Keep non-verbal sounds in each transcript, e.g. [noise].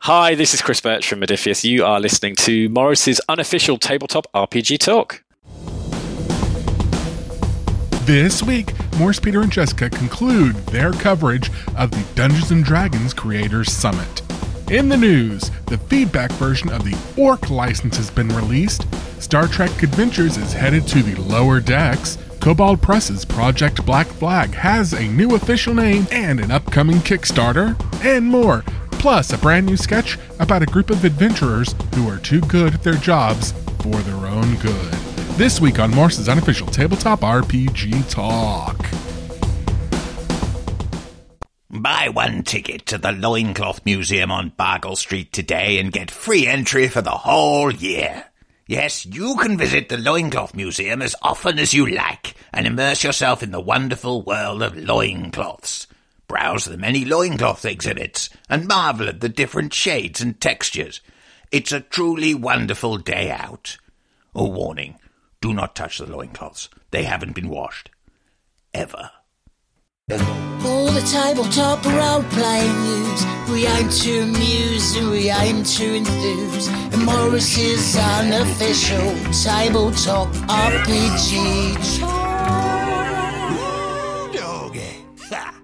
Hi, this is Chris Birch from Modifius. You are listening to Morris's unofficial tabletop RPG talk. This week, Morse, Peter, and Jessica conclude their coverage of the Dungeons and Dragons Creators Summit. In the news, the feedback version of the Orc license has been released. Star Trek Adventures is headed to the lower decks. Cobalt Press's Project Black Flag has a new official name and an upcoming Kickstarter, and more. Plus, a brand new sketch about a group of adventurers who are too good at their jobs for their own good. This week on Morse's unofficial tabletop RPG talk. Buy one ticket to the Loincloth Museum on Bargle Street today and get free entry for the whole year. Yes, you can visit the Loincloth Museum as often as you like and immerse yourself in the wonderful world of loincloths. Browse the many loincloth exhibits and marvel at the different shades and textures. It's a truly wonderful day out. A warning, do not touch the loincloths. They haven't been washed. Ever. All the tabletop role playing news. We aim to amuse and we aim to enthuse. And Morris's unofficial tabletop RPG. Doggy. Ha!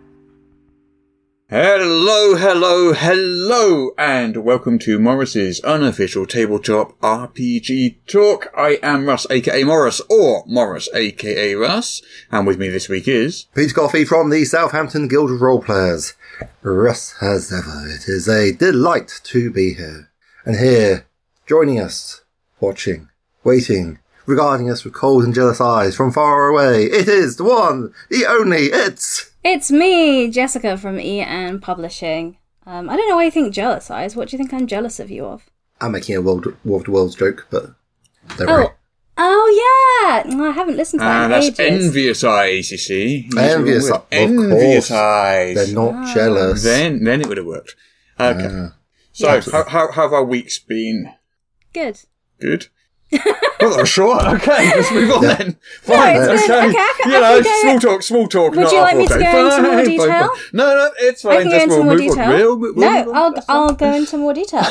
Hello, hello, hello, and welcome to Morris's unofficial tabletop RPG talk. I am Russ, aka Morris, or Morris, aka Russ, and with me this week is. Pete Coffee from the Southampton Guild of Roleplayers. Russ as ever, it is a delight to be here. And here, joining us, watching, waiting, regarding us with cold and jealous eyes from far away, it is the one, the only, it's... It's me, Jessica from EN Publishing. Um, I don't know why you think jealous eyes. What do you think I'm jealous of you of? I'm making a World, World Worlds joke, but don't worry. Oh, oh yeah. No, I haven't listened to that Ah, in that's ages. envious eyes, you see. Use your own Envious, word. of envious course. eyes. They're not jealous. Ah, Then, then it would have worked. Okay. Uh, so, how, how, how have our weeks been? Good. Good. well, I'm sure. [laughs] Okay, let's move on Yeah. then. Fine. No, it's been- okay, I can- you I know, can go small in- talk, small talk. Would not you like awful me to day. go into more Fine, fine, detail? fine. No, no, it's fine. I can go Just into we'll more move on. detail. We'll- we'll move no, on. I'll That's fine. I'll go into more [laughs] detail.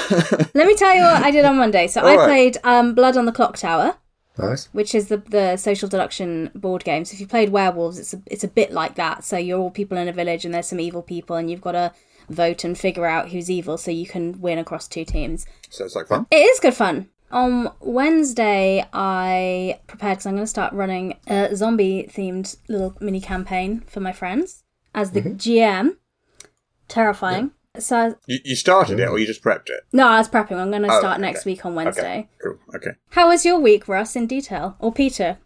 Let me tell you what I did on Monday. So I All right. played um, Blood on the Clock Tower, Nice. which is the the social deduction board game. So if you played werewolves, it's a it's a bit like that. So you're all people in a village, and there's some evil people, and you've got to vote and figure out who's evil, so you can win across two teams. So it's like fun. It is good fun. On Wednesday, I prepared because I'm going to start running a zombie themed little mini campaign for my friends as Mm-hmm. the GM. Terrifying. So, You, you started it or you just prepped it? no, I was prepping. I'm going to Oh, start okay. next week on Wednesday. Okay, cool. Okay. How was your week, Russ, in detail? Or Peter?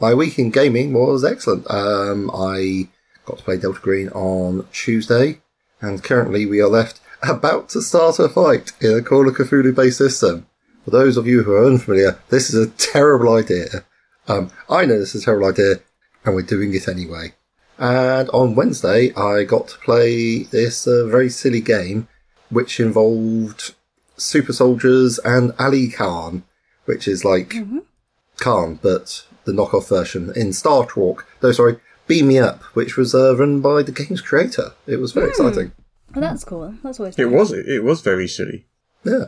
My week in gaming was excellent. Um, I got to play Delta Green on Tuesday, and currently we are left [laughs] about to start a fight in a Call of Cthulhu based system. For those of you who are unfamiliar, this is a [laughs] terrible idea. Um, I know this is a terrible idea, and we're doing it anyway. And on Wednesday, I got to play this uh, very silly game, which involved super soldiers and Ali Khan, which is like Khan, but the knockoff version in Star Talk. No, sorry, Beam Me Up, which was uh, run by the game's creator. It was very Hmm. exciting. Well, that's cool. That's always Mm. It nice. was it was very silly. Hmm.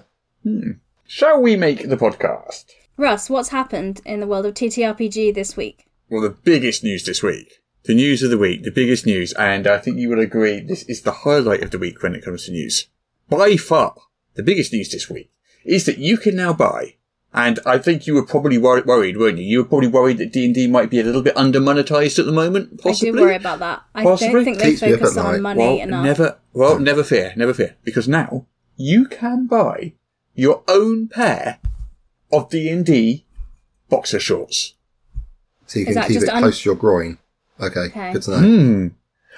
Yeah. Shall we make the podcast? Russ, what's happened in the world of TTRPG this week? Well, the biggest news this week, the news of the week, the biggest news, and I think you will agree this is the highlight of the week when it comes to news. By far, the biggest news this week is that you can now buy, and I think you were probably wor- worried, weren't you? You were probably worried that D&D might be a little bit under monetized at the moment, possibly. I do worry about that. I Possibly. don't think they Keeps me up focus at on night. money well, enough. Never, well, never fear, never fear, because now you can buy your own pair of D&D boxer shorts. So you Is can that keep just it un- close to your groin. Okay, Okay. good to know. Hmm. I'm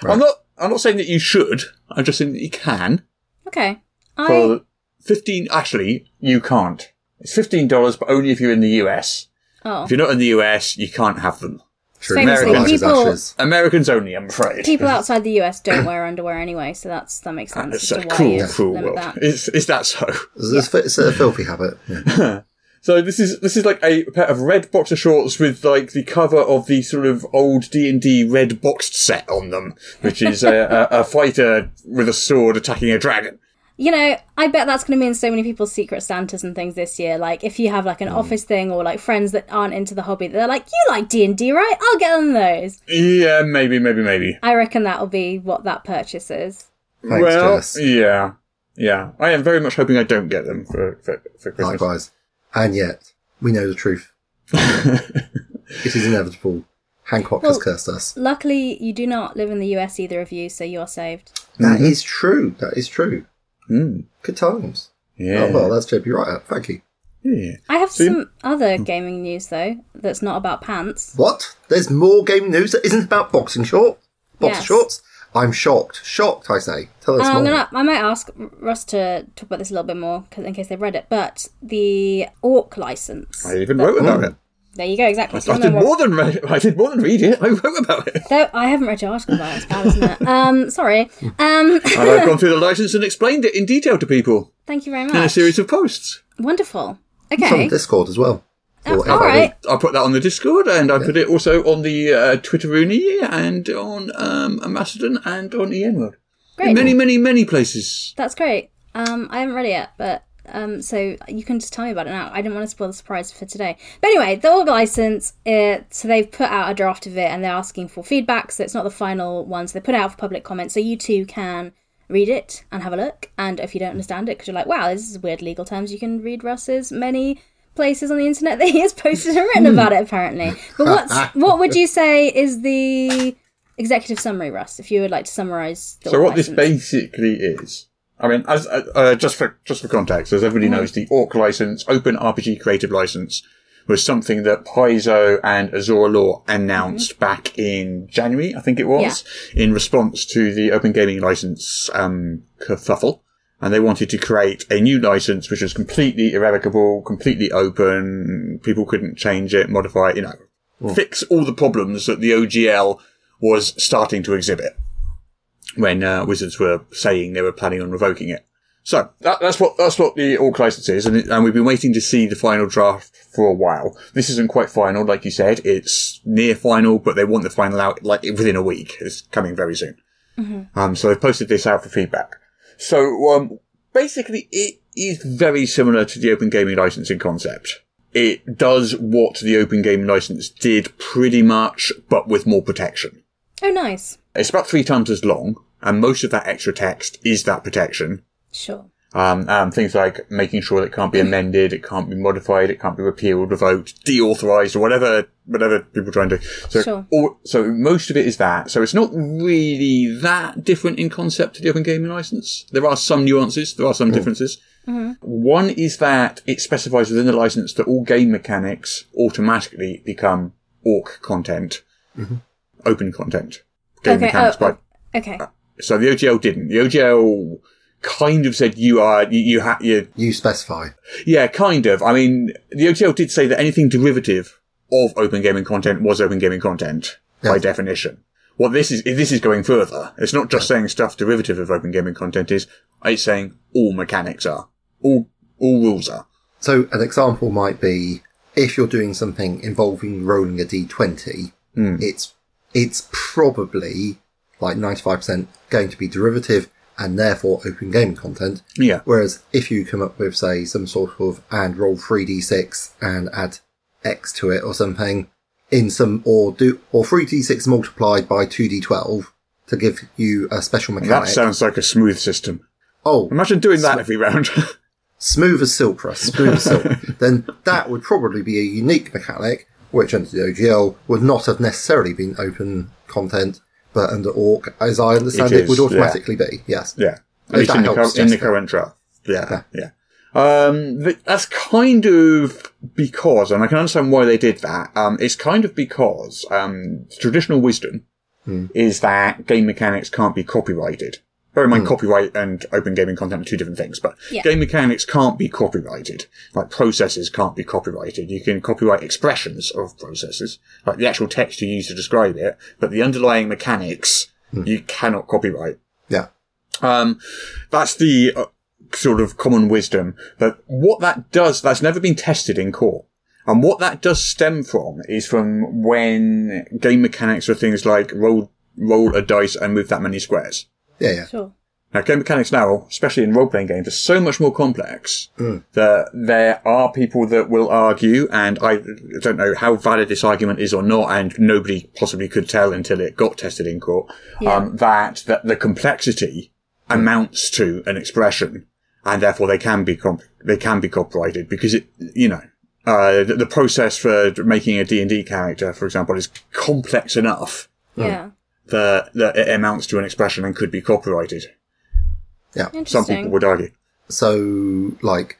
Right. not. I'm not saying that you should. I'm just saying that you can. Okay. I... For fifteen, actually, you can't. It's fifteen dollars, but only if you're in the US. oh. If you're not in the US, you can't have them. True. famously, Rises people- ashes. Americans only, I'm afraid. people outside the US don't wear underwear anyway, so that's that makes sense. It's as a to why cruel, you cruel limit world. that. Is is that so? It's, a fi- it's a filthy habit. Yeah. So this is this is like a pair of red boxer shorts with like the cover of the sort of old D and D red boxed set on them, which is a, a, a fighter with a sword attacking a dragon. you know, I bet that's going to be in so many people's secret Santas and things this year. Like, if you have like Hmm. an office thing or like friends that aren't into the hobby, they're like, "You like D and D, right? I'll get them those." Yeah, maybe, maybe, maybe. I reckon that'll be what that purchase is. Thanks, well, Jess. yeah, yeah. I am very much hoping I don't get them for for, for Christmas. Likewise. And yet, we know the truth. It is inevitable. Hancock has Well- cursed us. Luckily, you do not live in the US either of you, so you're saved. Hmm. That is true. That is true. Mm, Good times. [laughs] yeah. Oh, well, that's JP right up. Thank you. yeah. I have See? Hmm. some other gaming news though that's not about pants. What? There's more gaming news that isn't about boxing short? Boxing Yes. Oh, shorts? I'm shocked. Shocked, I say. Tell us Um, And more. I'm gonna, I might ask Russ to talk about this a little bit more 'cause- in case they've read it. But the Orc license. I even Hmm. wrote about it. There you go, exactly. So I you know did what- more than read, I did more than read it. I wrote about [laughs] it. Though I haven't read your article about it. It's bad, isn't it? [laughs] Um, sorry. Um, [laughs] And I've gone through the license and explained it in detail to people thank you very in a much. series of posts. Wonderful. It's on Okay. Discord as well. Uh, Or all FRE. right. I put that on the Discord, and I put it also on the uh, Twitteroonie and on um, Macedon and on ENWorld. Great. In many, many, many places. That's great. Um, I haven't read it yet, but um, so you can just tell me about it now. I didn't want to spoil the surprise for today. But anyway, the org license. Uh, so they've put out a draft of it, and they're asking for feedback. So it's not the final one. So they put it out for public comment. So you too can read it and have a look. And if you don't understand it, because you're like, wow, this is weird legal terms, you can read Russ's many places on the internet that he has posted and Hmm. written about it apparently. [laughs] But what's what would you say is the executive summary, Russ, if you would like to summarize the So org what this license? basically is, I mean, as uh, uh, just for just for context, as everybody knows, the Orc license, Open RPG Creative License, was something that Paizo and Azora Law announced back in January, I think it was, in response to the Open Gaming License um, kerfuffle. And they wanted to create a new license which was completely irrevocable, completely open. People couldn't change it, modify it, you know, fix all the problems that the OGL was starting to exhibit when uh, Wizards were saying they were planning on revoking it. So that, that's what that's what the orc license is, and, it, and we've been waiting to see the final draft for a while. This isn't quite final, like you said. It's near final, but they want the final out like within a week. It's coming very soon. Um, so they've posted this out for feedback. So um, basically, it is very similar to the open gaming licensing concept. It does what the open gaming license did pretty much, but with more protection. oh, nice. It's about three times as long, and most of that extra text is that protection. Sure. Um, um, things like making sure that it can't be amended, it can't be modified, it can't be repealed, revoked, deauthorized, or whatever, whatever people try and do. So, Sure. all- so most of it is that. So it's not really that different in concept to the open gaming license. There are some nuances, there are some differences. Mm-hmm. One is that it specifies within the license that all game mechanics automatically become orc content, open content. Game Okay, mechanics oh, by Okay. uh, so the OGL didn't. The OGL kind of said you are you, you ha you You specify. yeah kind of. I mean, the OGL did say that anything derivative of open gaming content was open gaming content by Yeah. definition. What this is this is going further. It's not just saying stuff derivative of open gaming content is. It's saying all mechanics are all all rules are. So an example might be if you're doing something involving rolling a d20, it's it's probably like 95% going to be derivative and therefore open game content. Yeah. Whereas if you come up with say some sort of and roll 3d6 and add x to it or something in some or do or 3d6 multiplied by 2d12 to give you a special mechanic. That sounds like a smooth system. oh, Imagine doing that every round. [laughs] smooth as silk for us, smooth as silk, then that would probably be a unique mechanic, which under the OGL would not have necessarily been open content, but under Orc, as I understand It it, is, would yeah. automatically be, yes. Yeah. If At least that in the, helps, cur- in the Jessica. current draft. Yeah. Yeah. Um, th- that's kind of because, and I can understand why they did that. Um, it's kind of because, um, traditional wisdom is that game mechanics can't be copyrighted. Bear in mind, copyright and open gaming content are two different things, but Yeah. game mechanics can't be copyrighted. Like processes can't be copyrighted. You can copyright expressions of processes, like the actual text you use to describe it, but the underlying mechanics you cannot copyright. Yeah. Um, that's the uh, sort of common wisdom. But what that does, that's never been tested in court. And what that does stem from is from when game mechanics were things like roll, roll a dice and move that many squares. Yeah, yeah. Sure. Now, game mechanics now, especially in role playing games, are so much more complex that there are people that will argue, and I don't know how valid this argument is or not, and nobody possibly could tell until it got tested in court, um, that, that the complexity amounts to an expression, and therefore they can be comp- they can be copyrighted because it, you know, uh, the, the process for making a D and D character, for example, is complex enough Yeah. that, that it amounts to an expression and could be copyrighted. Yeah. Some Interesting. people would argue. So, like,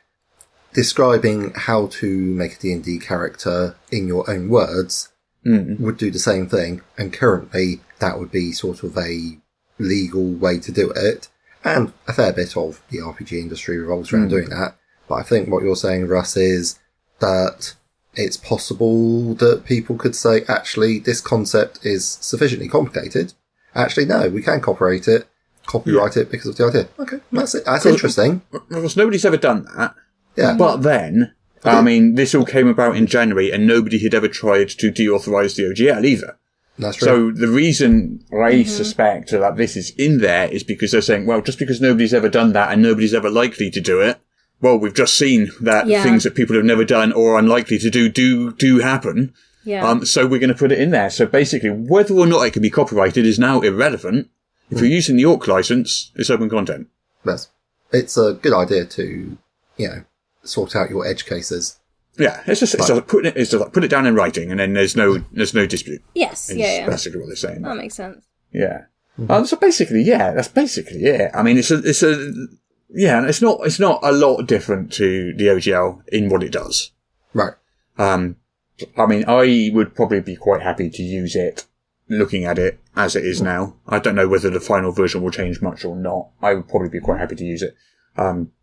describing how to make a D&D character in your own words would do the same thing. And currently, that would be sort of a legal way to do it. And a fair bit of the RPG industry revolves around doing that. But I think what you're saying, Russ, is that it's possible that people could say, actually, this concept is sufficiently complicated. Actually, no, we can copyright it, copyright it because of the idea. Okay, that's it. That's interesting. Well, nobody's ever done that. Yeah. But then, I mean, this all came about in January, and nobody had ever tried to deauthorize the OGL either. That's true. So the reason I Mm-hmm. suspect that this is in there is because they're saying, well, just because nobody's ever done that and nobody's ever likely to do it, well, we've just seen that Yeah. things that people have never done or are unlikely to do do do happen. Yeah. Um, so we're going to put it in there. So basically, whether or not it can be copyrighted is now irrelevant. If you're using the York license, it's open content. That's, it's a good idea to, you know, sort out your edge cases. Yeah, it's just, it's Right. just like putting it, it's just like put it down in writing, and then there's no there's no dispute. yes. Is Yeah. yeah. basically what they're saying. That makes sense. Yeah. Um, so basically, yeah, that's basically it. I mean, it's a it's a yeah, and it's not it's not a lot different to the OGL in what it does. Right. Um, I mean, I would probably be quite happy to use it. Looking at it as it is now, I don't know whether the final version will change much or not. I would probably be quite happy to use it. Um,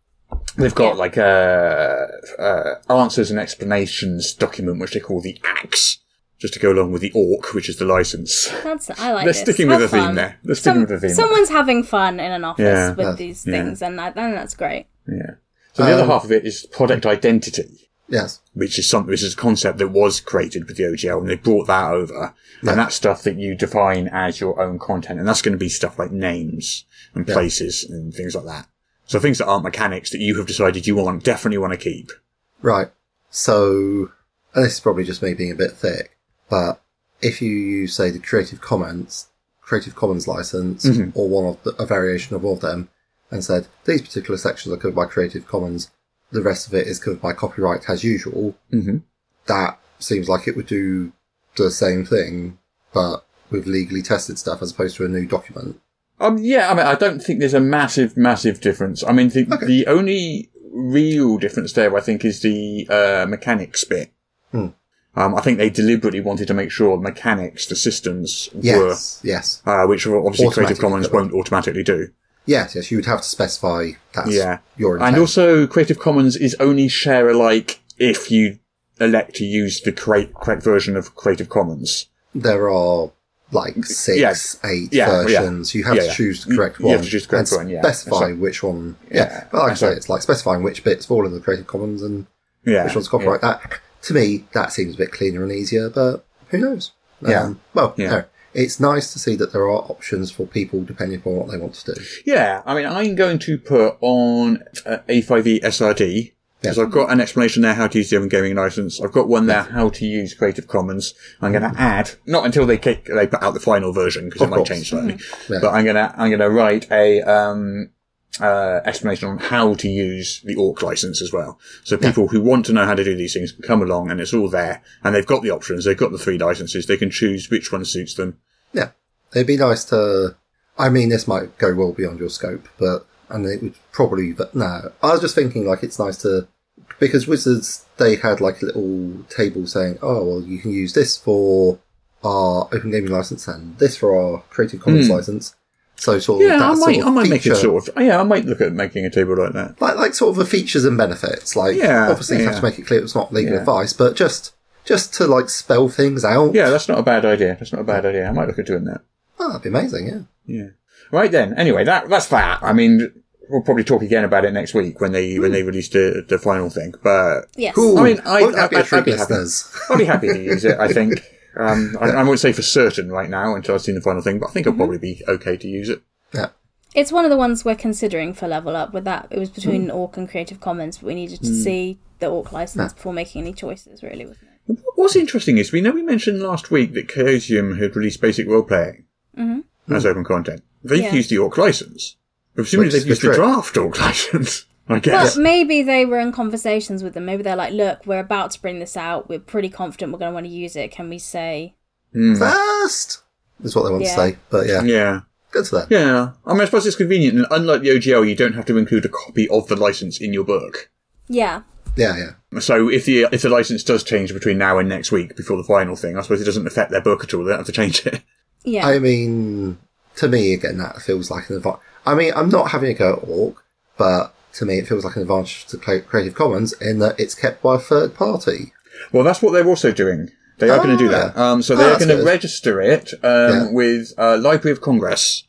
they've got like uh uh answers and explanations document, which they call the axe, just to go along with the orc, which is the license. That's I like They're this. sticking Have with the theme fun. there. They're sticking with the theme there. Someone's having fun in an office Yeah. with That's- these yeah. things, and that and that's great. Yeah. So the other Um, half of it is product identity, Yes. which is something, which is a concept that was created with the OGL and they brought that over. Yeah. And that's stuff that you define as your own content. And that's going to be stuff like names and Yeah. places and things like that. So things that aren't mechanics that you have decided you want, definitely want to keep. Right. So, and this is probably just me being a bit thick, but if you use, say, the Creative Commons, Creative Commons license, Mm-hmm. or one of the, a variation of all of them, and said these particular sections are covered by Creative Commons, the rest of it is covered by copyright as usual, Mm-hmm. that seems like it would do the same thing, but with legally tested stuff as opposed to a new document. Um, yeah, I mean, I don't think there's a massive, massive difference. I mean, the, the only real difference there, I think, is the uh, mechanics bit. Hmm. Um, I think they deliberately wanted to make sure mechanics, the systems, were Yes, yes, uh, which are obviously Creative Automatically Commons put won't automatically do. yes, yes. You would have to specify that's yeah, your intent. and also Creative Commons is only share alike if you elect to use the correct, correct version of Creative Commons. there are like six, eight Yeah, yeah. versions. You have Yeah, to yeah. choose the correct You- one. you have to choose the correct and one, yeah. Specify That's right. which one. Yeah, Yeah, but like I that's say, right. it's like specifying which bits fall under the Creative Commons and Yeah, which one's copyright. That to me, that seems a bit cleaner and easier. But who knows? Um, Yeah. well, Yeah. no. It's nice to see that there are options for people depending upon what they want to do. Yeah, I mean, I'm going to put on uh, A5e SRD because Yeah. I've got an explanation there how to use the open gaming license. I've got one there how to use Creative Commons. I'm going to add not until they kick, they put out the final version because it Of might course. change slightly, Yeah. but I'm going to I'm going to write a um, uh, explanation on how to use the Orc license as well. So people who want to know how to do these things can come along and it's all there and they've got the options. They've got the three licenses. They can choose which one suits them. Yeah. It'd be nice to. I mean, this might go well beyond your scope, but. And it would probably. But no. I was just thinking, like, it's nice to. Because Wizards, they had, like, a little table saying, oh, well, you can use this for our open gaming license and this for our Creative Commons license. So, sort of. Hmm. Yeah, I that might sort of I might make it feature- sort of yeah I might look at making a table like that. Like, like, sort of the features and benefits. Like, Yeah, obviously, you yeah. have to make it clear it's not legal Yeah. advice, but just. Just to, like, spell things out. Yeah, that's not a bad idea. That's not a bad idea. I might look at doing that. Oh, that'd be amazing, yeah. Yeah. Right then. Anyway, that that's that. I mean, we'll probably talk again about it next week when they when they release the the final thing. But Yes. Cool. I mean, I, Won't that I, be a I'd, treat, I'd be happy. listeners? I'd be happy to use it. I think. Um, I, I won't say for certain right now until I've seen the final thing, but I think I'll probably be okay to use it. Yeah. It's one of the ones we're considering for level up. With that, it was between Mm. Orc and Creative Commons, but we needed to see the Orc license before making any choices. Really, wasn't it? What's interesting is we know we mentioned last week that Chaosium had released basic role playing as open content. They Yeah. could use the Orc license, but presumably Which they've is used the correct. draft Orc [laughs] license. I guess. But maybe they were in conversations with them. Maybe they're like, "Look, we're about to bring this out. We're pretty confident we're going to want to use it. Can we say?" Mm. Fast is what they want Yeah. to say. But yeah, Hmm. yeah. good to that. Yeah. I mean, I suppose it's convenient, and unlike the OGL, you don't have to include a copy of the license in your book. Yeah, Yeah, yeah. So if the if the license does change between now and next week before the final thing, I suppose it doesn't affect their book at all. They don't have to change it. [laughs] yeah. I mean, to me, again, that feels like an advantage. I mean, I'm not having a go at Orc, but to me, it feels like an advantage to Cla- Creative Commons in that it's kept by a third party. Well, that's what they're also doing. They are going to do that. Ah. Um, so Ah, they're that's going to good. register it um, Yeah. Mm. with uh, Library of Congress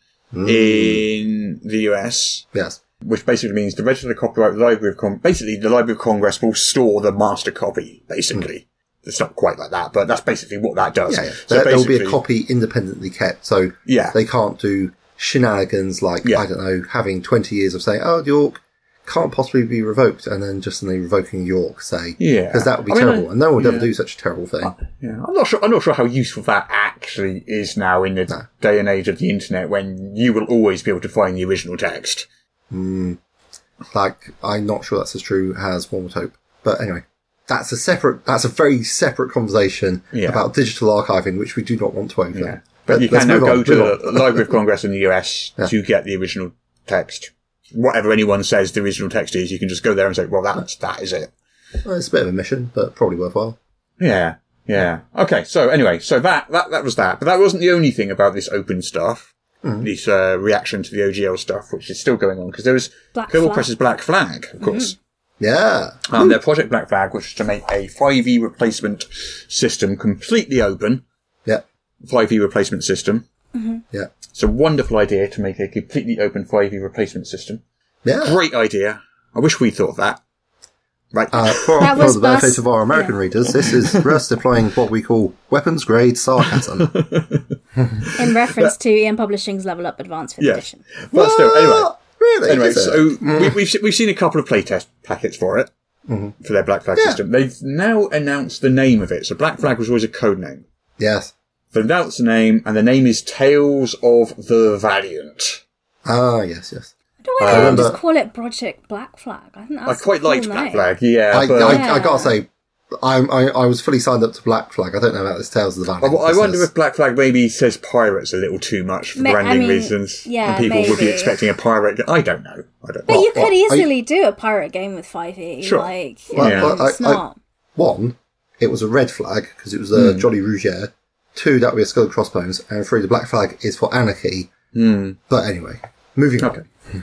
in the US, Yes. which basically means the Register of Copyright Library of Congress. Basically, the Library of Congress will store the master copy. Basically, it's not quite like that, but that's basically what that does. Mm. Yeah, yeah. So there, there will be a basically- copy independently kept, so Yeah. they can't do shenanigans like Yeah. I don't know, having twenty years of saying, "Oh, York can't possibly be revoked," and then just suddenly revoking York, say, Yeah. because that would be I mean, terrible, I- and no one would yeah. ever do such a terrible thing. Yeah, I'm not sure. I'm not sure how useful that actually is now in the day and age of the internet, when you will always be able to find the original text. Like, I'm not sure that's as true as One Would Hope, but anyway. That's a separate. That's a very separate conversation Yeah. about digital archiving, which we do not want to open. Yeah, but you let's can now move go on, to move the on. Library [laughs] of Congress in the US Yeah. to get the original text. Whatever anyone says the original text is, you can just go there and say, "Well, that's that is it." Well, it's a bit of a mission, but probably worthwhile. Yeah, yeah. Okay, so anyway, so that that that was that, but that wasn't the only thing about this open stuff. Mm-hmm. This uh, reaction to the OGL stuff, which is still going on, because there was Black Kerbal Flag. Press's Black Flag, Mm-hmm. of course. Yeah, Um, their Project Black Flag, which is to make a 5e replacement system completely open, yeah, 5e replacement system. yeah, It's a wonderful idea to make a completely open 5e replacement system. yeah. Great idea. I wish we thought of that. Right. Uh, for That for was the benefit us- of our American yeah. readers, this is Russ deploying what we call weapons grade [laughs] sarcasm. in reference to EM Publishing's Level Up Advanced Fifth Yeah. Edition. but still, anyway. Ah, really? Anyway, Is it? so Mm. we, we've, se- we've seen a couple of playtest packets for it, for their Black Flag Mm-hmm. Yeah. system. They've now announced the name of it. So Black Flag was always a code name. yes. They've announced the name, and the name is Tales of the Valiant. Ah, yes, yes. Do I don't remember- just call it Project Black Flag? I think that's I quite a cool liked Black name. Flag, yeah. I, but... I, I Yeah. gotta say, I'm, I, I was fully signed up to Black Flag. I don't know about this Tales of the I, Valley. I This wonder is- if Black Flag maybe says pirates a little too much for Ma- I branding mean, reasons, yeah, and people would be maybe. expecting a pirate. I don't know. I don't. But know. you what- could I- easily do a pirate game with 5e. Sure. Like, Well, you know, well, I- it's I- not. One, it was a red flag because it was a Hmm. Jolly Rouger. Two, that would be a skull and crossbones. And three, the Black Flag is for anarchy. But anyway, moving on. Hmm. Okay.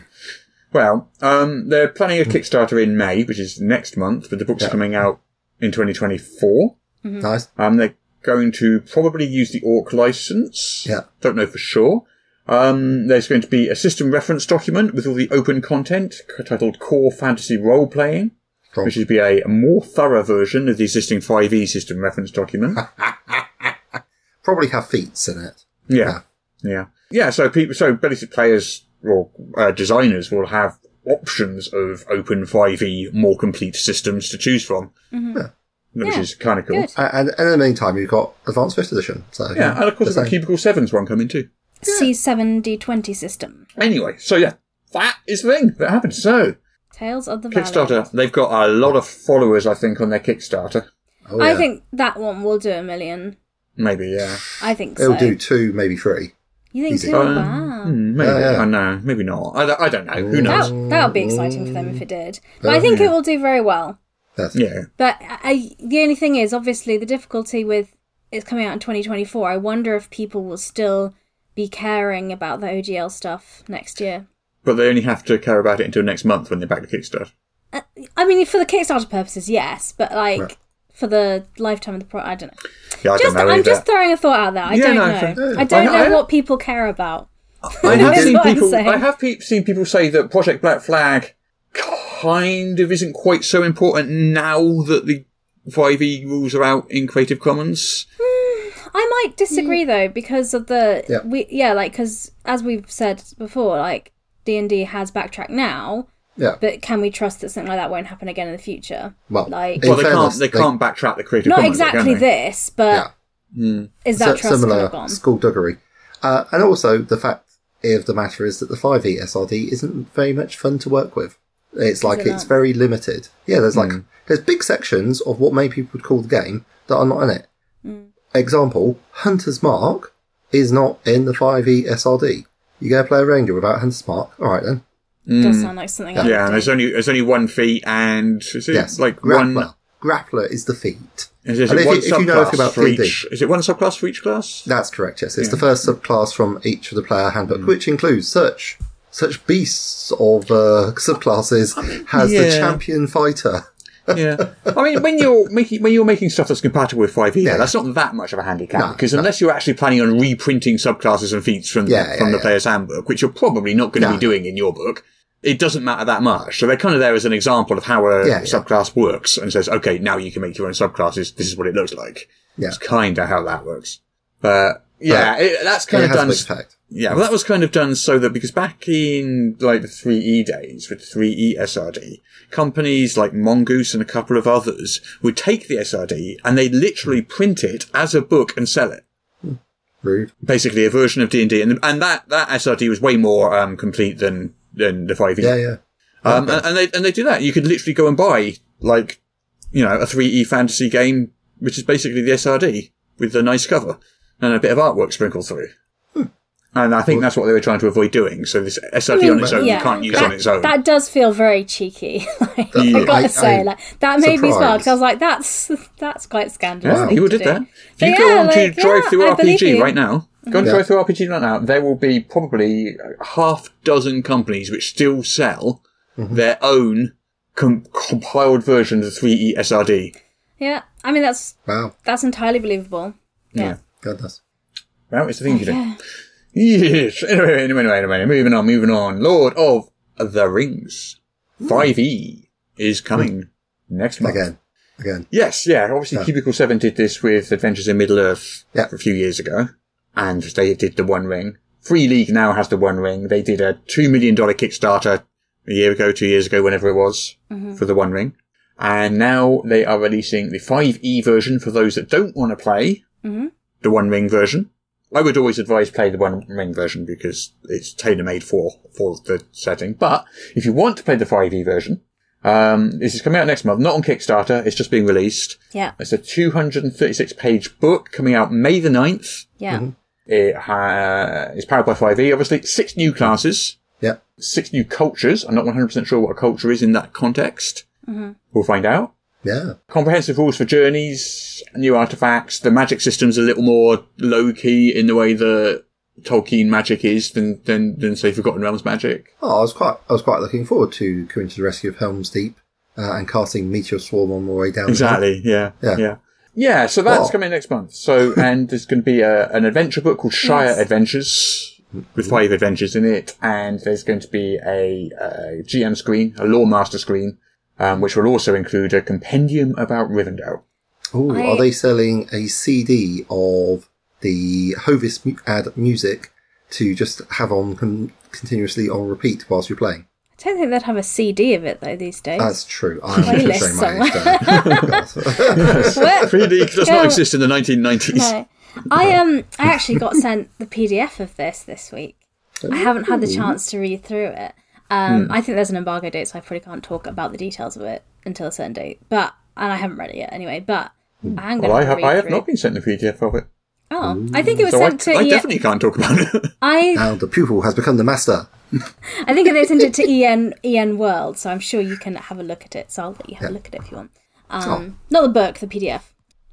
Well, um, they're planning Hmm. a Kickstarter in May, which is next month, but the book's Yeah. coming out in 2024. Mm-hmm. Nice. Um, they're going to probably use the Orc license. Yeah. Don't know for sure. Um, there's going to be a system reference document with all the open content c- titled Core Fantasy Role Playing. Strong. which would be a more thorough version of the existing 5e system reference [laughs] document. Probably have feats in it. yeah. Yeah. Yeah. So people, so basic players or uh, designers will have options of open 5e more complete systems to choose from, which Mm-hmm. Yeah, is kind of cool. good. A- And, and in the meantime, you've got Advanced Fifth Edition. So Yeah. And of course, just I've got saying. Cubicle 7's one coming too. C7D20 system. Anyway. So yeah, that is the thing that happened. So Tales of the Valley. Kickstarter, they've got a lot of followers, I think, on their Kickstarter. Oh, I yeah. think that one will do a million. Maybe. Yeah. I think it'll so. do two, maybe three. You think Easy. so? Um, wow. hmm, maybe. Yeah, yeah. I know. Maybe not. I, don't- I don't know. Who knows? That, that would be exciting for them if it did. But I think it will do very well. That's Yeah. But I, the only thing is, obviously, the difficulty with it's coming out in 2024. I wonder if people will still be caring about the OGL stuff next year. But they only have to care about it until next month when they're back to Kickstarter. Uh, I mean, for the Kickstarter purposes, yes, but like Right. for the lifetime of the pro, I don't know. Yeah, I just, don't know I'm either. just throwing a thought out there. I Yeah, don't no, know. fair- I don't I know- know what people care about. [laughs] I have That's seen what I'm people. saying. I have pe- seen people say that Project Black Flag kind of isn't quite so important now that the 5e rules are out in Creative Commons. I Mm. might disagree though because of the Yeah. we yeah like because as we've said before, like D&D has backtrack now, Yeah. but can we trust that something like that won't happen again in the future? Well, like In Well, they fairness, can't. They, they- can't backtrack the creative. not Commons, though, exactly can they? this, but eh? yeah. is that Si- trust kind similar of gone? school duggery. Uh, and also the fact of the matter is that the E 5e SRD isn't very much fun to work with. It's like it it's not? very limited. Yeah, there's Hmm. like there's big sections of what many people would call the game that are not in it. Hmm. Example: Hunter's Mark is not in the E 5e SRD. You go play a ranger without Hunter's Mark. All right then. Does sound like something. I Mm. Yeah, would and there's do. only there's only one fee, and is it yes, like grappler. one? Grappler is the feat. Is, is And it if one you- if you know subclass anything about for D&D. each? Is it one subclass for each class? That's correct. Yes, it's the first subclass from each of the player handbook, Mm. which includes such such beasts of uh, subclasses has the yeah. champion fighter. yeah. I mean, when you're making when you're making stuff that's compatible with Five E, Yeah. that's not that much of a handicap No, because no. unless you're actually planning on reprinting subclasses and feats from Yeah, from yeah, the yeah. player's handbook, which you're probably not going to No. be doing in your book, it doesn't matter that much. So they're kind of there as an example of how a Yeah, yeah. subclass works and says, okay, now you can make your own subclasses. This is what it looks like. Yeah. It's kind of how that works. But yeah, But it, that's It kind of has done. an effect. Yeah, well, that was kind of done so that because back in like the three E days with three E SRD, companies like Mongoose and a couple of others would take the SRD and they literally print it as a book and sell it. Rude. Basically, a version of D and D, and that that SRD was way more um, complete than than the five E. Yeah, yeah. Um, and, and they and they do that. You could literally go and buy like you know a three E fantasy game, which is basically the SRD with a nice cover and a bit of artwork sprinkled through. Hmm. And I think that's what they were trying to avoid doing. So this SRD on its own you can't use that, on its own. That does feel very cheeky. [laughs] like, Yeah. I gotta I- say, I'm like that made me smile surprised. because I was like, "That's that's quite scandalous." yeah, thing people to did do. that. If But you go yeah, on like, to drive through yeah, I believe RPG you. right now, go and Yeah. drive through RPG right now. There will be probably a half dozen companies which still sell Mm-hmm. their own com- compiled version of the three E SRD. Yeah, I mean that's Wow. that's entirely believable. Yeah. Goodness. Well, it's the thing you do. Yes. Anyway, anyway, anyway, anyway. Moving on, moving on. Lord of the Rings, 5e is coming next month. Again. Again. Yes, yeah. Obviously, Yeah. Cubicle 7 did this with Adventures in Middle Earth Yeah. a few years ago, and they did the One Ring. Free League now has the One Ring. They did a $2 million Kickstarter a year ago, two years ago, whenever it was, for the One Ring. And now they are releasing the 5e version for those that don't want to play the One Ring version. I would always advise play the One Ring version because it's tailor made for for the setting. But if you want to play the 5e version, um, this is coming out next month, not on Kickstarter. It's just being released. Yeah, It's a 236 page book coming out May the 9th. yeah. Mm-hmm. It ha- is powered by 5e, obviously. Six new classes, Yeah. six new cultures. I'm not 100% sure what a culture is in that context. We'll find out Yeah. comprehensive rules for journeys, new artifacts. The magic system's a little more low key in the way that Tolkien magic is than than than say Forgotten Realms magic. Oh, I was quite I was quite looking forward to coming to the rescue of Helm's Deep uh, and casting Meteor Swarm on my way down. the hill. Exactly. Yeah. Yeah. Yeah. Yeah. So that's Wow. coming next month. So [laughs] and there's going to be a, an adventure book called Shire Nice. Adventures with five adventures in it, and there's going to be a, a GM screen, a lore master screen. Um, which will also include a compendium about [laughs] Rivendell. Ooh, I- are they selling a CD of the Hovis mu- ad music to just have on con- continuously on repeat whilst you're playing? I don't think they'd have a CD of it though these days. That's true. I'm Playlist just saying my age somewhere. down. God. [laughs] What? does Yeah. not exist in the 1990s. No. I um I actually got sent the PDF of this this week. I haven't had the chance to read through it. Hmm. Um, I think there's an embargo date, so I probably can't talk about the details of it until a certain date. But and I haven't read it yet anyway. But I'm going Hmm. Well, I to have, read I have through. not been sent the PDF of it, Oh, I think it was so I, sent to. I E- definitely Uh, can't talk about it. [laughs] I [laughs] now the pupil has become the master. I think they sent it to E EN EN World, so I'm sure you can have a look at it. So I'll let you have a look at it if you want. Um, Not the book, the PDF.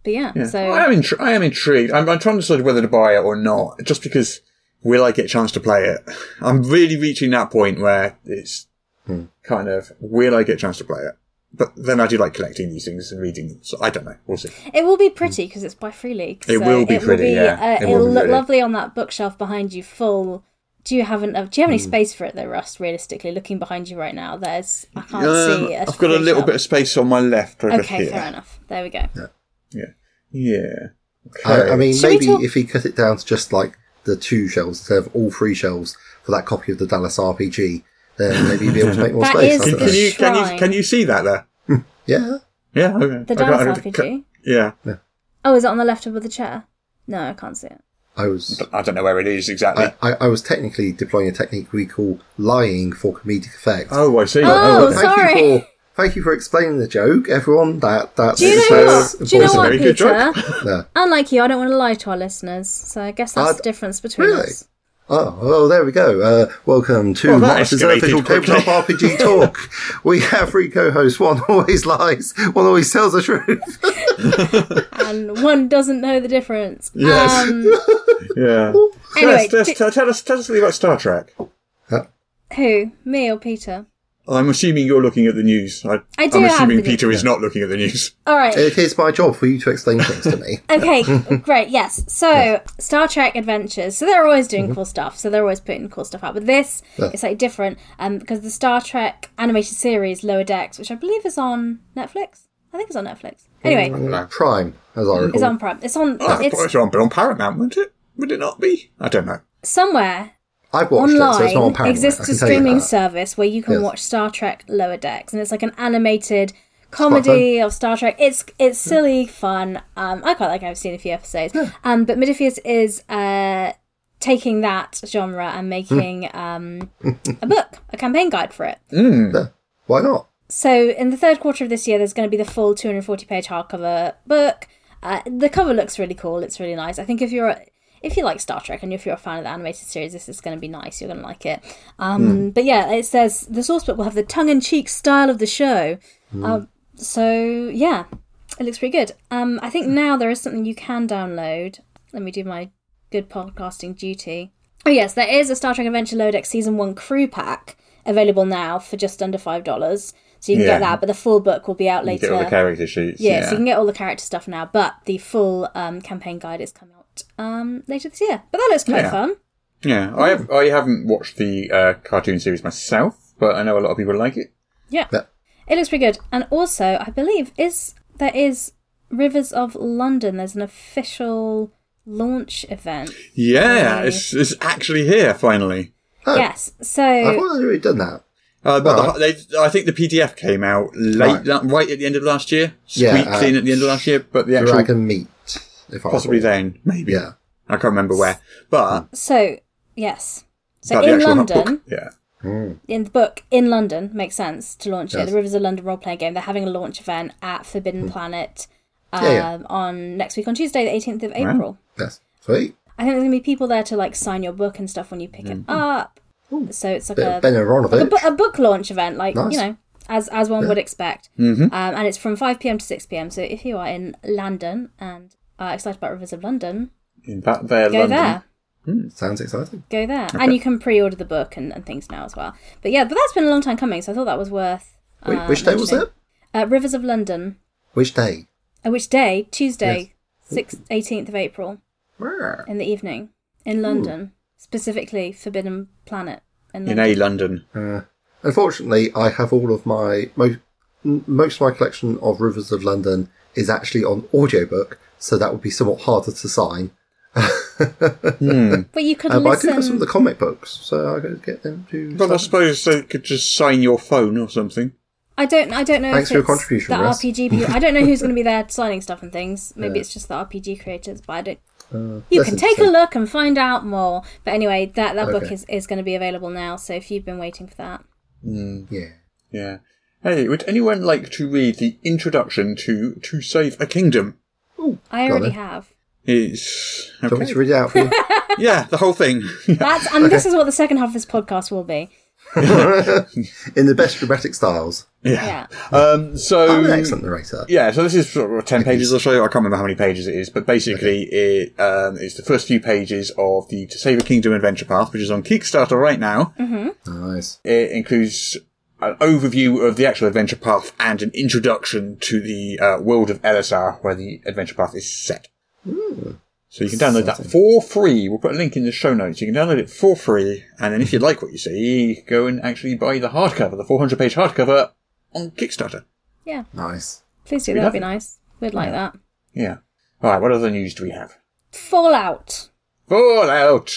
But yeah, so Oh. I am, intri- I am intrigued. I'm, I'm trying to decide whether to buy it or not, just because will I get a chance to play it? I'm really reaching that point where it's kind of will I get a chance to play it? But then I do like collecting these things and reading them, so I don't know. We'll see. It will be pretty because it's by Free League. Mm. It will be pretty, yeah. Uh, It it will will be look pretty. lovely on that bookshelf behind you, full. Do you have an, uh, Do you have any Mm. space for it though, Rust? Realistically, looking behind you right now, there's I can't see. Um, I've got a free little shelf. bit of space on my left over Okay, here. fair enough. There we go. Yeah, yeah. I, I mean, Should we maybe talk- if he cut it down to just like the two shelves instead of all three shelves, for that copy of the Dallas RPG, then maybe you'd be able to make more That space. is I Can, don't can the know. you can you shrine. can you see that there? Yeah. Yeah. Okay. The I got- I Dallas got- RPG. Yeah. Oh, is it on the left of the chair? No, I can't see it. I was I don't know where it is exactly. I, I, I was technically deploying a technique we call lying for comedic effect. oh, I see. Oh, But thank sorry. You for, thank you for explaining the joke, everyone. That that's Do you know that's what? Do you know It's a what, very good Peter? [laughs] important. No. Unlike you, I don't want to lie to our listeners, so I guess that's I'd- the difference between Really? us. Oh, well, there we go. Uh, welcome to Well, that Marx's escalated official quickly. [laughs] tabletop RPG talk. We have three co-hosts. One always lies. One always tells the truth. And one doesn't know the difference. Yes. Um, [laughs] yeah. anyway, Yes, yes, d- tell, tell us tell us something about Star Trek. Uh, who? Me or Peter? I'm assuming you're looking at the news. I, I do I'm have assuming the Peter is not looking at the [laughs] news. All right. It is my job for you to explain things to me. [laughs] Okay, great. Yes. So, Star Trek Adventures. So they're always Mm-hmm. doing cool stuff. So they're always putting cool stuff out. But this is like different um, because the Star Trek animated series Lower Decks, which I believe is on Netflix. I think it's on Netflix. Anyway, Prime, as I recall. it's on Prime. It's on. Oh, I thought it's it was on, but on Paramount, wouldn't it? Would it not be? I don't know. somewhere I've watched it, so it's not on online Paramount. I exists can a tell you streaming that. service where you can Yes. watch Star Trek Lower Decks, and it's like an animated comedy of Star Trek. It's it's Hmm. silly fun. Um, I quite like. it. I've seen a few episodes. Um, but Modifius is uh taking that genre Hmm. and making um a book, a campaign guide for it. Why not? So, in the third quarter of this year, there's going to be the full 240 page hardcover book. Uh, the cover looks really cool. It's really nice. I think if you're a- if you like Star Trek and if you're a fan of the animated series, this is going to be nice. You're going to like it. Um, But yeah, it says the source book will have the tongue in cheek style of the show. Um, so yeah, it looks pretty good. Um, I think now there is something you can download. Let me do my good podcasting duty. Oh yes, there is a Star Trek Adventure Lodex Season One crew pack available now for just under five dollars. So you can Yeah. get that, but the full book will be out later. character sheets. yeah, so you can get all the character stuff now, but the full um, campaign guide is coming out um, later this year. But that looks quite Yeah. fun. Yeah, I have. I haven't watched the uh, cartoon series myself, but I know a lot of people like it. Yeah. Yeah. It looks pretty good. And also, I believe is there is Rivers of London. There's an official launch event. Yeah, Yay. it's, it's actually here finally. Oh, Yes. I So thought I'd already done that. Uh, but Alright. the, they, I think the PDF came out late, Right. right, right at the end of last year. Yeah, Squeaked uh, in at the end of last year, but the actual Dragon meat, if I possibly recall. then maybe. Yeah. I can't remember where, but, so yes. So but the in actual London, book, yeah, Hmm. in the book in London makes sense to launch it. Yes. Hmm. The Rivers of London role playing game. They're having a launch event at Forbidden Planet um, Yeah, yeah. on next week on Tuesday, the eighteenth of Wow. April. Yes. Sweet. I think there's gonna be people there to like sign your book and stuff when you pick it up. So it's like Hmm. Bit a of Ben like a, bu- a book launch event, like Nice. Mm-hmm. you know, as as one would expect. Um, and it's from five pm to six pm. So if you are in London and are excited about Rivers of London, in that there, go London. there, Hmm. Sounds exciting. go there, and you can pre-order the book and, and things now as well. But yeah, but that's been a long time coming, so I thought that was worth. Wait, uh, which day was mentioning. it? Uh, Rivers of London. Which day? Uh, which day? Tuesday, sixth, eighteenth of April in the evening in London, specifically Forbidden Planet in in London. a London. Uh, unfortunately, I have all of my most most of my collection of Rivers of London is actually on audiobook, so that would be somewhat harder to sign. but you could Uh, but I do listen. have some of the comic books, so I could get them to. Well, I sign. suppose they could just sign your phone or something. I don't. I don't know. Thanks if for your it's contribution, The Russ. RPG. people- I don't know who's going to be there [laughs] signing stuff and things. Maybe it's just the RPG creators, but I don't. Uh, You that's can take a interesting. look and find out more. But anyway, that that book Okay. is is going to be available now. So if you've been waiting for that, Yeah. Yeah. Hey, would anyone like to read the introduction to To Save a Kingdom? I Got already it. have. It's Do you want me okay. to read it out for [laughs] you? [laughs] yeah, the whole thing. [laughs] That's and this is what the second half of this podcast will be. In the best dramatic styles. Yeah. Um, so I'm an excellent narrator. yeah, so this is sort of ten pages or so. I can't remember how many pages it is, but basically, it um, it's the first few pages of the To Save a Kingdom Adventure Path, which is on Kickstarter right now. Nice. It includes an overview of the actual adventure path and an introduction to the uh, world of LSR, where the adventure path is set. So you can download that for free. We'll put a link in the show notes. You can download it for free, and then if you like what you see, go and actually buy the hardcover, the 400-page hardcover on Kickstarter. Yeah. Nice. Please do. We That would love be it. nice. We'd like that. Yeah. All right. What other news do we have? Fallout. Fallout.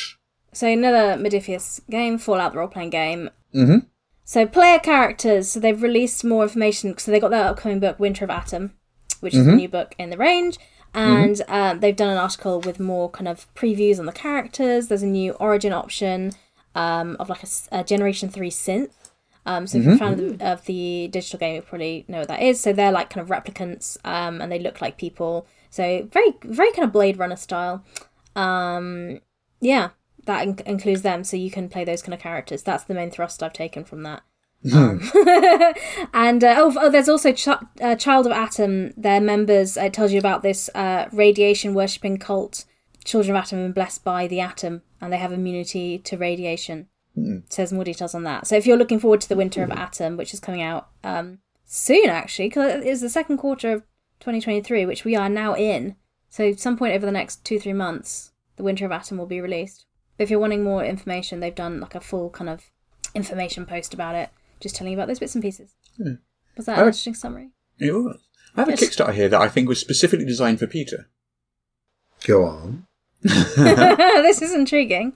So another Modifius game, Fallout the role playing game. Mm-hmm. So player characters. So they've released more information. So they got their upcoming book, Winter of Atom, which is the new book in the range, and um, they've done an article with more kind of previews on the characters. There's a new origin option um, of like a, s- a Generation Three synth. Um, so if you're a fan of the, of the digital game, you probably know what that is. So they're like kind of replicants, um, and they look like people. So very, very kind of Blade Runner style. Um, yeah, that in- includes them, so you can play those kind of characters. That's the main thrust I've taken from that. Um, [laughs] and uh, oh, oh, there's also Ch- uh, Child of Atom. Their members. It tells you about this uh, radiation worshipping cult. Children of Atom have been blessed by the atom, and they have immunity to radiation. So there's more details on that. So if you're looking forward to the Winter of Atom, which is coming out um, soon, actually, because it is the second quarter of 2023, which we are now in. So some point over the next two three months, the Winter of Atom will be released. But if you're wanting more information, they've done like a full kind of information post about it, just telling you about those bits and pieces. Was that an Oh. interesting summary? [laughs] It was. I have a Yes. Kickstarter here that I think was specifically designed for Peter. Go on. this is intriguing.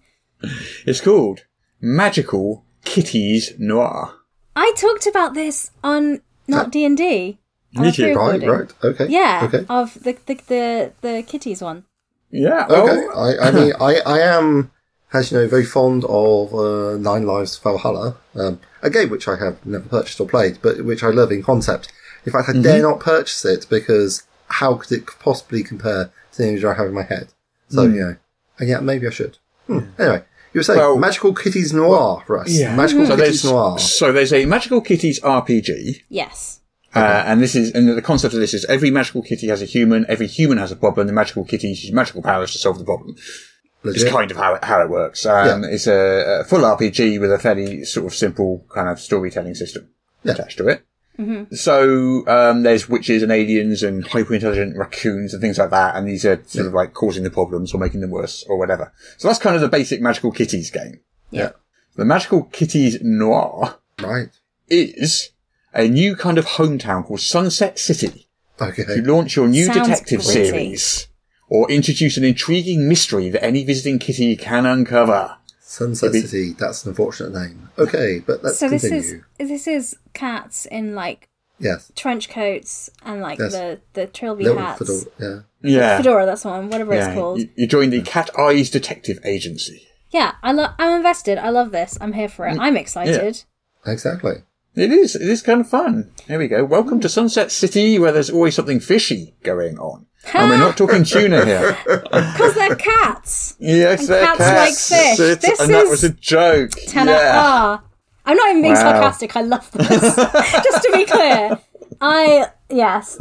It's called Magical Kitties Noir. I talked about this on not D and D. Did you? Right, right. Okay. Yeah, Okay. of the the the, the kitties one. Yeah. Okay. well, I, [laughs] I mean, I, I am, as you know, very fond of uh, Nine Lives Valhalla, um, a game which I have never purchased or played, but which I love in concept. In fact, I dare not purchase it because how could it possibly compare to the image I have in my head? So, you know, and yeah, maybe I should. Hmm. Anyway, you were saying Well- Magical Kitties Noir, Russ. Magical so Kitties there's, Noir. so there's a Magical Kitties RPG, Yes. uh, and this is and the concept of this is every magical kitty has a human, every human has a problem. The magical kitties use magical powers to solve the problem. It's Legit. kind of how it, how it works. Um, It's a, a full RPG with a fairly sort of simple kind of storytelling system attached to it. Mm-hmm. So um, there's witches and aliens and hyper intelligent raccoons and things like that, and these are sort of like causing the problems or making them worse or whatever. So that's kind of the basic magical kitties game. Yeah. The magical kitties noir Right. is a new kind of hometown called Sunset City Okay. to launch your new Sounds detective gritty. series or introduce an intriguing mystery that any visiting kitty can uncover. Sunset Maybe- City. That's an unfortunate name. Okay, but let's so this continue. is this is cats in like Yes. trench coats and like Yes. the the trilby Little hats. fiddle- Yeah. Yeah. Fedora, that's the one, whatever it's called. You, you joined the Cat Eyes Detective Agency. yeah, I lo- I'm invested. I love this. I'm here Mm. for it. I'm excited. Exactly. It is. It is kind of fun. Here we go. Welcome to Sunset City, where there's always something fishy going on. and we're not talking tuna [laughs] here. Because they're cats. Yes, And they're cats cats. like fish. It's- This and that is was a joke. Tana yeah. ah. I'm not even being Wow. sarcastic. I [laughs] love this. Just to be clear. I, yes.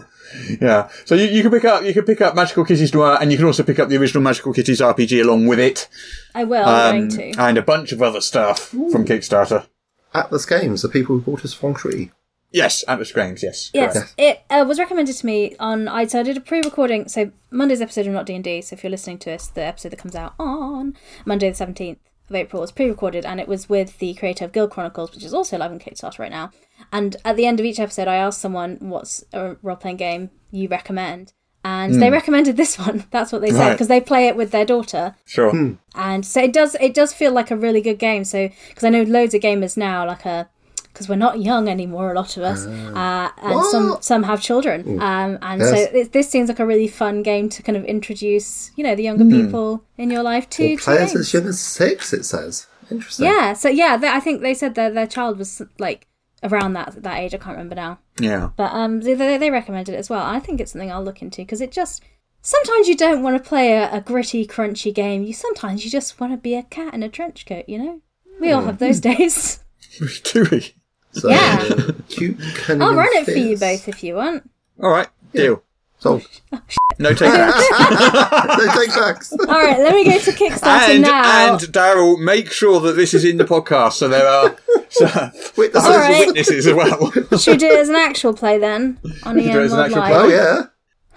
Yeah. So you, you can pick up you can pick up Magical Kitties Noir, and you can also pick up the original Magical Kitties RPG along with it. I will. Um, I'm going to. and a bunch of other stuff from Kickstarter. Atlas Games, the people who bought us Feng Shui. Yes, Atlas Games. Yes, correct. Yes, it uh, was recommended to me on. I so I did a pre-recording. So Monday's episode of Not D and D. So if you're listening to us, the episode that comes out on Monday the seventeenth of April was pre-recorded, and it was with the creator of Guild Chronicles, which is also live on Kickstarter right now. And at the end of each episode, I asked someone what's a role-playing game you recommend, and they recommended this [laughs] one. That's what they said Right. because they play it with their daughter sure. and so it does it does feel like a really good game so because i know loads of gamers now like a because we're not young anymore a lot of us uh, and some some have children um, and so Ah. Yes. it, this seems like a really fun game to kind of introduce you know the younger people in your life to, Or to Hmm. players games. as young as six, it says. Interesting. yeah so yeah they, i think they said their, their child was like around that that age i can't remember now Yeah. [laughs] but um, they, they they recommended it as well. I think it's something I'll look into because it just sometimes you don't want to play a, a gritty, crunchy game. You sometimes you just want to be a cat in a trench coat. You know, we all [laughs] have those days. Do we? So, Yeah. uh, [laughs] cute, cunning, I'll and run it for you fierce. both if you want. All right. Deal. So, No take that. no take [laughs] backs. All right, let me [laughs] go to Kickstarter and now. and Daryl, make sure that this is in the podcast, so there [laughs] are [laughs] so, Wait, this All is- right. witnesses as well. Should we do it as an actual play then [laughs] on can EM do it as an World actual Live? Oh, yeah. Do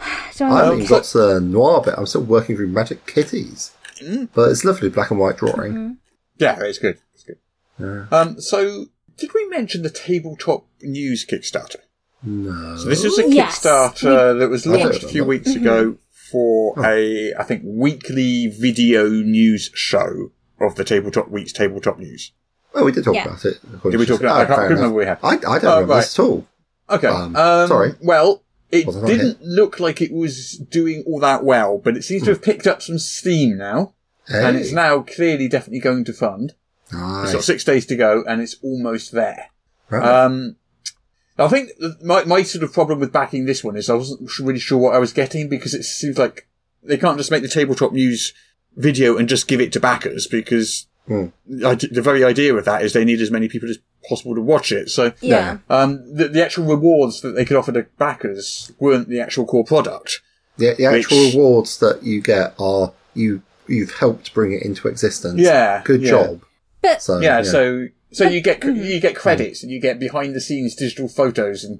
you I want to- haven't even got to the noir bit. I'm still working through Magic Kitties. Mm. But it's lovely black and white drawing. Mm-hmm. yeah, it's good. It's good. Um. So, did we mention the tabletop news Kickstarter? No. So this is a Yes. Kickstarter that was I don't launched a few remember. Oh. weeks ago for a, I think, weekly video news show of the tabletop week's tabletop news. Well, we did talk Yeah. about it. Ah, Did we talk about- I can't remember we had. I, I don't Oh, remember right. this at all. Okay. Um, Um, sorry. Well, it Wasn't on didn't look like it was doing all that well, but it seems to have picked up some steam now, and Hmm. Hey. it's now clearly definitely going to fund. It's got Nice. six days to go, and it's almost there. Right. Um, I think th- my my sort of problem with backing this one is I wasn't su- really sure what I was getting because it seems like they can't just make the tabletop news video and just give it to backers because Hmm. I d the very idea of that is they need as many people as possible to watch it. So Yeah. um, the, the actual rewards that they could offer to backers weren't the actual core product. the, the actual which- rewards that you get are you you've helped bring it into existence. Yeah, Good yeah. job. But- so, yeah, so so you get you get Hmm. credits and you get behind the scenes digital photos and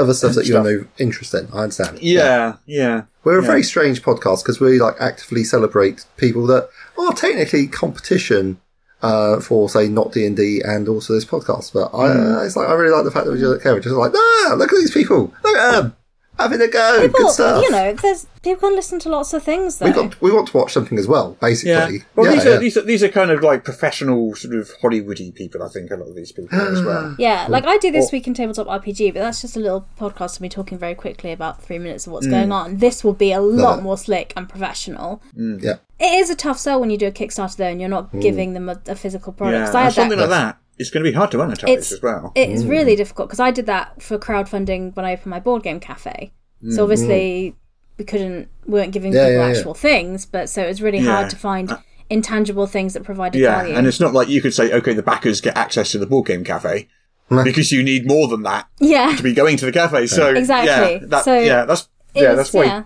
other stuff that stuff. you're no interest in. I understand. yeah yeah We're a yeah. very strange podcast because we like actively celebrate people that are technically competition uh, for, say, not D and D, and also this podcast. But I, Hmm. uh, it's like I really like the fact that we just, okay, we're just like, ah, look at these people, look at them having a go, good People, stuff. you know, there's people can listen to lots of things though. we got we want to watch something as well, yeah. basically. Well, these, yeah. Are, these are these are kind of like professional sort of Hollywoody people. I think a lot of these people are as [sighs] well. Yeah, like I do this Or- week in tabletop RPG, but that's just a little podcast of me talking very quickly about three minutes of what's going on. This will be a lot Mm. it. more slick and professional. Yeah. It is a tough sell when you do a Kickstarter though, and you're not giving them a, a physical product. 'Cause I and had something that- like that. It's going to be hard to monetize It's as well. It's Mm. really difficult because I did that for crowdfunding when I opened my board game cafe. So obviously we couldn't, we weren't giving Mm. Yeah, people yeah, yeah. actual things, but so it was really Yeah. Uh, hard to find intangible things that provided yeah, value. and it's not like you could say, okay, the backers get access to the board game cafe because you need more than that yeah, to be going to the cafe. So Exactly. yeah, that, So yeah, that's [laughs] it yeah, was- that's why. yeah.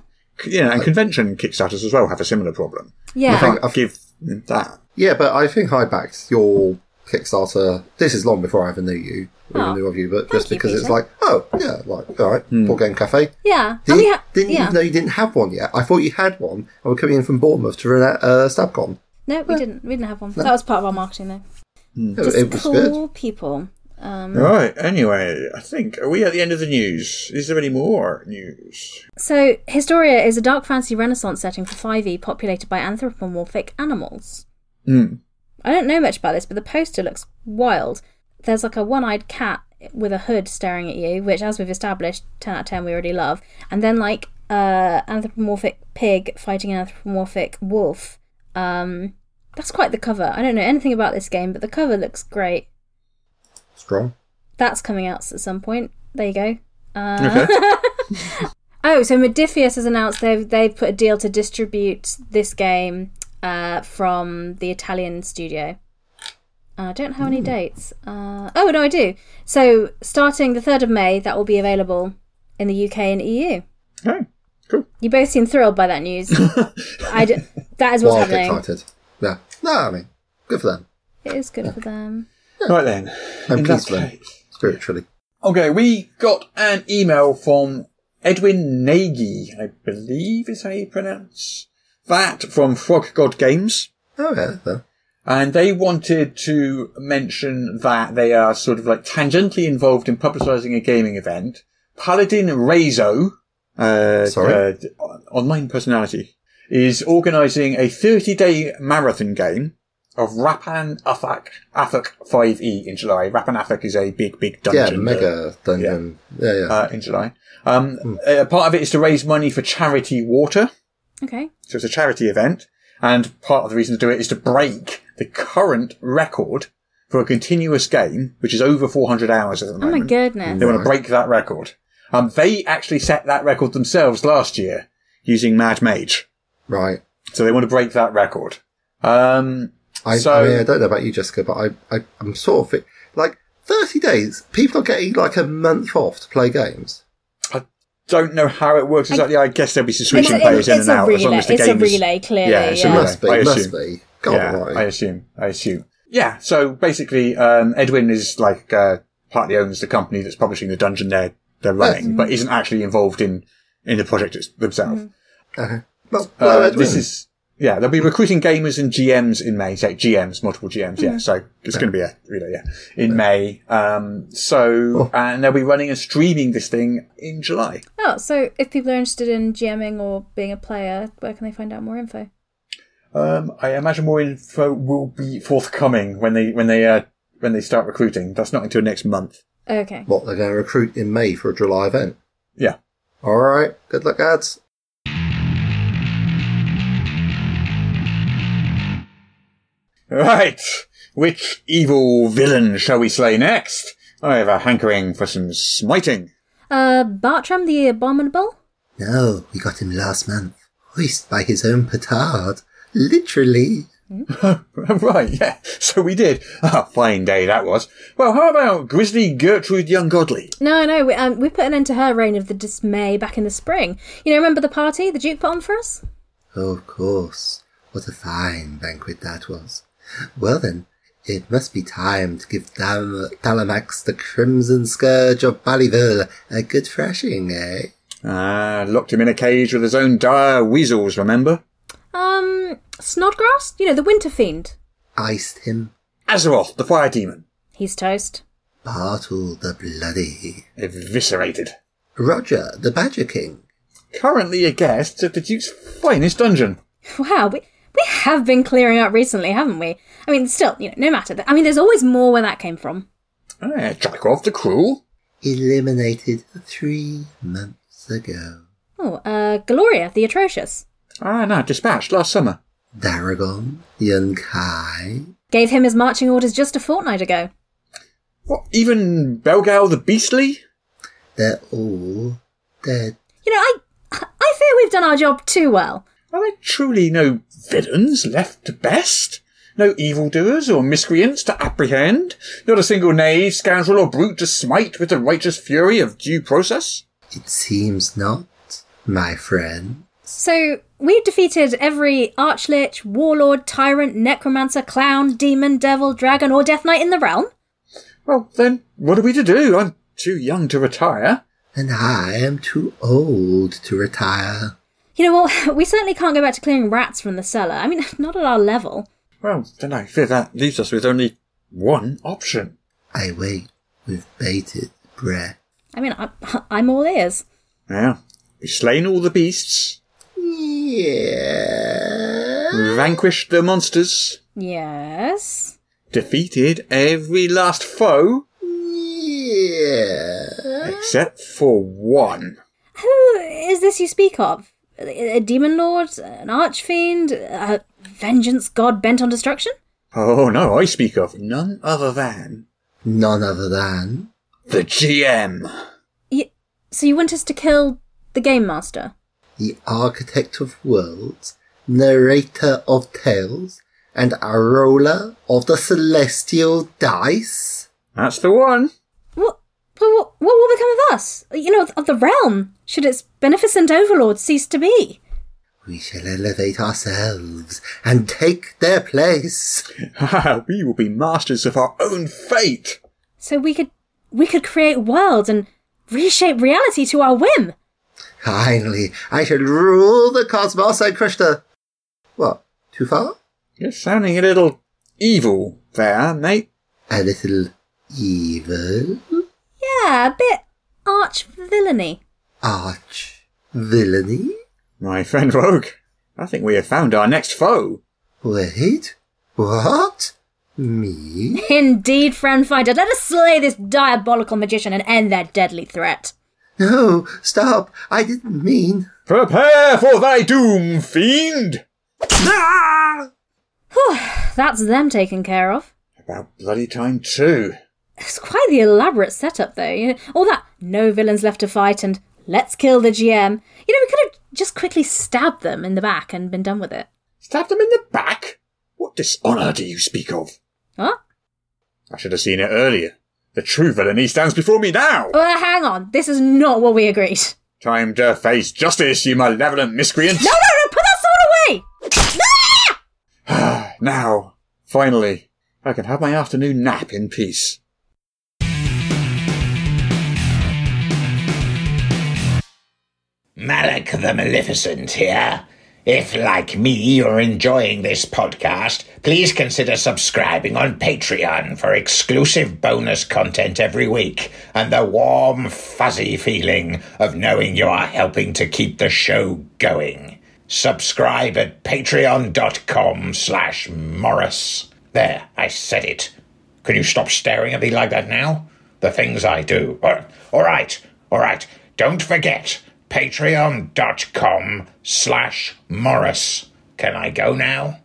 Yeah. and convention Kickstarters as well have a similar problem. yeah. Can't give that. Yeah, but I think I backed your Kickstarter. This is long before I ever knew you, or Oh, even knew of you, but just you, because it's Peter. like, oh, yeah, like, all right, board game cafe. yeah. Did, and we you- ha- didn't yeah. you know you didn't have one yet? I thought you had one, and we're coming in from Bournemouth to run out uh, Stabcon. No, we didn't. We didn't have one. That was part of our marketing, though. It, Hmm. Just it was cool good. people. Um, Right. Anyway, I think are we at the end of the news? Is there any more news? So, Historia is a dark fantasy renaissance setting for 5e populated by anthropomorphic animals. Hmm. I don't know much about this, but the poster looks wild. There's like a one eyed cat with a hood staring at you, which, as we've established, 10 out of 10 we already love. And then, like, uh, anthropomorphic pig fighting an anthropomorphic wolf. Um, that's quite the cover. I don't know anything about this game, but the cover looks great. Strong. That's coming out at some point. There you go. Uh, Okay. [laughs] Oh, so Modifius has announced they've they've put a deal to distribute this game uh, from the Italian studio. Uh, I don't have any dates. Uh, oh no, I do. So starting the third of May, that will be available in the UK and EU. okay. Cool. You both seem thrilled by that news. I d- that is what's Wild happening. excited. Yeah. No, I mean, good for them. It is good for them. Right then. I'm In pleased that for them, case- spiritually. Okay, we got an email from Edwin Nagy, I believe is how you pronounce that, from Frog God Games. Oh, yeah. yeah. And they wanted to mention that they are sort of like tangentially involved in publicising a gaming event. Paladin Razo, uh, Sorry? uh, d- online personality, is organising a 30 day marathon game of Rapan Athak, Athak 5e in July. Rapan Athak is a big, big Yeah, dungeon. that- mega Hmm. dungeon. Yeah, yeah. uh, in July. Um, uh, part of it is to raise money for charity water. Okay. So it's a charity event. And part of the reason to do it is to break the current record for a continuous game, which is over 400 hours at the Oh my moment. goodness. They want to break that record. Um, they actually set that record themselves last year using Mad Mage. right. So they want to break that record. Um, I, so, I mean, I don't know about you, Jessica, but I, I, I'm sort of fi- like 30 days. People are getting like a month off to play games. I don't know how it works exactly. I, guess there'll be some switching It's a- players in it's and a out as long relay- as the it's a game is- relay, clearly, it's a yeah. relay, Must be, I must assume. be. God yeah, almighty. I assume. I assume. Yeah. So basically, um, Edwin is like uh, partly owns the company that's publishing the dungeon they're they're running, but isn't actually involved in in the project it's, themselves. Uh-huh. Well, Uh, Mm-hmm. well, Edwin, this is yeah. They'll be recruiting gamers and GMs in May. Say GMs, multiple GMs. Mm-hmm. Yeah. So it's going to be a relay. Yeah, in May. Um. Oh. So and they'll be running and streaming this thing in July. Oh, so if people are interested in GMing or being a player, where can they find out more info? Um, I imagine more info will be forthcoming when they when they uh, when they start recruiting. That's not until next month. Okay. What they're going to recruit in May for a July event. Yeah. All right. Good luck, ads. Right. Which evil villain shall we slay next? I have a hankering for some smiting. [laughs] Uh, Bartram the Abominable? No, we got him last month, hoist by his own petard, literally. right, yeah. So we did. Ah, fine day that was. Well, how about Grizzly Gertrude Young Godly? No, no, we, um, we put an end to her reign of the dismay back in the spring. You know, remember the party the Duke put on for us? Oh, of course. What a fine banquet that was. Well then, it must be time to give Dal- Dalamax the Crimson Scourge of Ballyville a good thrashing, eh? Ah, locked him in a cage with his own dire weasels, remember? Um, Snodgrass? You know, the Winter Fiend. Iced him. Azeroth, the fire demon, He's toast. [laughs] Bartle the Bloody. eviscerated. Roger the Badger King. Currently a guest at the Duke's finest dungeon. Wow, we, we have been clearing out recently, haven't we? I mean, still, you know, no matter. I mean, there's always more where that came from. Ah, yeah, Jakov the Cruel. Eliminated three months ago. Oh, uh, Gloria the Atrocious. Ah, no, dispatched last summer. Daragon the Unkind. Gave him his marching orders just a fortnight ago. What, even Belgal the Beastly? They're all dead. You know, I, I fear we've done our job too well. Are there truly no villains left to best? No evildoers or miscreants to apprehend? Not a single knave, scoundrel, or brute to smite with the righteous fury of due process? It seems not, my friend. So, we've defeated every archlich, warlord, tyrant, necromancer, clown, demon, devil, dragon, or death knight in the realm. Well, then, what are we to do? I'm too young to retire. And I am too old to retire. You know what? [laughs] We certainly can't go back to clearing rats from the cellar. I mean, [laughs] not at our level. Well, then I fear that leaves us with only one option. I wait with bated breath. I mean, I, [laughs] I'm all ears. Yeah. We've slain all the beasts, Yeah. vanquished the monsters, Yes. defeated every last foe, Yeah. except for one. Who is this you speak of? A a demon lord? An archfiend? A vengeance god bent on destruction? Oh no, I speak of none other than None other than the GM. Y- so you want us to kill the game master? the architect of worlds, narrator of tales, and a roller of the celestial dice. That's the one. What, but what, what will become of us? You know, of the realm, should its beneficent overlord cease to be? We shall elevate ourselves and take their place. [laughs] we will be masters of our own fate. So we could, we could create worlds and reshape reality to our whim. Finally, I shall rule the cosmos. I crushed her. What? Too far? You're sounding a little evil there, mate. A little evil? Yeah, a bit arch villainy. Arch villainy? My friend Rogue, I think we have found our next foe. Wait, what? Me? Indeed, friend finder, let us slay this diabolical magician and end their deadly threat. No, stop! I didn't mean. Prepare for thy doom, fiend! Ah! Whew, that's them taken care of. About bloody time too. It's quite the elaborate setup, though. You know, all that no villains left to fight and let's kill the GM. You know, we could have just quickly stabbed them in the back and been done with it. Stabbed him in the back? What dishonour do you speak of? What? I should have seen it earlier. The true villainy stands before me now. Well, Uh, hang on. This is not what we agreed. Time to face justice, you malevolent miscreant. [laughs] No, no, no! Put that sword away. [sighs] now, finally, I can have my afternoon nap in peace. Malak the Maleficent here. If, like me, you're enjoying this podcast, please consider subscribing on Patreon for exclusive bonus content every week and the warm, fuzzy feeling of knowing you are helping to keep the show going. Subscribe at patreon.com slash Morris. There, I said it. Can you stop staring at me like that now? The things I do. Uh, all right, all right. Don't forget, patreon.com slash Morris. Can I go now?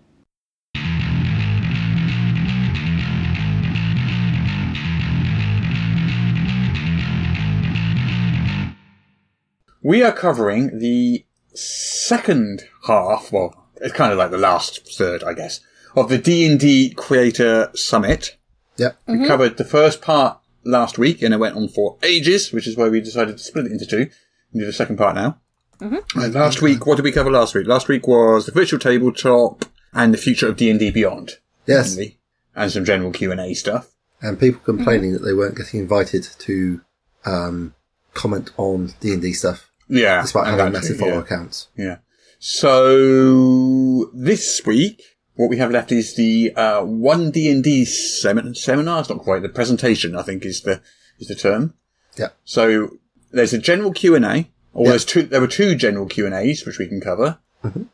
We are covering the second half, well, it's kind of like the last third, I guess, of the D&D Creator Summit. Yep. We covered the first part last week, and it went on for ages, which is why we decided to split it into two and do the second part now. And last week, what did we cover last week? Last week was the virtual tabletop and the future of D&D Beyond, Yes. mainly, and some general Q&A stuff. And people complaining that they weren't getting invited to um, comment on D and D stuff, Yeah, despite and having that massive too, yeah. follower accounts. Yeah. So this week, what we have left is the uh, one D and D semin- seminar. It's not quite the presentation. I think is the is the term. Yeah. So there's a general Q and A, or Yeah. Mm-hmm. there's two. There were two general Q and As which we can cover.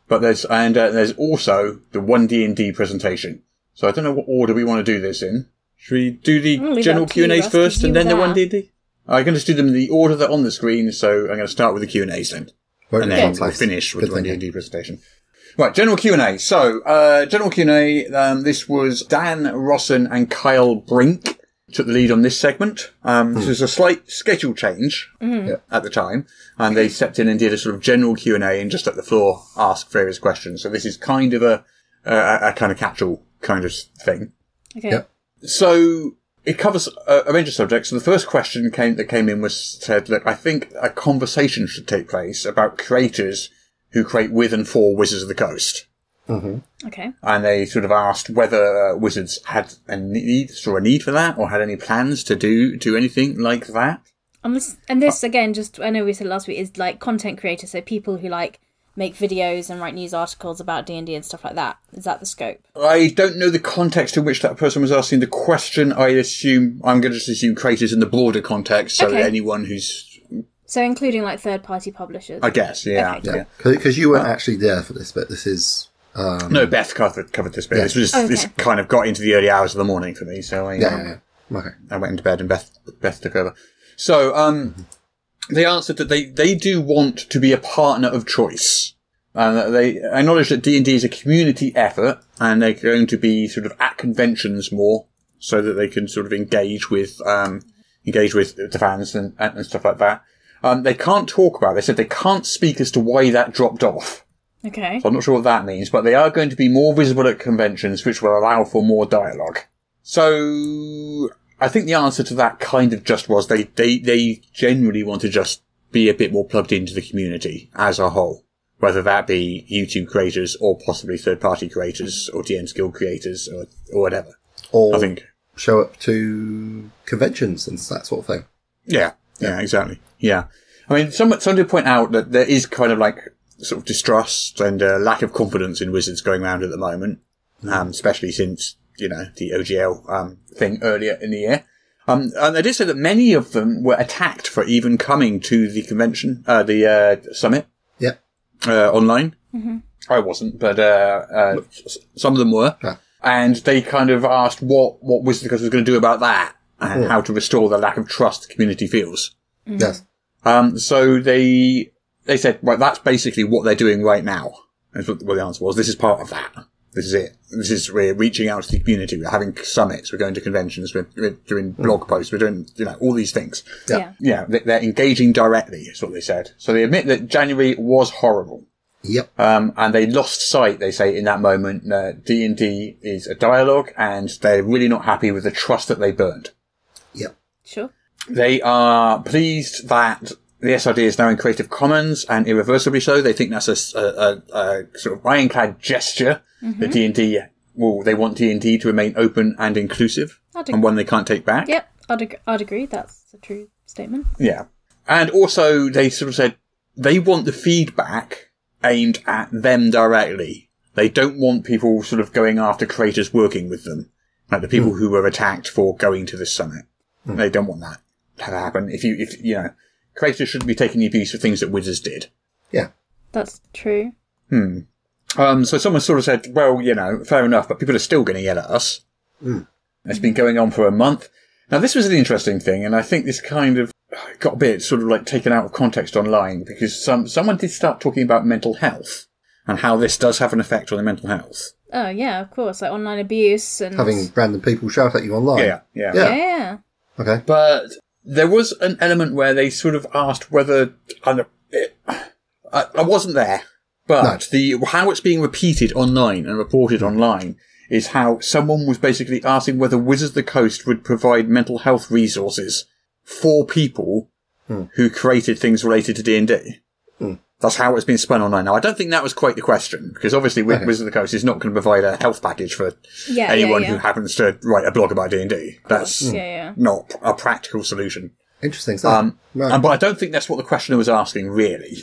But there's and uh, there's also the one D and D presentation. So I don't know what order we want to do this in. Should we do I'll the leave general that to Q you, and As Russ, first, 'cause and you then the were one D and D? I'm going to just do them in the order that are on the screen. So I'm going to start with the Q and As then Won't and be then one we'll place. finish with Good the thinking. D&D presentation. Right, general Q&A. So, uh, general Q&A, um, this was Dan Rossen and Kyle Brink took the lead on this segment. Um, This was a slight schedule change Hmm. Yeah. at the time, and they stepped in and did a sort of general Q&A and just at the floor asked various questions. So this is kind of a, a, a kind of catch-all kind of thing. [laughs] Okay. Yep. So it covers a, a range of subjects. So the first question came, that came in was said, look, I think a conversation should take place about creators who create with and for Wizards of the Coast. Okay. And they sort of asked whether uh, Wizards had a need, saw a need for that, or had any plans to do do anything like that. And Um, this, and this again, just I know we said last week is like content creators, so people who like make videos and write news articles about D and D and stuff like that. Is that the scope? I don't know the context in which that person was asking the question. I assume I'm going to just assume creators in the broader context. So Okay. anyone who's, So including like third party publishers. I guess, yeah, Okay, yeah. Uh, cool. Because you weren't actually there for this, but this is um, No, Beth covered, covered this bit. Yeah. Oh, This was Okay. this kind of got into the early hours of the morning for me, so I, Yeah. um, yeah, yeah. Okay. I went into bed and Beth Beth took over. So um, they answered that they, they do want to be a partner of choice, and that they acknowledge that D and D is a community effort, and they're going to be sort of at conventions more, so that they can sort of engage with um, engage with the fans and, and stuff like that. Um, they can't talk about. it. They said they can't speak as to why that dropped off. Okay. So I'm not sure what that means, but they are going to be more visible at conventions, which will allow for more dialogue. So I think the answer to that kind of just was they, they, they generally want to just be a bit more plugged into the community as a whole, whether that be YouTube creators or possibly third party creators or DM skill creators or, or whatever. Or I think, show up to conventions and that sort of thing. yeah, yeah, exactly. Yeah. I mean, some, some did point out that there is kind of like sort of distrust and uh, lack of confidence in wizards going around at the moment. um, especially since you know the OGL um, thing earlier in the year. Um, and they did say that many of them were attacked for even coming to the convention, uh, the uh, summit Yeah. uh, online. I wasn't, but uh, uh, s- some of them were. Yeah. And they kind of asked what what Wizards of the Coast was going to do about that and how to restore the lack of trust the community feels. Yes. Um, so they they said, right, that's basically what they're doing right now. That's what, what the answer was. This is part of that. This is it. This is we're reaching out to the community. We're having summits. We're going to conventions. We're, we're doing blog posts. We're doing you know all these things. Yeah. Yeah. Yeah, they, they're engaging directly. Is what they said. So they admit that January was horrible. Yep. Um, and they lost sight, they say, in that moment, Uh, that D&D is a dialogue and they're really not happy with the trust that they burned. Yep. Sure. They are pleased that the SRD is now in Creative Commons and irreversibly so. They think that's a s- a, a- a sort of ironclad gesture that D&D, well, they want D&D to remain open and inclusive I'd and agree. one they can't take back. Yep. I'd, ag- I'd agree. That's a true statement. Yeah. And also, they sort of said they want the feedback aimed at them directly. They don't want people sort of going after creators working with them, like the people who were attacked for going to this summit. They don't want that to happen. If you, if, you know, creators shouldn't be taking the abuse for things that wizards did. Yeah. That's true. Um, so someone sort of said, well, you know, fair enough, but people are still going to yell at us. It's been going on for a month. Now, this was an interesting thing, and I think this kind of [sighs] got a bit sort of like taken out of context online because some someone did start talking about mental health and how this does have an effect on the mental health. Oh yeah, of course, like online abuse and Having random people shout at you online. Yeah, yeah. yeah. Yeah. Okay. But there was an element where they sort of asked whether and it, I, I wasn't there, but the how it's being repeated online and reported online is how someone was basically asking whether Wizards of the Coast would provide mental health resources for people Hmm. who created things related to D and D. That's how it's been spun online. Now, I don't think that was quite the question because obviously Wi- Okay. Wizards of the Coast is not going to provide a health package for Yeah, yeah, anyone yeah. who happens to write a blog about D and D. That's Hmm. Yeah, yeah. not a practical solution. Interesting stuff. Um, Right. and- but I don't think that's what the questioner was asking, really.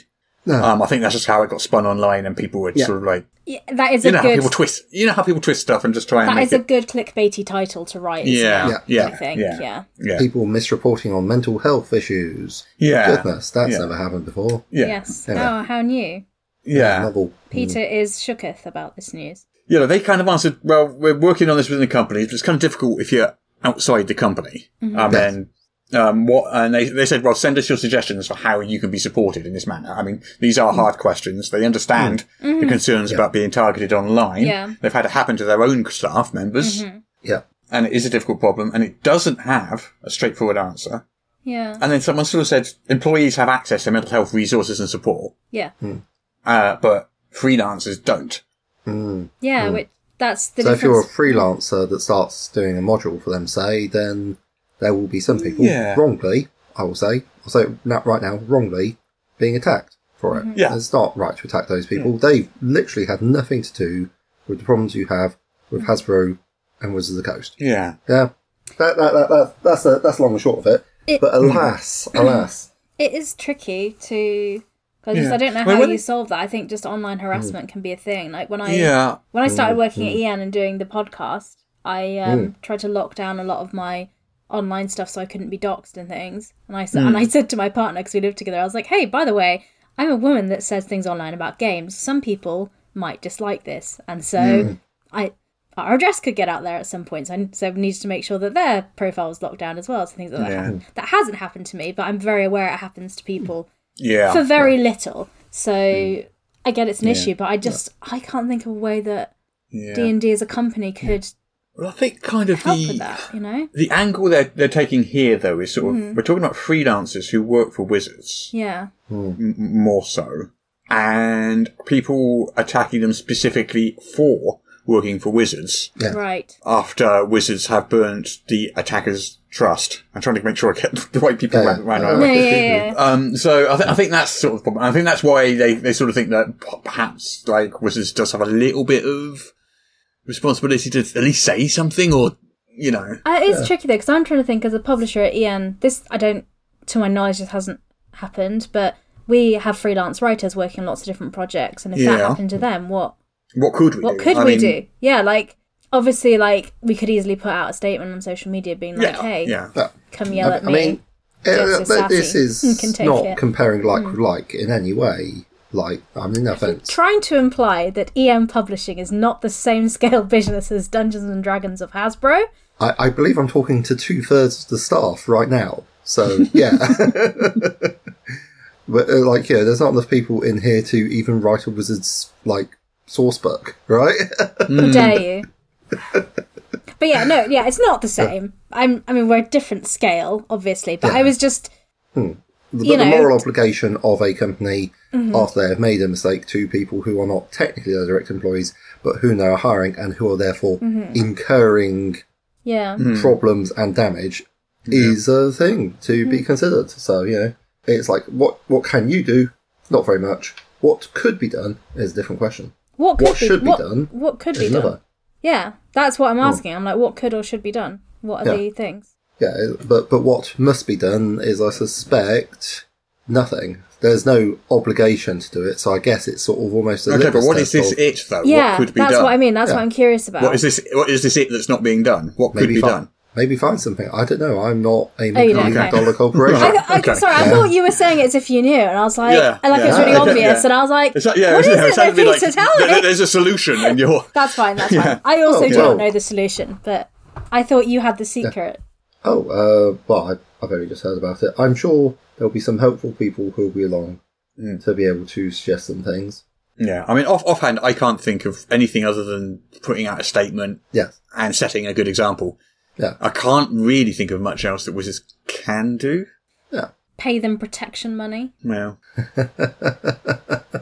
No. Um, I think that's just how it got spun online, and people were Yeah. sort of like, Yeah, That is you a know, how good people twist, you know, how people twist stuff and just try and that make is a it- good clickbaity title to write. isn't yeah, it? yeah, I yeah, think, yeah, yeah. yeah, people misreporting on mental health issues. yeah, Goodness, that's yeah. never happened before. yeah, Yes. Anyway. Oh, how new. Hmm. yeah. Novel. Peter is shooketh about this news. You know, they kind of answered, well, we're working on this within the company, but it's kind of difficult if you're outside the company. Mm-hmm. Um, Yes. and um, what? And they they said, well, send us your suggestions for how you can be supported in this manner. I mean, these are hard questions. They understand the concerns about being targeted online. Mm-hmm. Yeah. Mm-hmm. They've had it happen to their own staff members. Mm. Yeah. and it is a difficult problem, and it doesn't have a straightforward answer. Yeah. And then someone sort of said employees have access to mental health resources and support, Yeah. uh, but freelancers don't. Mm. Yeah, Hmm. which that's the So if you're a difference. freelancer that starts doing a module for them, say, then there will be some people Yeah. wrongly, I will say, I'll say it na- right now, wrongly being attacked for it. Yeah. Mm. It's not right to attack those people. They've literally had nothing to do with the problems you have with Hasbro and Wizards of the Coast. Yeah. Yeah. That, that, that, that, that's, the that's long and short of it. It- but [clears throat] alas, alas. it is tricky to I just Yeah. I don't know Well, how when you it- Hmm. solve that. I think just online harassment can be a thing. Like when I Yeah. Hmm. when I started working at EN and doing the podcast, I um, tried to lock down a lot of my online stuff so I couldn't be doxxed and things. And I sa- Hmm. and I said to my partner because we lived together, I was like, "Hey, by the way, I'm a woman that says things online about games. Some people might dislike this, and so Hmm. I." Our address could get out there at some point, so I so I needed to make sure that their profile was locked down as well. So things like that Yeah. happen. That hasn't happened to me, but I'm very aware it happens to people Yeah. Mm. for very little. So I get it's an issue, but I just I can't think of a way that yeah. D and D as a company could well, I think kind of help the with that. You know? the angle they're they're taking here though is sort of we're talking about freelancers who work for wizards Yeah, m- m- more so, and people attacking them specifically for working for wizards. Yeah. right. after wizards have burnt the attackers' trust. I'm trying to make sure I get the right people Yeah. round round. Yeah. Yeah, round. yeah, yeah. Um, so I, th- I think that's sort of the problem. I think that's why they, they sort of think that p- perhaps like wizards does have a little bit of responsibility to at least say something or you know Uh, it's tricky though because I'm trying to think as a publisher at EN. This I don't, to my knowledge, this hasn't happened. But we have freelance writers working on lots of different projects, and if that Yeah. happened to them, what what could we what do? could I we mean, do? Yeah, like obviously, like we could easily put out a statement on social media being like, Yeah, "Hey, yeah. But come yell I- at I me." mean, Yes, Uh, it's but this sassy. You [laughs] can is take not it. Hmm. comparing like with like in any way. Like, I mean, no offense. trying to imply that EM publishing is not the same scale [laughs] business as Dungeons and Dragons of Hasbro. I, I believe I'm talking to two thirds of the staff right now. So yeah, [laughs] but uh, like yeah, there's not enough people in here to even write a wizard's like source book, right? [laughs] How dare you? but yeah, no, yeah, it's not the same. I'm, I mean, we're a different scale, obviously. But I was just, the, the You know. moral obligation of a company after they have made a mistake to people who are not technically their direct employees, but who they are hiring and who are therefore incurring yeah, Mm. problems and damage is a thing to be considered. So you know, it's like what what can you do? Not very much. What could be done is a different question. what could What be, should be what, done What could Is be done? another. Yeah, that's what I'm asking. I'm like, what could or should be done? What are Yeah. the things? Yeah, but but what must be done is, I suspect, nothing. There's no obligation to do it, so I guess it's sort of almost a okay but litmus what is test this of- it though yeah, what could be that's done what I mean. That's Yeah. what I'm curious about. what is this what is this it that's not being done what could Maybe be fi- done maybe find something. I don't know. I'm not a Oh, you don't, million dollar okay. [laughs] corporation. I, I, Okay. Sorry, I thought you were saying it as if you knew, and I was like, Yeah, and like yeah. it's really [laughs] Yeah, obvious, yeah. and I was like, It's like, yeah, what is yeah, it that sounded Peter to tell me? there- there's a solution, and [laughs] you're That's fine. That's fine. I also Oh, do well. not know the solution, but I thought you had the secret. Oh, uh, well, I, I've only just heard about it. I'm sure there'll be some helpful people who'll be along Mm. to be able to suggest some things. yeah. I mean, off offhand, I can't think of anything other than putting out a statement Yes. and setting a good example. Yeah. I can't really think of much else that wizards can do. Yeah. Pay them protection money. Well,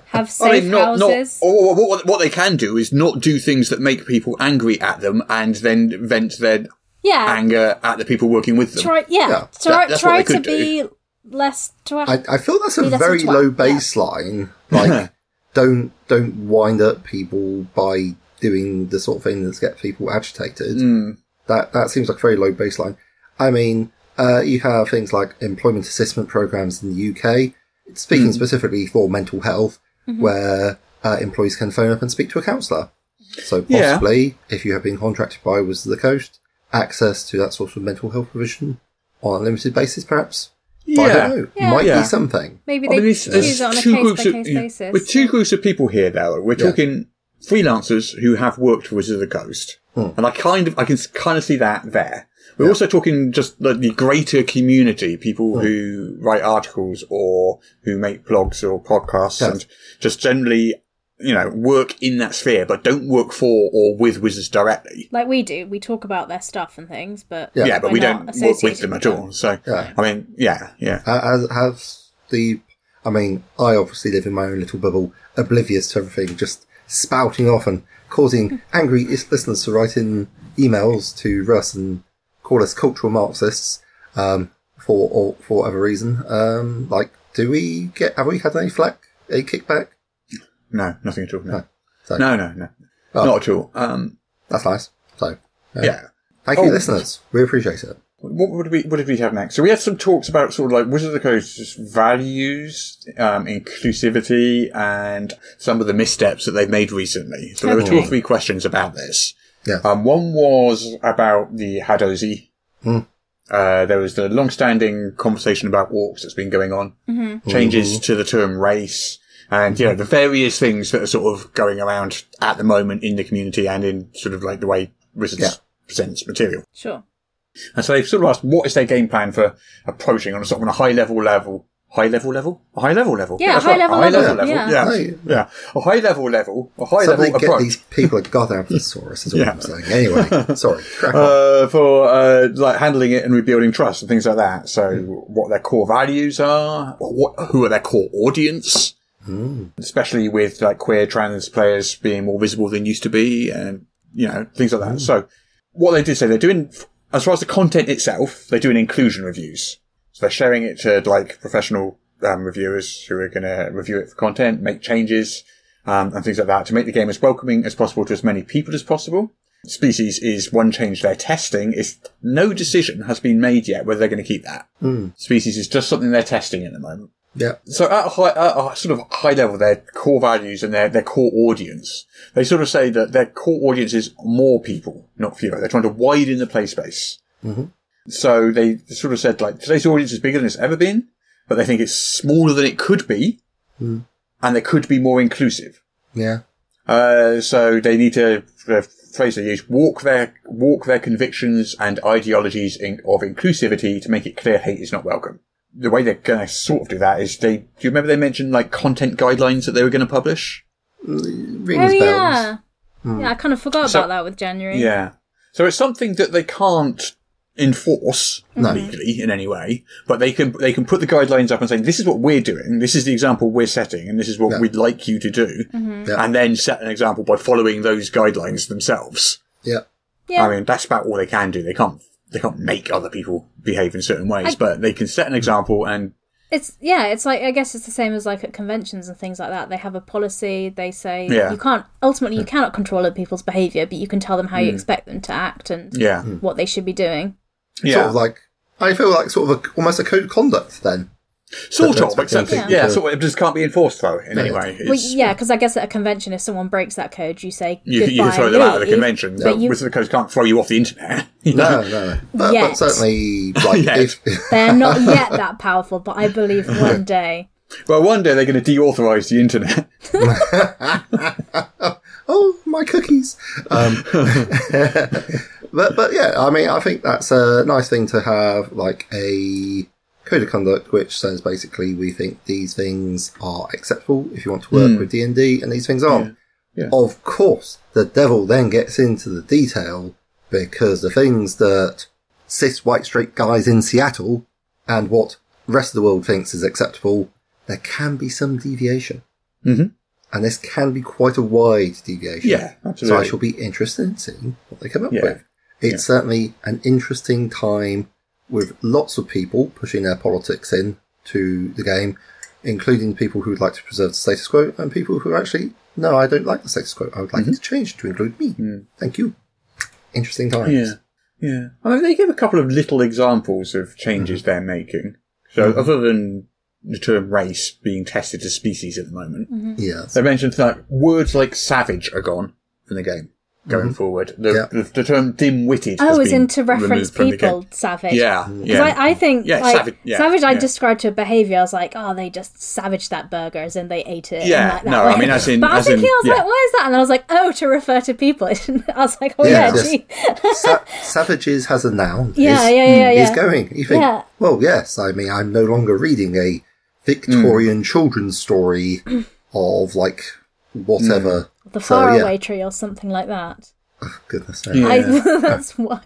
Have safe I mean, not houses. not. Or, or what, what they can do is not do things that make people angry at them, and then vent their yeah. anger at the people working with them. Try. Yeah, Yeah. Try. that- that's what try they to could be less. Twa- I, I feel that's a Be less very than twelve, low yeah. baseline. Like, [laughs] don't don't wind up people by doing the sort of thing that gets people agitated. That that seems like a very low baseline. I mean, uh, you have things like employment assistment programs in the UK. Speaking specifically for mental health, where uh, employees can phone up and speak to a counsellor. So Yeah. possibly, if you have been contracted by Wizards of the Coast, access to that sort of mental health provision on a limited basis, perhaps. But I don't know. Yeah. Might Yeah. be something. Maybe I they mean, it's- choose it's it on a two case by groups of- case yeah, basis. We're two groups of people here, though. We're Yeah. talking freelancers who have worked for Wizards of the Coast, Hmm. and I kind of, I can s- kind of see that there. We're also talking just the, the greater community, people Hmm. who write articles or who make blogs or podcasts, Yeah. and just generally, you know, work in that sphere, but don't work for or with Wizards directly. like we do. We talk about their stuff and things, but Yeah. Yeah, but we're we not don't work with associated them at all. So, Yeah. I mean, yeah, yeah. Uh, As has the, I mean, I obviously live in my own little bubble, oblivious to everything, just spouting off and causing [laughs] angry is- listeners to write in emails to Russ and call us cultural Marxists um, for or for whatever reason. Um, like, do we get? Have we had any flack? A kickback? No, nothing at all. No, No. So- no, no, no. Oh. not at all. Um, That's nice. So, yeah. yeah. Thank you, Oh. listeners. We appreciate it. What would we what did we have next? So we had some talks about sort of like Wizard of the Coast's values, um, inclusivity, and some of the missteps that they've made recently. So there were two or Okay. three questions about this. Hmm. Yeah. Um, one was about the Hadozi. Hmm. Uh, there was the long-standing conversation about walks that's been going on, changes Mm-hmm. to the term race, and you know the various things that are sort of going around at the moment in the community and in sort of like the way Wizards Yeah. presents material. Sure. And so they've sort of asked, what is their game plan for approaching on a sort of on a high level level? High level level? A high level level? Yeah, that's high level a high level, level level. yeah. Yeah. Hey. yeah. A high level level. A high Somebody level get approach. these people [laughs] a goddamn thesaurus is all Yeah. I'm saying. [laughs] Anyway, sorry. Crack on. Uh, for uh, like handling it and rebuilding trust and things like that. So, what their core values are, or what who are their core audience, especially with like queer trans players being more visible than used to be, and you know things like that. So, what they did say they're doing as far as the content itself, they're doing inclusion reviews. So they're sharing it to like professional um, reviewers who are going to review it for content, make changes, um, and things like that to make the game as welcoming as possible to as many people as possible. Species is one change they're testing. Is no decision has been made yet whether they're going to keep that. Species is just something they're testing at the moment. yeah. So at a, high, at a sort of high level, their core values and their, their core audience, they sort of say that their core audience is more people, not fewer. They're trying to widen the play space. So they sort of said like today's audience is bigger than it's ever been, but they think it's smaller than it could be, and they could be more inclusive. Yeah. Uh, so they need to uh, the phrase they use walk their walk their convictions and ideologies in, of inclusivity to make it clear hate is not welcome. The way they're going to sort of do that is they. Do you remember they mentioned like content guidelines that they were going to publish? Rings bells. oh yeah. Yeah, I kind of forgot Hmm. So- about that with January. Yeah. So it's something that they can't enforce No. legally in any way, but they can they can put the guidelines up and say this is what we're doing, this is the example we're setting, and this is what Yeah. we'd like you to do, Mm-hmm. Yeah. and then set an example by following those guidelines themselves. Yeah. Yeah. I mean, that's about all they can do. They can't they can't make other people behave in certain ways, I- but they can set an example and It's yeah, it's like I guess it's the same as like at conventions and things like that. They have a policy. They say Yeah. Hmm. you can't ultimately you cannot control other people's behavior, but you can tell them how you expect them to act and yeah, Hmm. what they should be doing. yeah, Sort of like I feel like sort of a, almost a code of conduct then. Sort That's of, except something yeah, to- sort of, it just can't be enforced though. In any No. way, Well, It's- yeah, because I guess at a convention, if someone breaks that code, you say you, goodbye. you can throw them out of the leave, convention, but, but you- Wizards of the Coast can't throw you off the internet. [laughs] No, no, no. [laughs] But, but Yet. certainly, like, Yet. if [laughs] [laughs] They're not yet that powerful, but I [laughs] believe one day. well, one day they're going to deauthorize the [laughs] internet. oh my cookies, um, [laughs] but but yeah, I mean, I think that's a nice thing to have, like a code of conduct which says basically we think these things are acceptable if you want to work with D and D, and these things aren't. Hmm. Yeah. Of course, the devil then gets into the detail because the things that cis white straight guys in Seattle and what rest of the world thinks is acceptable, there can be some deviation. Mhm. And this can be quite a wide deviation. Yeah, So I absolutely. shall be interested in seeing what they come up Yeah. with. It's certainly an interesting time with lots of people pushing their politics in to the game, including people who would like to preserve the status quo and people who actually, no, I don't like the status quo. I would like it to Mm-hmm. change to include me. Thank you. Interesting times. Yeah, yeah. I mean, they give a couple of little examples of Mm-hmm. changes they're making. So, other than the term race being tested as species at the Mm-hmm. moment, Mm. Yes. they mentioned that words like savage are gone from the game going forward. The, Yeah. the, the term dim-witted. Oh, has it's been in to reference removed from the game. people, savage. Yeah, Because yeah. I, I think Yeah, like, savage- savage, yeah, I yeah. described her behaviour. I was like, oh, they just savaged that burger, as in they ate it. in, Yeah, like, that no, way. I mean, as in- but I as was thinking, in- I was yeah. like, why is that? And then I was like, oh, to refer to people. [laughs] I was like, oh Yeah, yeah, yes. gee. [laughs] Sa- Savages has a noun. Yeah, is, yeah, yeah, is yeah. going. You think, Yeah. well, yes. I mean, I'm no longer reading Mm. a Victorian children's story of like Mm. whatever. the So, faraway yeah. tree or something like that. Goodness. No. Yeah. I, [laughs] that's wild.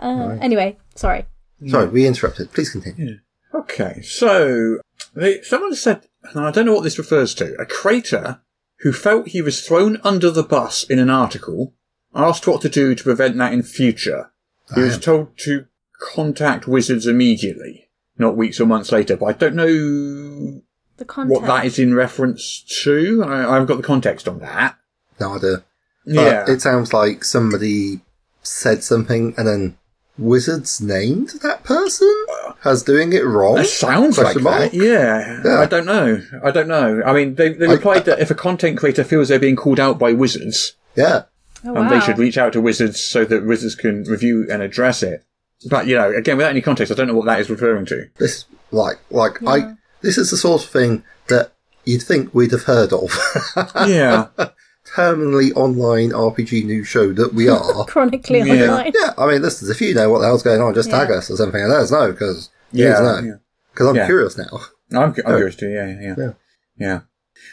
Uh, Anyway, sorry. Sorry, we interrupted. Please continue. Okay, so they, someone said, and I don't know what this refers to, a traitor who felt he was thrown under the bus in an article asked what to do to prevent that in future. He was Ah. told to contact wizards immediately, not weeks or months later, but I don't know The context. what that is in reference to. I, I've got the context on that. No idea. But Yeah. it sounds like somebody said something and then wizards named that person as doing it wrong. That sounds like Question that. Yeah. Yeah. I don't know. I don't know. I mean, they, they I- replied that if a content creator feels they're being called out by wizards, Yeah. Oh, and wow. they should reach out to wizards so that wizards can review and address it. But you know, again, without any context, I don't know what that is referring to. This like like I this is the sort of thing that you'd think we'd have heard of. [laughs] [laughs] Yeah, terminally online RPG news show that [laughs] we are. Chronically Yeah. [laughs] online. yeah, I mean, listeners, if you know what the hell's going on, just tag Yeah. us or something and let us know because Yeah, yeah. because I'm Yeah. curious now. I'm, cu- I'm curious too. Yeah, yeah, Yeah. yeah,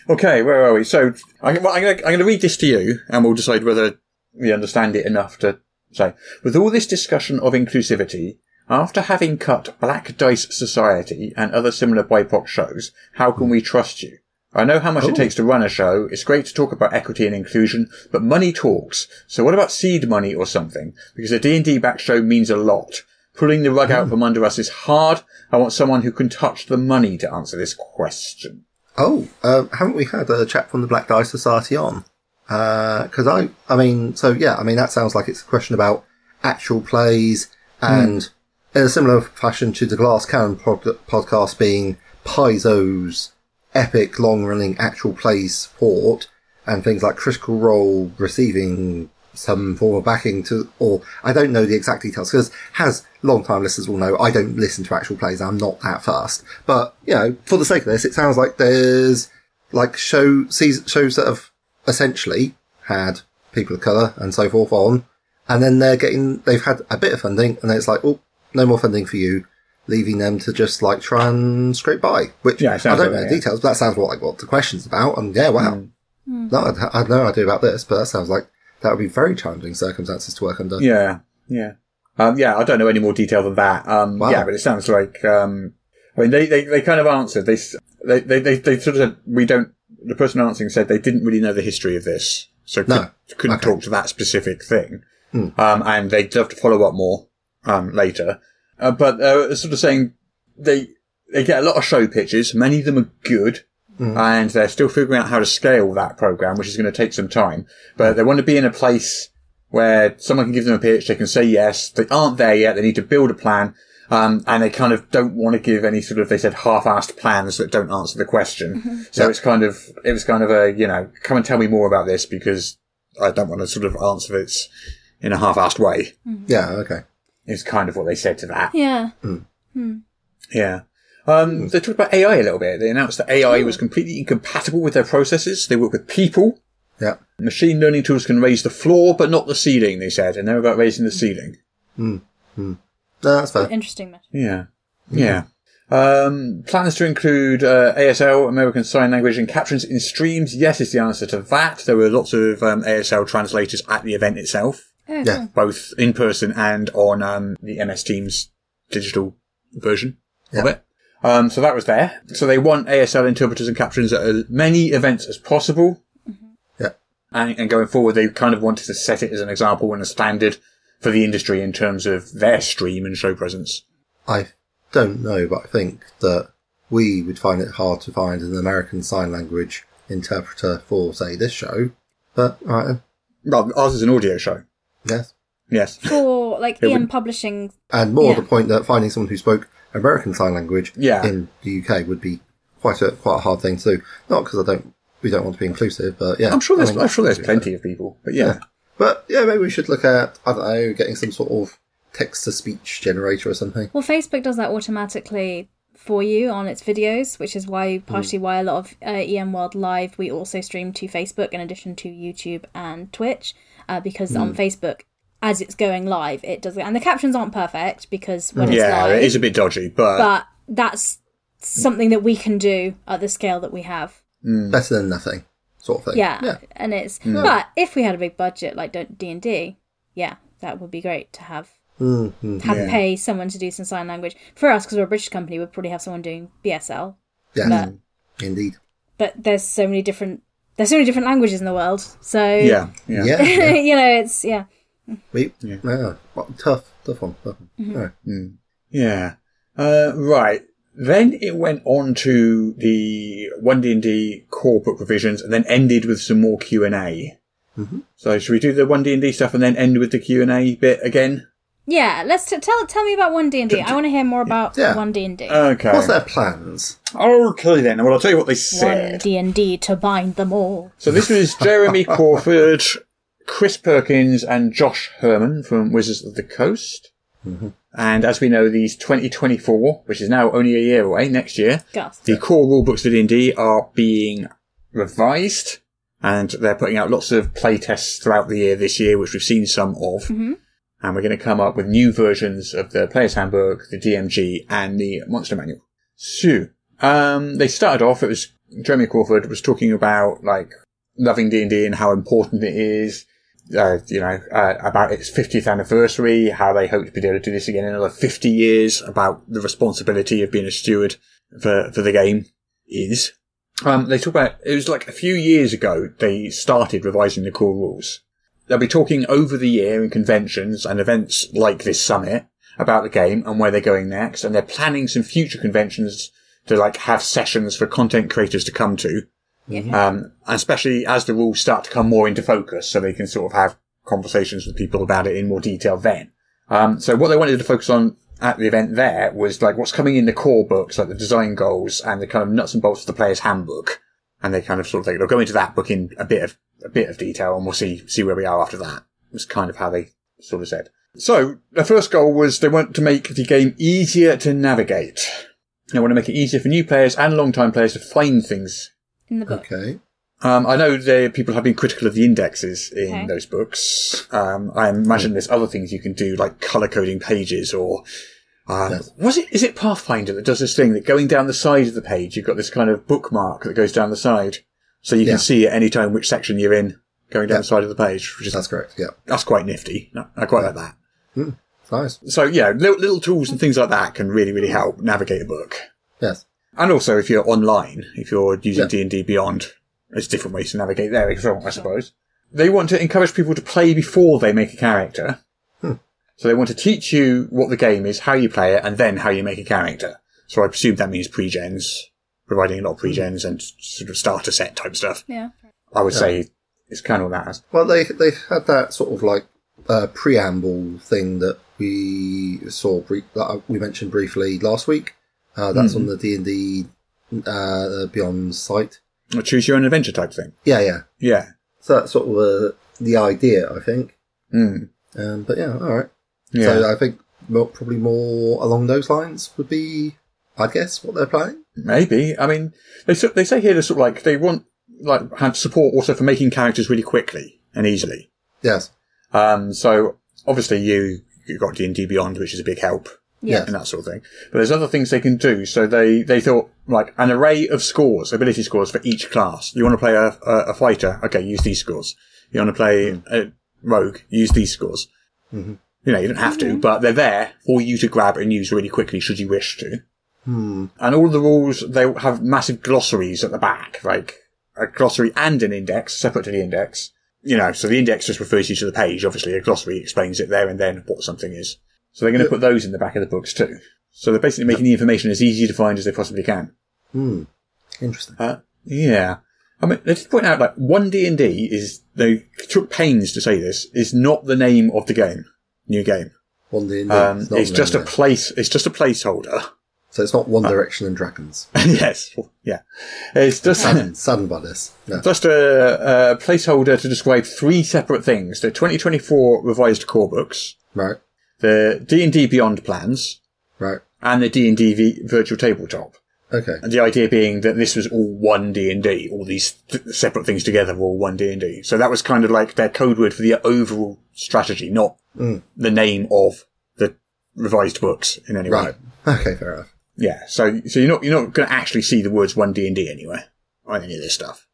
Okay, where are we? So I'm, well, I'm going to read this to you, and we'll decide whether we understand it enough to say. With all this discussion of inclusivity, after having cut Black Dice Society and other similar BIPOC shows, how can we trust you? I know how much it takes to run a show. It's great to talk about equity and inclusion, but money talks. So what about seed money or something? Because a D&D back show means a lot. Pulling the rug out from under us is hard. I want someone who can touch the money to answer this question. Oh, um, haven't we had a chap from the Black Dye Society on? Because I, I mean, so yeah, I mean that sounds like it's a question about actual plays and in a similar fashion to the Glass Cannon pod- podcast being Paizo's epic, long-running actual play support and things like Critical Role receiving some form of backing to, or I don't know the exact details because as long-time listeners will know, I don't listen to actual plays. I'm not that fast, but you know, for the sake of this, it sounds like there's like show season, shows that have essentially had people of color and so forth on, and then they're getting they've had a bit of funding, and then it's like, oh, no more funding for you, leaving them to just like try and scrape by. Which Yeah, I it sounds don't like know the that, yeah. Mm. details, but that sounds what like what the question's about. And yeah, wow, no, I'd, I had no idea about this, but that sounds like that would be very challenging circumstances to work under. Yeah, yeah, um, yeah. I don't know any more detail than that. Um, Wow. Yeah, but it sounds like um, I mean they, they, they kind of answered. They, s- they they they they sort of said we don't. The person answering said they didn't really know the history of this, so could, No. couldn't Okay. Hmm. talk to that specific thing. Um, and they'd have to follow up more um, later. Uh, but uh, sort of saying they they get a lot of show pitches. Many of them are good, Hmm. and they're still figuring out how to scale that program, which is going to take some time. But they want to be in a place where someone can give them a pitch, they can say yes, they aren't there yet, they need to build a plan, Um, and they kind of don't want to give any sort of, they said half-assed plans that don't answer the question. So it's kind of, it was kind of a, you know, come and tell me more about this because I don't want to sort of answer this in a half-assed way. Yeah, okay. Is kind of what they said to that. Yeah. Yeah. Um, they talked about AI a little bit. They announced that AI was completely incompatible with their processes. They work with people. Yeah. Machine learning tools can raise the floor, but not the ceiling, they said. And they're about raising the ceiling. No, that's fair. Interesting. message. Yeah. Yeah. Um, plans to include uh, ASL, American Sign Language, and captions in streams. Yes, is the answer to that. There were lots of um, ASL translators at the event itself, Oh, Yeah. cool. both in person and on um, the MS Teams digital version of Yeah. it. Um, so that was there. So they want ASL interpreters and captions at as many events as possible. Yeah. And, and going forward, they kind of wanted to set it as an example and a standard for the industry in terms of their stream and show presence. I don't know, but I think that we would find it hard to find an American Sign Language interpreter for, say, this show. But, all right, then. Well, ours is an audio show. yes. Yes. For like It EM would- Publishing. And more Yeah. the point that finding someone who spoke American Sign Language Yeah. in the UK would be quite a quite a hard thing to do. Not because I don't we don't want to be inclusive, but yeah, I'm sure there's I mean, I'm sure there's plenty of people, but yeah. But yeah, maybe we should look at I don't know, getting some sort of text to speech generator or something. Well, Facebook does that automatically for you on its videos, which is Hmm. why partially why a lot of uh, EM World Live we also stream to Facebook in addition to YouTube and Twitch, uh, because Hmm. on Facebook as it's going live it does and the captions aren't perfect because when it's Yeah, live it is a bit dodgy, but, but that's something that we can do at the scale that we have. Better than nothing, sort of thing. Yeah, yeah, and it's Hmm. but if we had a big budget like D and D, yeah, that would be great to have mm-hmm. have Yeah. pay someone to do some sign language for us because we're a British company. We'd probably have someone doing BSL, yeah, but indeed. but there's so many different there's so many different languages in the world, so [laughs] yeah, yeah. Yeah, yeah. you know it's yeah. we, yeah. Mm. Well, tough, tough one. Tough one. Mm-hmm. No. Yeah. Uh, right. Then it went on to the one D and D corporate provisions, and then ended with some more Q and A. So should we do the one D and D stuff and then end with the Q and A bit again? Yeah, let's t- tell tell me about one D and D. I want to hear more about Yeah. one D and D. Okay. What's their plans? Okay then. Well, I'll tell you what they One said. D and D to bind them all. So this was Jeremy Crawford, Chris Perkins, and Josh Herman from Wizards of the Coast. And as we know, these 2024, which is now only a year away, next year, Gus. the core rulebooks for D&D are being revised, and they're putting out lots of playtests throughout the year this year, which we've seen some of. And we're going to come up with new versions of the Player's Handbook, the DMG, and the Monster Manual. So, um, they started off, it was Jeremy Crawford was talking about, like, loving D&D and how important it is, uh, you know, uh, about its 50th anniversary, how they hope to be able to do this again in another 50 years, about the responsibility of being a steward for, for the game is. Um, they talk about, it was like a few years ago, they started revising the core rules. They'll be talking over the year in conventions and events like this summit about the game and where they're going next, and they're planning some future conventions to like have sessions for content creators to come to. Um, and especially as the rules start to come more into focus, so they can sort of have conversations with people about it in more detail then. Um, so what they wanted to focus on at the event there was like what's coming in the core books, like the design goals and the kind of nuts and bolts of the player's handbook. And they kind of sort of like, they'll go into that book in a bit of, a bit of detail and we'll see, see where we are after that. Was kind of how they sort of said. So their first goal was they want to make the game easier to navigate. They want to make it easier for new players and long-time players to find things in the book. Okay. um, I know there people have been critical of the indexes in Okay. those books. Um, I imagine there's other things you can do, like color coding pages, or uh, Yes. was it is it Pathfinder that does this thing that going down the side of the page you've got this kind of bookmark that goes down the side, so you Yeah. can see at any time which section you're in going down Yeah. the side of the page, which is that's, That's correct. Yeah. Hmm. quite nifty. No, I quite like that. Nice. So yeah, little, little tools and things like that can really really help navigate a book. Yes. And also, if you're online, if you're using Yeah. D and D Beyond, there's different ways to navigate there as well, I suppose. They want to encourage people to play before they make a character. Hmm. So they want to teach you what the game is, how you play it, and then how you make a character. So I presume that means pre-gens, providing a Hmm. lot of pre-gens and sort of starter set type stuff. Yeah. I would say it's kind of that. Well, they they had that sort of like uh, preamble thing that we saw brief, that I- we mentioned briefly last week. Uh, that's on the D and D Beyond site. Or choose your own adventure type thing. Yeah, yeah. Yeah. So that's sort of uh, the idea, I think. Mm. Um, but yeah, all right. Yeah. So I think mo- probably more along those lines would be, I guess, what they're playing. Maybe. I mean, they sort, they say here they're sort of like they want like have support also for making characters really quickly and easily. Yes. Um, so obviously you you got D and D Beyond, which is a big help Yeah. and that sort of thing. But there's other things they can do. So they they thought like an array of scores, ability scores for each class. You want to play a, a, a fighter? Okay, use these scores. You want to play a rogue? Use these scores. You know, you don't have to, but they're there for you to grab and use really quickly should you wish to. And all the rules, they have massive glossaries at the back, like a glossary and an index, separate to the index. You know, so the index just refers you to the page. Obviously, a glossary explains it there and then what something is. So they're going to put those in the back of the books too. So they're basically making the information as easy to find as they possibly can. Hmm. Interesting. Uh, yeah. I mean, let's point out, like, 1D&D is, they took pains to say this, is not the name of the game. New game. One D and D. Um, not it's an just a Uh. anime. place, it's just a placeholder. [laughs] so it's not One Direction and Dragons. yes. Yeah. It's just, [coughs] Saddened by this. [clears throat] No. just a, a placeholder to describe three separate things. The 2024 revised core books, Right. the D&D Beyond plans, Right. and the D&D v- virtual tabletop. Okay. And the idea being that this was all one D&D, all these th- separate things together were all one D&D. So that was kind of like their code word for the overall strategy, not the name of the revised books in any way. Right. Okay. Fair enough. Yeah, so so you're not you're not going to actually see the words one D and D anywhere on any of this stuff.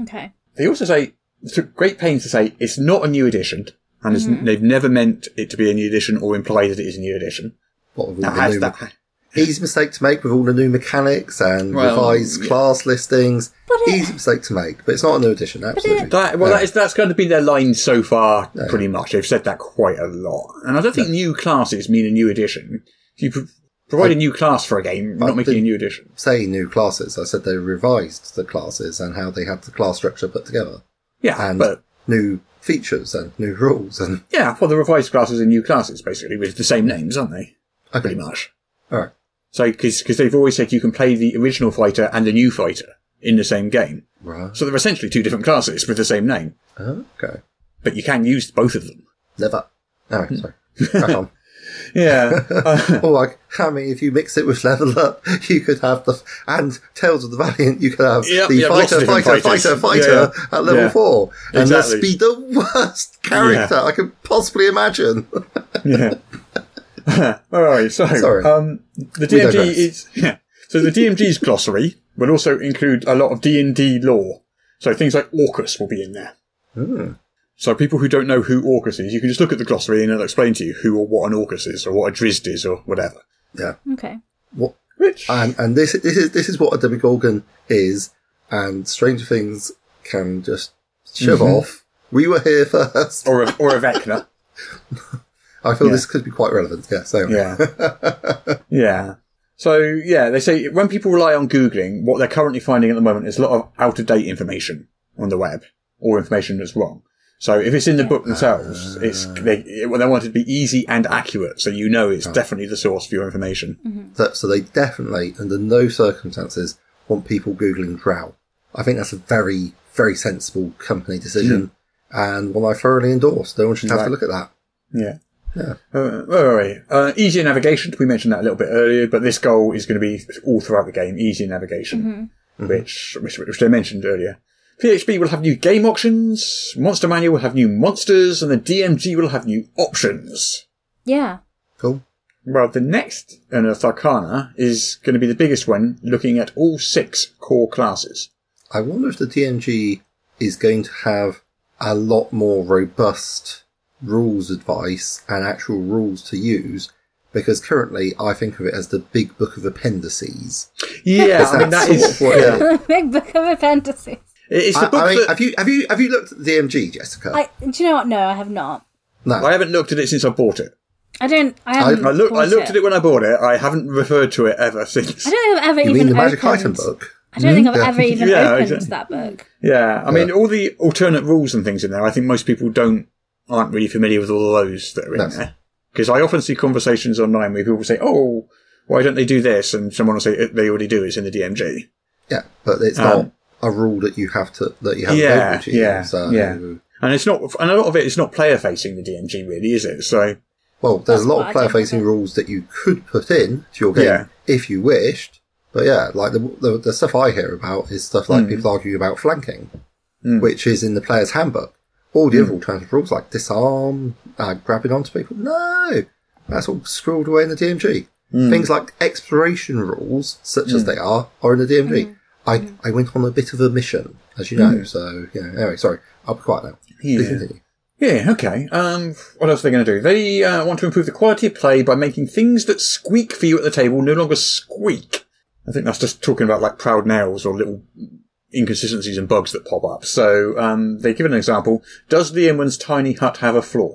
Okay. They also say took great pains to say it's not a new edition, and it's, they've never meant it to be a new edition or imply that it is a new edition. What with all That the has new, that. easy mistake to make with all the new mechanics and Well, revised yeah. class listings. But it- easy mistake to make, but it's not a new addition. Absolutely. That, well, No. that is, that's going to be their line so far, pretty much. They've said that quite a lot. And I don't think new classes mean a new edition. If you pro- provide a new class for a game, you're I not making a think- new edition. say new classes. I said they revised the classes and how they had the class structure put together Yeah, and but new features and new rules and yeah, well, the revised classes are new classes, basically, with the same names, aren't they? okay. Pretty much. All right. So, because they've always said you can play the original fighter and the new fighter in the same game. Right. So they're essentially two different classes with the same name, Okay. but you can use both of [laughs] them. Never. No, sorry. [laughs] Crack on. Yeah. Or like, I mean, if you mix it with level up, you could have the and Tales of the Valiant. You could have Yep, the you have lots fighter, of different fighter, fighter, fighters. fighter Yeah, yeah. at level Yeah. four, and Exactly. this be the [laughs] worst character I could possibly imagine. yeah. [laughs] All right. So, Sorry. um, the We DMG digress. is [laughs] yeah. So the DMG's glossary will also include a lot of D and D lore. So things like Orcus will be in there. Hmm. So people who don't know who Orcus is, you can just look at the glossary and it'll explain to you who or what an Orcus is, or what a Drizzt is, or whatever. yeah. Okay. What Which And and this this is this is what a demigorgon is, and Stranger Things can just shove Mm-hmm. off. We were here first. or a, or a Vecna. I feel yeah. this could be quite relevant. Yeah. So Yeah. yeah. So yeah, they say when people rely on Googling, what they're currently finding at the moment is a lot of out of date information on the web or information that's wrong. So if it's in the book themselves, it's they, it, they want it to be easy and accurate, so you know it's definitely the source for your information. So, so they definitely, under no circumstances, want people googling drow. I think that's a very, very sensible company decision, and one I thoroughly endorse. No one should have Hmm. Right. to look at that. Yeah. Uh, where are we? Uh, easier navigation. We mentioned that a little bit earlier, but this goal is going to be all throughout the game. Easier navigation, Mm-hmm. Mm-hmm. Which, which which they mentioned earlier. PHB will have new game options. Monster Manual will have new monsters, and the DMG will have new options. Yeah. [laughs] Cool. Well, the next in a Tharkana is going to be the biggest one, looking at all six core classes. I wonder if the DMG is going to have a lot more robust rules advice and actual rules to use, because currently I think of it as the big book of appendices. Yeah, [laughs] I mean That's that is. sort of what it [laughs] is. yeah. Big book of appendices. It's the I, book I mean, that- have you have you have you looked at the DMG, Jessica? I. Do you know what? No, I have not. no. I haven't looked at it since I bought it. I don't. I haven't. I looked. I bought looked at it when I bought it. I haven't referred to it ever [laughs] since. I don't think I've ever you even mean the magic opened. item book? Mm-hmm. I don't think I've Yeah. ever even Yeah, opened exactly. that book. Yeah, I mean, all the alternate rules and things in there, I think most people don't aren't really familiar with all of those that are in No. there. Because I often see conversations online where people say, "Oh, why don't they do this?" and someone will say, "Uh, "They already do." It's in the DMG. Yeah, but it's Um, not a rule that you have to that you have yeah, available to you. yeah, so, yeah. And it's not, and a lot of it is not player facing the DMG really, is it? So Well, there's That's a lot what I of player facing think. rules that you could put in to your game Yeah. if you wished. But yeah, like the, the the stuff I hear about is stuff Hmm. like people arguing about flanking, which is in the player's handbook. All the Hmm. other alternative rules like disarm, uh, grabbing onto people, no, that's all squirreled away in the DMG. Hmm. Things like exploration rules, such as they are, are in the Hmm. DMG. I, I went on a bit of a mission, as you know. So yeah. Anyway, sorry, I'll be quiet now. Please Hmm. Yeah. continue. yeah, okay. Um, what else are they going to do? They uh, want to improve the quality of play by making things that squeak for you at the table no longer squeak. I think that's just talking about like proud nails or little inconsistencies and bugs that pop up. So um, they give an example: Does the Inman's tiny hut have a floor?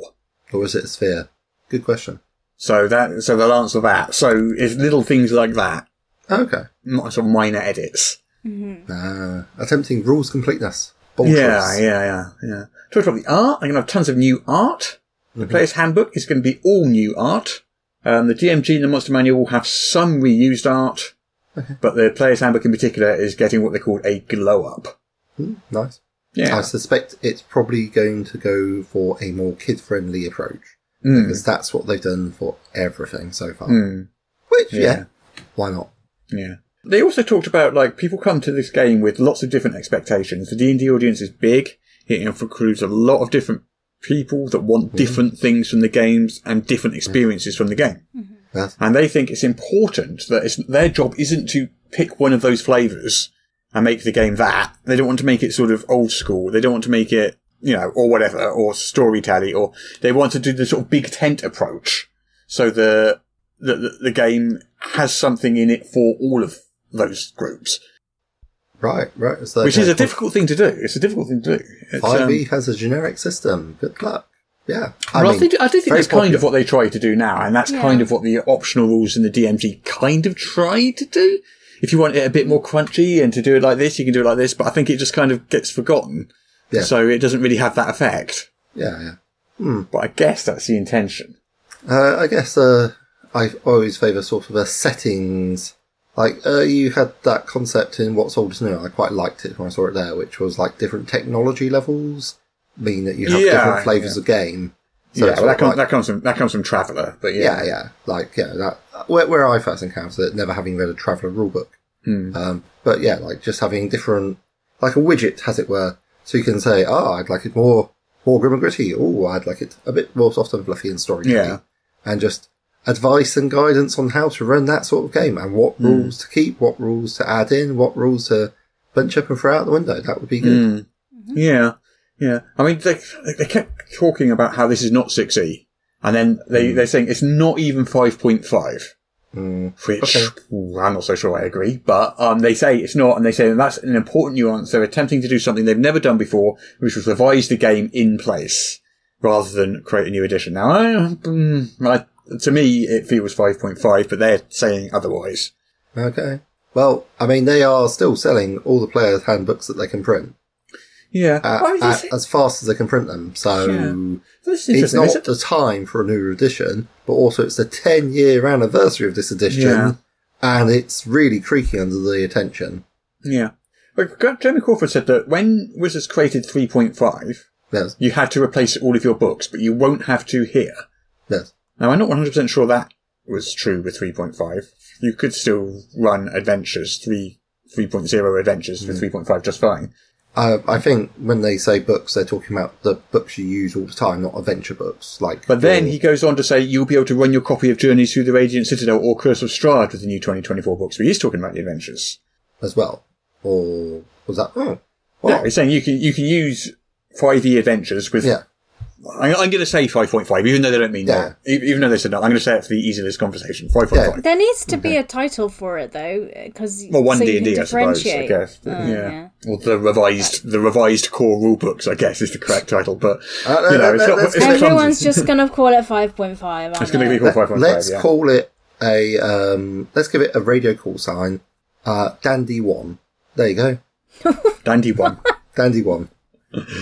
Or is it a sphere? Good question. So that, so they'll answer that. So it's little things like that, Okay. m- sort of minor edits. Uh, attempting rules completeness. Bold Yeah, choice. yeah, yeah, yeah. Talked about the art. I'm going to have tons of new art. The player's handbook is going to be all new art. Um, the DMG and the Monster Manual will have some reused art, but the player's handbook in particular is getting what they call a glow up. Hmm, nice. Yeah, I suspect it's probably going to go for a more kid friendly approach Mm. because that's what they've done for everything so far. Mm. Which, yeah. Yeah. why not? yeah. They also talked about like people come to this game with lots of different expectations. The D and D audience is big. It includes a lot of different people that want different things from the games and different experiences from the game. That's, and they think it's important that it's, their job isn't to pick one of those flavors and make the game that. They don't want to make it sort of old school. They don't want to make it, you know, or whatever, or storytelling, or they want to do the sort of big tent approach. So the, the, the, the game has something in it for all of those groups, right, right. So which is a difficult thing to do. It's a difficult thing to do. It's, um, 5e E has a generic system. Good luck. Yeah. I well, I, mean, think, I do think very that's kind of popular. what they try to do now, and that's Yeah. kind of what the optional rules in the DMG kind of try to do. If you want it a bit more crunchy and to do it like this, you can do it like this, but I think it just kind of gets forgotten. Yeah. So it doesn't really have that effect. Yeah, yeah. But I guess that's the intention. Uh, I guess uh, I always favour sort of a settings. Like uh, you had that concept in What's Old is New. I quite liked it when I saw it there, which was like different technology levels mean that you have Yeah, different flavours of game. So yeah, it's well, that, sort of comes, like- that comes from that comes from Traveller, but yeah, yeah, yeah, like yeah, that where, where I first encountered it, never having read a Traveller rulebook. Hmm. Um, but yeah, like just having different, like a widget, as it were, so you can say, "Ah, I'd like it more, more grim and gritty. Oh, I'd like it a bit more soft and fluffy and story." Yeah. and just advice and guidance on how to run that sort of game and what Hmm. rules to keep, what rules to add in, what rules to bunch up and throw out the window. That would be good. Mm. Yeah, yeah. I mean, they they kept talking about how this is not six E, and then they Hmm. they're saying it's not even five point five, which Okay. ooh, I'm not so sure I agree. But um, they say it's not, and they say that's an important nuance. They're attempting to do something they've never done before, which was revise the game in place rather than create a new edition. Now, I, mm, I, to me, it feels five point five, but they're saying otherwise. Okay. Well, I mean, they are still selling all the players' handbooks that they can print. Yeah, uh, I mean, uh, this- as fast as they can print them. So Yeah. this is it's interesting. not Is it- the time for a new edition, but also it's the 10 year anniversary of this edition, Yeah. and it's really creaking under the attention. Yeah. But G- Jeremy Crawford said that when Wizards created 3.5, Yes, you had to replace all of your books, but you won't have to here. yes. Now, I'm not 100% sure that was true with 3.5. You could still run adventures, 3, 3.0 adventures with 3.5 just fine. Uh, I think when they say books, they're talking about the books you use all the time, not adventure books. Like, But then your- he goes on to say you'll be able to run your copy of Journeys Through the Radiant Citadel or Curse of Strahd with the new 2024 books, but he's talking about the adventures. as well, or was that? Oh, No, he's saying you can, you can use 5e adventures with yeah. I'm, I'm going to say 5.5, even though they don't mean Yeah. that. E- Even though they said that, I'm going to say it for the ease of this conversation. 5.5. There needs to be a title for it though, because Well, one so D you and can D, I suppose. I differentiate. guess. Oh, yeah. Or the revised, the revised core rule books, I guess, is the correct title. But Uh, no, you know, no, it's no, not. let's It's go- not Everyone's just [laughs] gonna call it five point five. It's going to be be called 5.5. Let's yeah. call it a. Um, let's give it a radio call sign. Uh, Dandy one. There you go. [laughs] Dandy one. [laughs] Dandy one.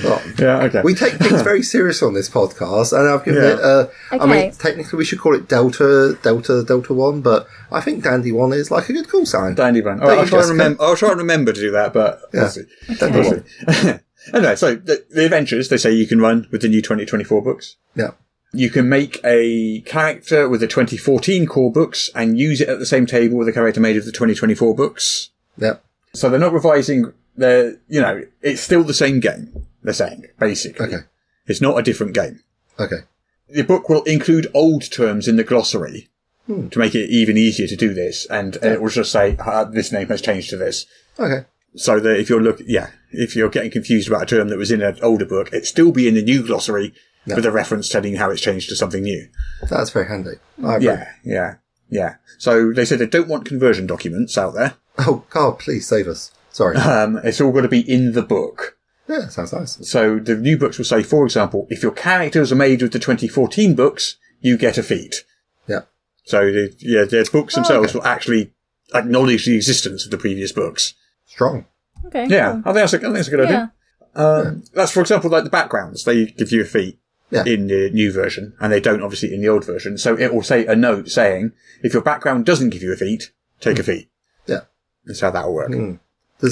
Well, Yeah, okay. We take things very serious on this podcast, and I've given Yeah. it. Uh, I Okay. mean, technically, we should call it Delta, Delta, Delta One, but I think Dandy One is like a good call sign. Dandy Brand. Thank I'll you, try and Jessica. remember. I'll try and remember to do that, but Yeah. we'll see. Dandy We'll One. see. [laughs] anyway, so the, the adventures they say you can run with the new 2024 books. Yeah. You can make a character with the 2014 core books and use it at the same table with a character made of the 2024 books. Yeah. So they're not revising. They're you know it's still the same game. They're saying basically, Okay. it's not a different game. Okay. The book will include old terms in the glossary Hmm. to make it even easier to do this, and it will just say uh, this name has changed to this. Okay. So that if you're look, yeah, if you're getting confused about a term that was in an older book, it'd still be in the new glossary Yeah. with a reference telling you how it's changed to something new. That's very handy. I agree. Yeah, yeah, yeah. So they said they don't want conversion documents out there. Oh God, please save us. [laughs] Sorry. Um, it's all got to be in the book. yeah, sounds nice. So the new books will say, for example, if your characters are made with the 2014 books, you get a feat. Yeah. So the, yeah, the books themselves will actually acknowledge the existence of the previous books. Strong. Okay. Yeah, I cool. think that's a, I think that's a good Yeah. idea. Um, that's for example, like the backgrounds, they give you a feat Yeah. in the new version, and they don't obviously in the old version. So it will say a note saying, if your background doesn't give you a feat, take a feat. Yeah. That's how that will work. Mm. Does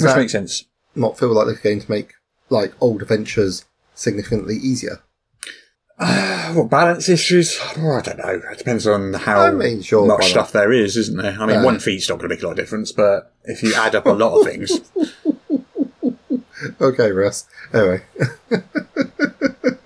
Which Hmm. that makes sense. not feel like they're going to make like old adventures significantly easier? Uh, well, balance issues? Oh, I don't know. It depends on how I mean, sure, why much not? stuff there is, isn't there? I mean, Yeah. one feet's not going to make a lot of difference, but if you add up a lot of [laughs] things, Okay, Russ. Anyway, [laughs]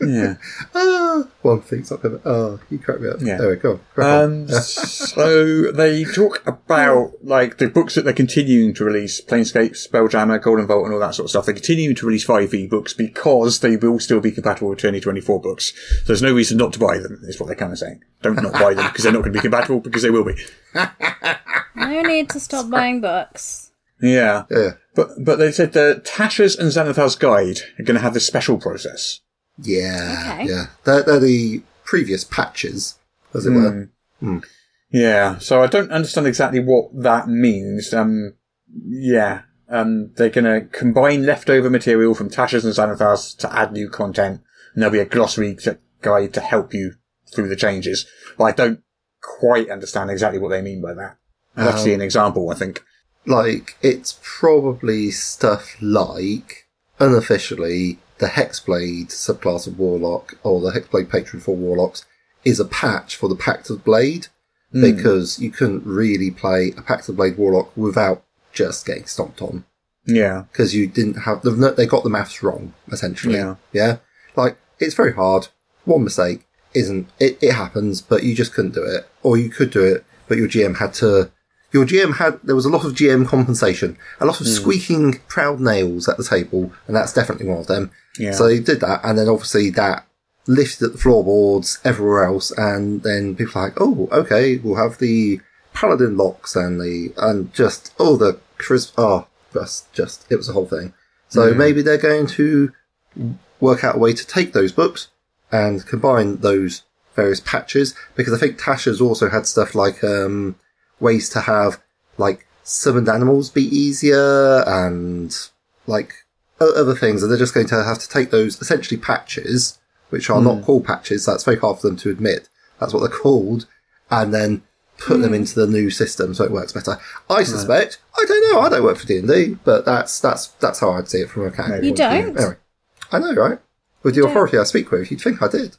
yeah. ah, one thing's not gonna. Oh, you cracked me up. Yeah. Anyway, go on. crack on. Um, so they talk about like the books that they're continuing to release: Planescape, Spelljammer, Golden Vault, and all that sort of stuff. They're continuing to release five E books because they will still be compatible with 2024 books. So there's no reason not to buy them. Is what they're kind of saying. Don't not buy them because they're not going to be compatible because they will be. No need to stop buying books. Yeah. Yeah. But but they said that Tasha's and Xanathar's Guide are going to have this special process. Yeah, Okay. yeah. They're, they're the previous patches, as it were. Hmm. Yeah, so I don't understand exactly what that means. Um, yeah, um, they're going to combine leftover material from Tasha's and Xanathar's to add new content, and there'll be a glossary to, guide to help you through the changes. But I don't quite understand exactly what they mean by that. I'll have to see an example, I think. Like, it's probably stuff like, unofficially, the Hexblade subclass of Warlock, or the Hexblade patron for Warlocks, is a patch for the Pact of Blade, because you couldn't really play a Pact of Blade Warlock without just getting stomped on. Yeah, because you didn't have the no, they got the maths wrong essentially. Yeah. like it's very hard. One mistake isn't it, it happens, but you just couldn't do it, or you could do it, but your GM had to. Your GM had there was a lot of GM compensation, a Hmm. lot of squeaking proud nails at the table, and that's definitely one of them. Yeah. So they did that, and then obviously that lifted the floorboards everywhere else, and then people are like, oh, okay, we'll have the paladin locks and the and just all the charisma. Oh, just just it was a whole thing. So maybe they're going to work out a way to take those books and combine those various patches because I think Tasha's also had stuff like um, ways to have like summoned animals be easier and like o- other things, and they're just going to have to take those essentially patches, which are not called patches. That's very hard for them to admit. That's what they're called, and then put them into the new system so it works better. I suspect. I don't know. I don't work for D and D, but that's that's that's how I'd see it from a mechanic. You point of view. don't? Anyway, I know, right? With the don't. authority I speak with, you'd think I did.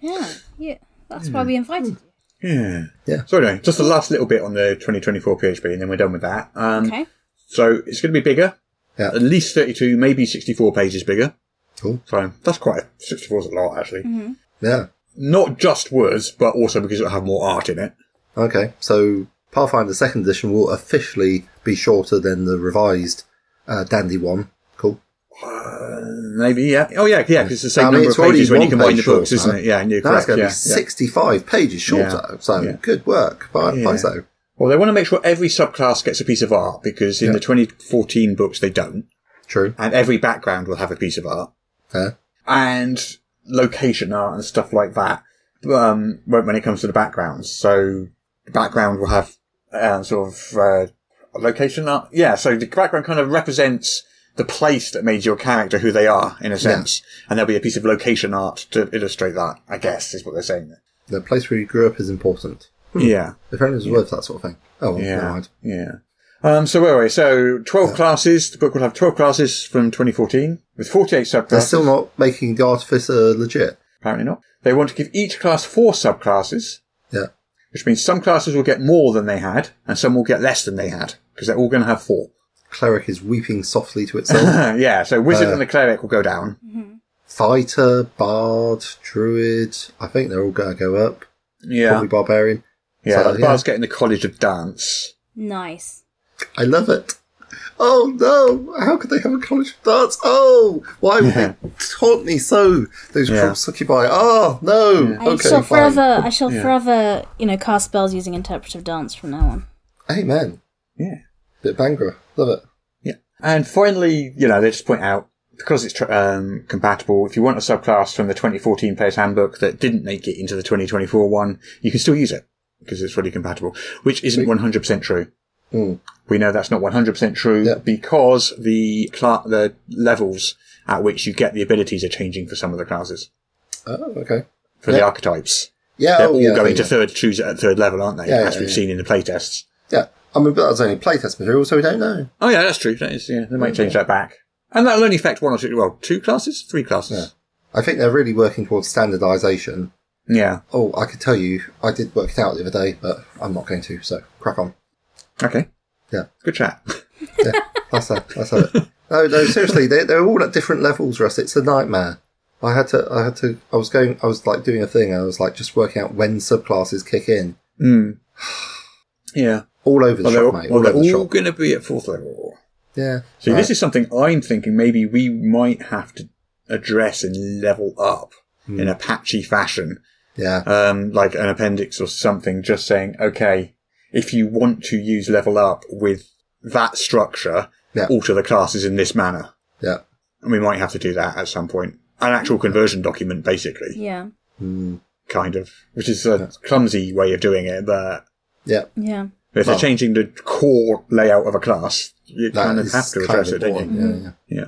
Yeah. Yeah. That's why we invited you. yeah. Yeah. So anyway, just the last little bit on the 2024 PHB, and then we're done with that. Um, Okay. So it's going to be bigger, Yeah. at least 32, maybe 64 pages bigger. Cool. Mm-hmm. So that's quite, 64 is a lot actually. Yeah. not just words, but also because it'll have more art in it. Okay. So Pathfinder Second Edition will officially be shorter than the revised uh, Dandy one. Cool. Uh, maybe, yeah. Oh, yeah, yeah, 'cause it's the same I mean, number it's of already pages when you one combine the page books, short, isn't huh? it? Yeah, and you're correct. That's going to yeah, be yeah. 65 pages shorter. Yeah. So Yeah. good work by, Yeah. by so. Well, they want to make sure every subclass gets a piece of art because in Yeah. the 2014 books they don't, True. and every background will have a piece of art Yeah. and location art and stuff like that. Um, when when it comes to the backgrounds, so the background will um, have uh, sort of uh, location art. Yeah, so the background kind of represents the place that made your character who they are, in a sense. And there'll be a piece of location art to illustrate that, I guess, is what they're saying there. The place where you grew up is important. Yeah. Apparently, there's a word for that sort of thing. Hmm. Oh, well, never Yeah. mind. Yeah. Um, so anyway, so 12 classes. The book will have 12 classes from 2014 with 48 They're subclasses. still not making the artificer legit. Apparently not. They want to give each class four subclasses, Yeah. which means some classes will get more than they had and some will get less than they had because they're all going to have four. [laughs] Cleric is weeping softly to itself. yeah. So wizard Uh, and the cleric will go down. Fighter, Bard, Druid. I think they're all going to go up. Yeah. Probably Barbarian. Yeah. So, the bard's getting the college of dance. Nice. I love it. Oh no! How could they have a college of darts? Oh, why would [laughs] Yeah. they taunt me so? Those Yeah. yeah. succubi. Oh no! I Okay, shall fine. forever, I shall forever, you know, cast spells using interpretive dance from now on. Amen. Yeah. Bit banger. Love it. Yeah. And finally, you know, they just point out because it's tr- um, compatible, if you want a subclass from the 2014 Player's Handbook that didn't make it into the 2024 one, you can still use it because it's really compatible, which isn't 100% true. Mm. We know that's not 100% true Yeah. because the cla- the levels at which you get the abilities are changing for some of the classes, Oh, okay. for the Yeah. archetypes. Yeah. They're oh, all yeah, going yeah, to third, choose it at third level, aren't they? Yeah, as yeah, we've yeah. seen in the playtests. Yeah. I mean, but that's only playtest material, so we don't know. Oh yeah, that's true. That is, yeah, they might change that back. And that'll only affect one or two, well, two classes? Three classes. I think they're really working towards standardisation. Yeah. Oh, I could tell you, I did work it out the other day, but I'm not going to. So crack on. Okay. Yeah. Good chat. That's that. That's it. No, no, seriously, they, they're all at different levels, Russ. It's a nightmare. I had to, I had to, I was going, I was like doing a thing, and I was like just working out when subclasses kick in. Mm. [sighs] Yeah. All over the Although, shop, mate. well, All they're over the all shop. going to be at fourth level. Yeah. So Right. this is something I'm thinking maybe we might have to address and level up Hmm. in a patchy fashion, yeah. um, like an appendix or something, just saying, okay, if you want to use level up with that structure, Yeah. alter the classes in this manner. Yeah. And we might have to do that at some point. An actual conversion document, basically, Yeah. Mm. kind of, which is a clumsy way of doing it, but Yeah. Yeah. But if Well- they're changing the core layout of a class, you That kind of is have to kind address of it, don't boring. you? Yeah, yeah.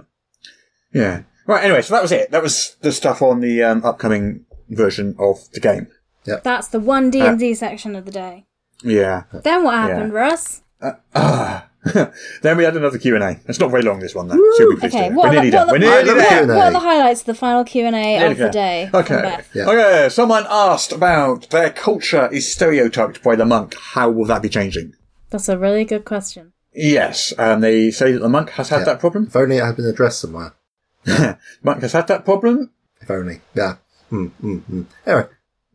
Yeah. Yeah. Right, anyway, so that was it. That was the stuff on the um, upcoming version of the game. That's the one D and D section of the day. Ah. Yeah. Then what happened, Russ? Uh, ah. [laughs] then we had another Q&A. It's not very long, this one, though. So you'll be pleased Okay, to know. what, We're are nearly the, done. what, are We're the, nearly what, done. are- done. what are the highlights of the final Q and A Nearly of the done. day? from Okay. Beth? Yeah. Okay. Someone asked about their culture is stereotyped by the monk. How will that be changing? That's a really good question. Yes. Um, they say that the monk has had Yeah. that problem. [laughs] If only it had been addressed somewhere. monk has had that problem If only. Yeah. Mm, mm, mm. Anyway.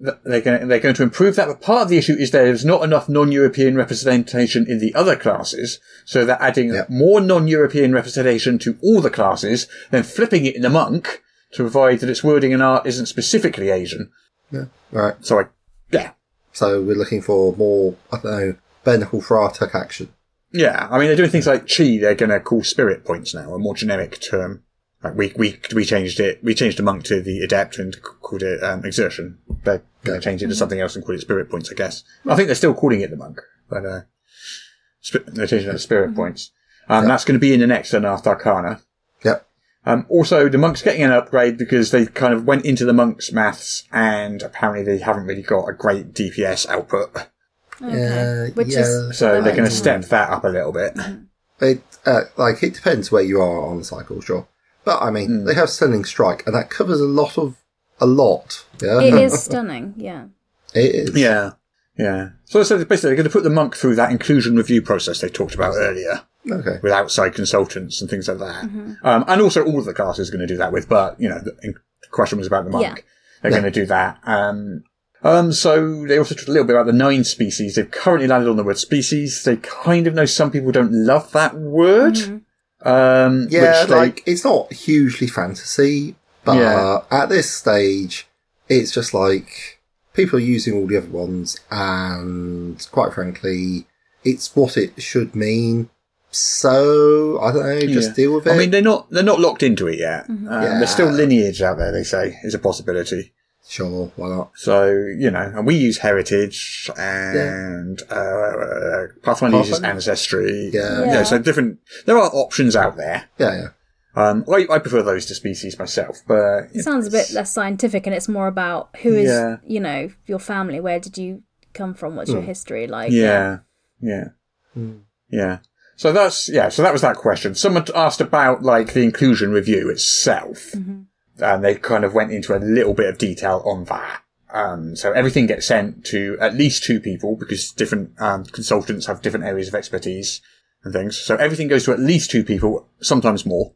th- they're going, they're going to improve that. But part of the issue is there is not enough non-European representation in the other classes. So they're adding Yeah. more non-European representation to all the classes, then flipping it in the monk to provide that its wording and art isn't specifically Asian. Yeah. All right. So I, yeah. So we're looking for more, I don't know, bare knuckle friar tuck action. Yeah. I mean, they're doing things like chi, they're going to call spirit points now, a more generic term. Like we, we, we changed it, we changed the monk to the adept and c- called it, um, exertion. They're going to Yeah. change it to something else and call it spirit points, I guess. I think they're still calling it the monk, but, uh, sp- they're changing it to spirit points. Um, that's going to be in the next Anath Arcana. Yep. Um, also, the monk's getting an upgrade because they kind of went into the monk's maths and apparently they haven't really got a great DPS output. Okay. Yeah, Which yeah. is So they're Right. going to step that up a little bit. It uh, like it depends where you are on the cycle, sure. But I mean, Hmm. they have stunning strike, and that covers a lot of a lot. Yeah, it is [laughs] stunning. Yeah. [laughs] It is. Yeah. Yeah. So, so basically, they're going to put the monk through that inclusion review process they talked about earlier Okay. with outside consultants and things like that. Um, and also, all of the classes are going to do that with, but, you know, the in- the question was about the monk. Yeah. They're Yeah. going to do that. Um, um, so they also talked a little bit about the nine species. They've currently landed on the word species. They kind of know some people don't love that word. Um, Yeah, which they- like it's not hugely fantasy, but Yeah. at this stage, it's just like people are using all the other ones, and quite frankly, it's what it should mean. So I don't know, just Yeah. deal with it. I mean, they're not they're not locked into it yet. Um, Yeah. There's still lineage out there. They say is a possibility. sure, why not? So you know, and we use heritage and uh, Pathfinder uses Pathfinder. ancestry. Yeah. so different. There are options out there. Yeah, yeah. Um, I, I prefer those to species myself, but It sounds a bit less scientific, and it's more about who is, Yeah. Hmm. you know, your family. Where did you come from? What's your history like? yeah, yeah, yeah. So that's yeah. So that was that question. Someone asked about like the inclusion review itself, Mm-hmm. and they kind of went into a little bit of detail on that. Um, so everything gets sent to at least two people because different um, consultants have different areas of expertise and things. So everything goes to at least two people, sometimes more.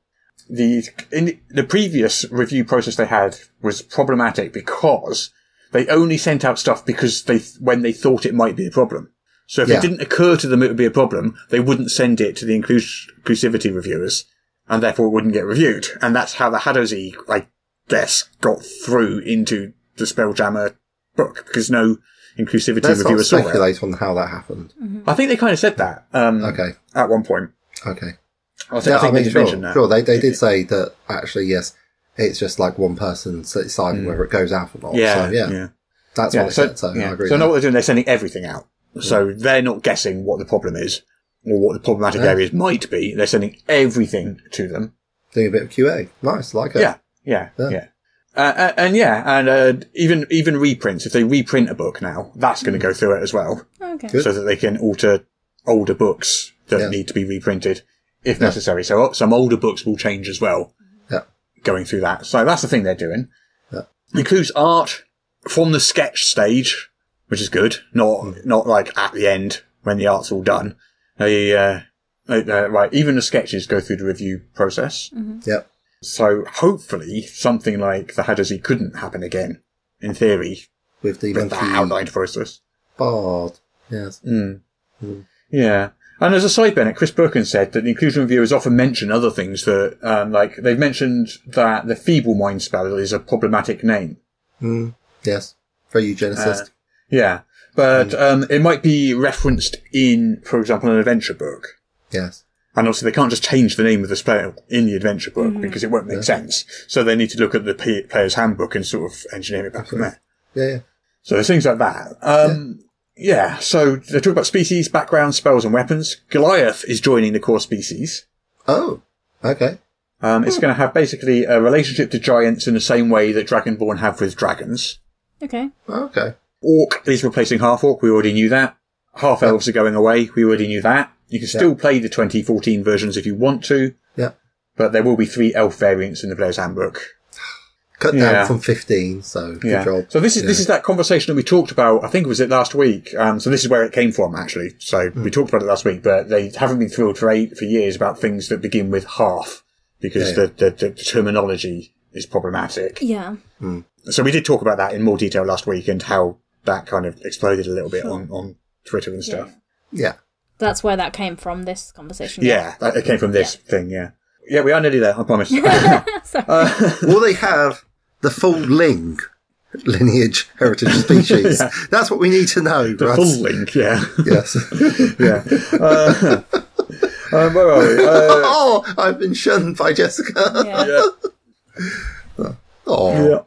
The in the previous review process they had was problematic because they only sent out stuff because they when they thought it might be a problem. So if Yeah. it didn't occur to them it would be a problem, they wouldn't send it to the inclus- inclusivity reviewers, and therefore it wouldn't get reviewed. And that's how the Haddowsy, I guess, got through into the Spelljammer book because no inclusivity Let's not reviewer saw it. speculate on how that happened. Hmm. I think they kind of said that um, Okay, at one point. okay. I, think Yeah, I think I they mean, did mention sure, that. sure. They, they did say that actually, yes, it's just like one person deciding whether it goes out or not. Mm. Yeah, so, yeah, yeah. that's Yeah, what they so, said. So yeah. I agree. So with know that. what they're doing. They're sending everything out. So they're not guessing what the problem is or what the problematic Yeah. areas might be. They're sending everything to them. Doing a bit of QA. Nice, like it. Yeah, yeah, Yeah. yeah. Uh, and- and yeah, and uh, even even reprints. If they reprint a book now, that's going to go through it as well, Okay. Good. so that they can alter older books that Yeah. need to be reprinted if necessary. So uh, some older books will change as well Yeah. going through that. So that's the thing they're doing. Yeah. Includes art from the sketch stage, which is good. Not not like at the end when the art's all done. They uh, uh, uh, right, even the sketches go through the review process. Yep. So hopefully something like the Haddazee couldn't happen again. In theory, With the with that monkey outlined process. bard. Yes. Mm. Yeah. And as a side benefit, Chris Perkins said that the inclusion reviewers often mention other things that, um, like, they've mentioned that the feeble mind spell is a problematic name. Mm, yes. Very eugenicist. Uh, Yeah. But um, it might be referenced in, for example, an adventure book. yes. And obviously, they can't just change the name of the spell in the adventure book because it won't make sense. So they need to look at the p- player's handbook and sort of engineer it back from there. Yeah, yeah. So there's things like that. Um, yeah. So they talk about species, background, spells, and weapons. Goliath is joining the core species. Oh, okay. Um, it's going to have basically a relationship to giants in the same way that Dragonborn have with dragons. Okay. Okay. Orc is replacing half orc. We already knew that. Half elves are going away. We already knew that. You can still play the 2014 versions if you want to, Yeah. but there will be three elf variants in the player's handbook. Cut down Yeah. from 15, so good Yeah. job. So this is Yeah. this is that conversation that we talked about. I think was it last week. Um, so this is where it came from actually. So Hmm. we talked about it last week, but they haven't been thrilled for eight, for years about things that begin with half because Yeah, yeah. The, the, the terminology is problematic. Yeah. So we did talk about that in more detail last week and how that kind of exploded a little bit on, on Twitter and stuff. Yeah. That's where that came from. This conversation. Yeah, that it came from this thing. Yeah, yeah, we are nearly there. I [laughs] promise. Will they have the full Ling [laughs] lineage [laughs] heritage species? That's what we need to know, the Russ. full link. [laughs] Yeah, Yes. yeah. Uh, [laughs] um, where are we? Uh, oh, I've been shunned by Jessica. Yeah. yeah. [laughs] Oh, Yeah.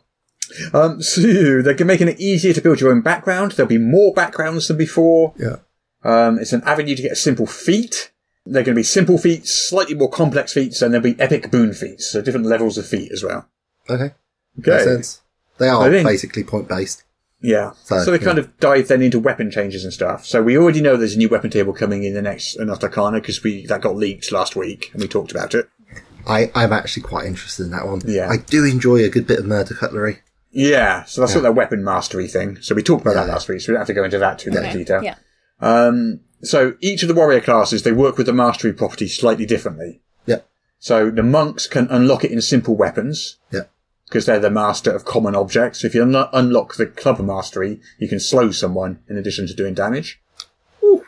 Um, so they're making it easier to build your own background. There'll be more backgrounds than before. yeah. Um, it's an avenue to get a simple feat. They're going to be simple feats, slightly more complex feats, and there'll be epic boon feats. So different levels of feat as well. Okay. Makes Okay. sense. They I are think- basically point based. Yeah. So, So, they kind of dive then into weapon changes and stuff. So we already know there's a new weapon table coming in the next uh, Anotacana because we that got leaked last week and we talked about it. I, I'm actually quite interested in that one. Yeah. I do enjoy a good bit of murder cutlery. Yeah. So that's sort of their weapon mastery thing. So we talked about that last week. So we don't have to go into that too much Okay. detail. Yeah. Um, so each of the warrior classes, they work with the mastery property slightly differently. Yep. So the monks can unlock it in simple weapons Yep. because they're the master of common objects. If you un- unlock the club mastery, you can slow someone in addition to doing damage. Um,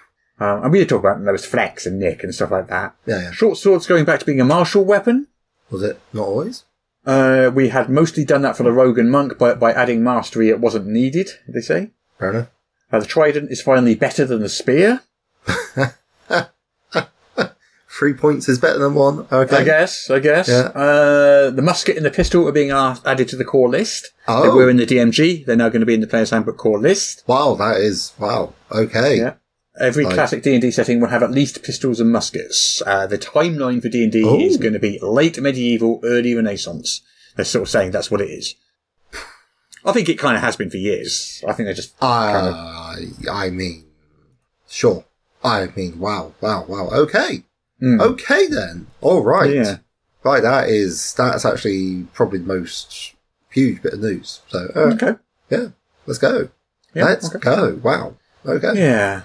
and we did talk about those flex and nick and stuff like that. Yeah, yeah. Short swords going back to being a martial weapon. Was it not always? Uh, we had mostly done that for the rogue and monk, but by adding mastery, it wasn't needed. They say Fair enough. uh, the trident is finally better than the spear. Three points is better than one. Okay. I guess, I guess. Yeah. Uh, the musket and the pistol are being ar- added to the core list. They Oh. were in the DMG. They're now going to be in the Player's Handbook core list. Wow, that is wow. Okay. Yeah. Every Right. classic D and D setting will have at least pistols and muskets. Uh, the timeline for D and D Oh. is going to be late medieval, early Renaissance. They're sort of saying that's what it is. I think it kind of has been for years. I think they're just Uh, I mean, sure. I mean, wow, wow, wow. Okay. Okay then. All right. Hmm. Yeah. Right. That is, that's actually probably the most huge bit of news. So, uh, okay. yeah, let's go. Yeah, let's okay. go. Wow. Okay. Yeah.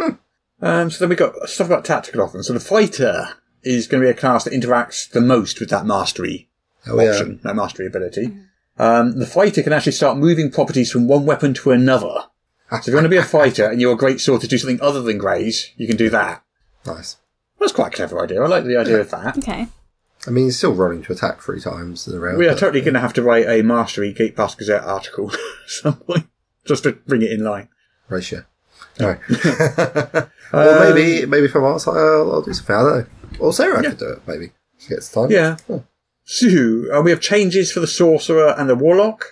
Um, so then we got stuff about tactical offense. So the fighter is going to be a class that interacts the most with that mastery Oh, yeah. option, that mastery ability. Um, the fighter can actually start moving properties from one weapon to another. So if you want [laughs] to be a fighter and you're a great sword to do something other than graze, you can do that. Nice. That's quite a clever idea. I like the idea of that. Okay. I mean, he's still rolling to attack three times in a round. We are but- totally going to have to write a mastery Geek Pass Gazette article [laughs] at some point just to bring it in line. ratio. No. [laughs] or Um, maybe maybe from our side, uh, I'll, I'll do something. I don't know. Or Sarah could do it, maybe. She gets time. Yeah. Oh, So, uh, we have changes for the sorcerer and the warlock.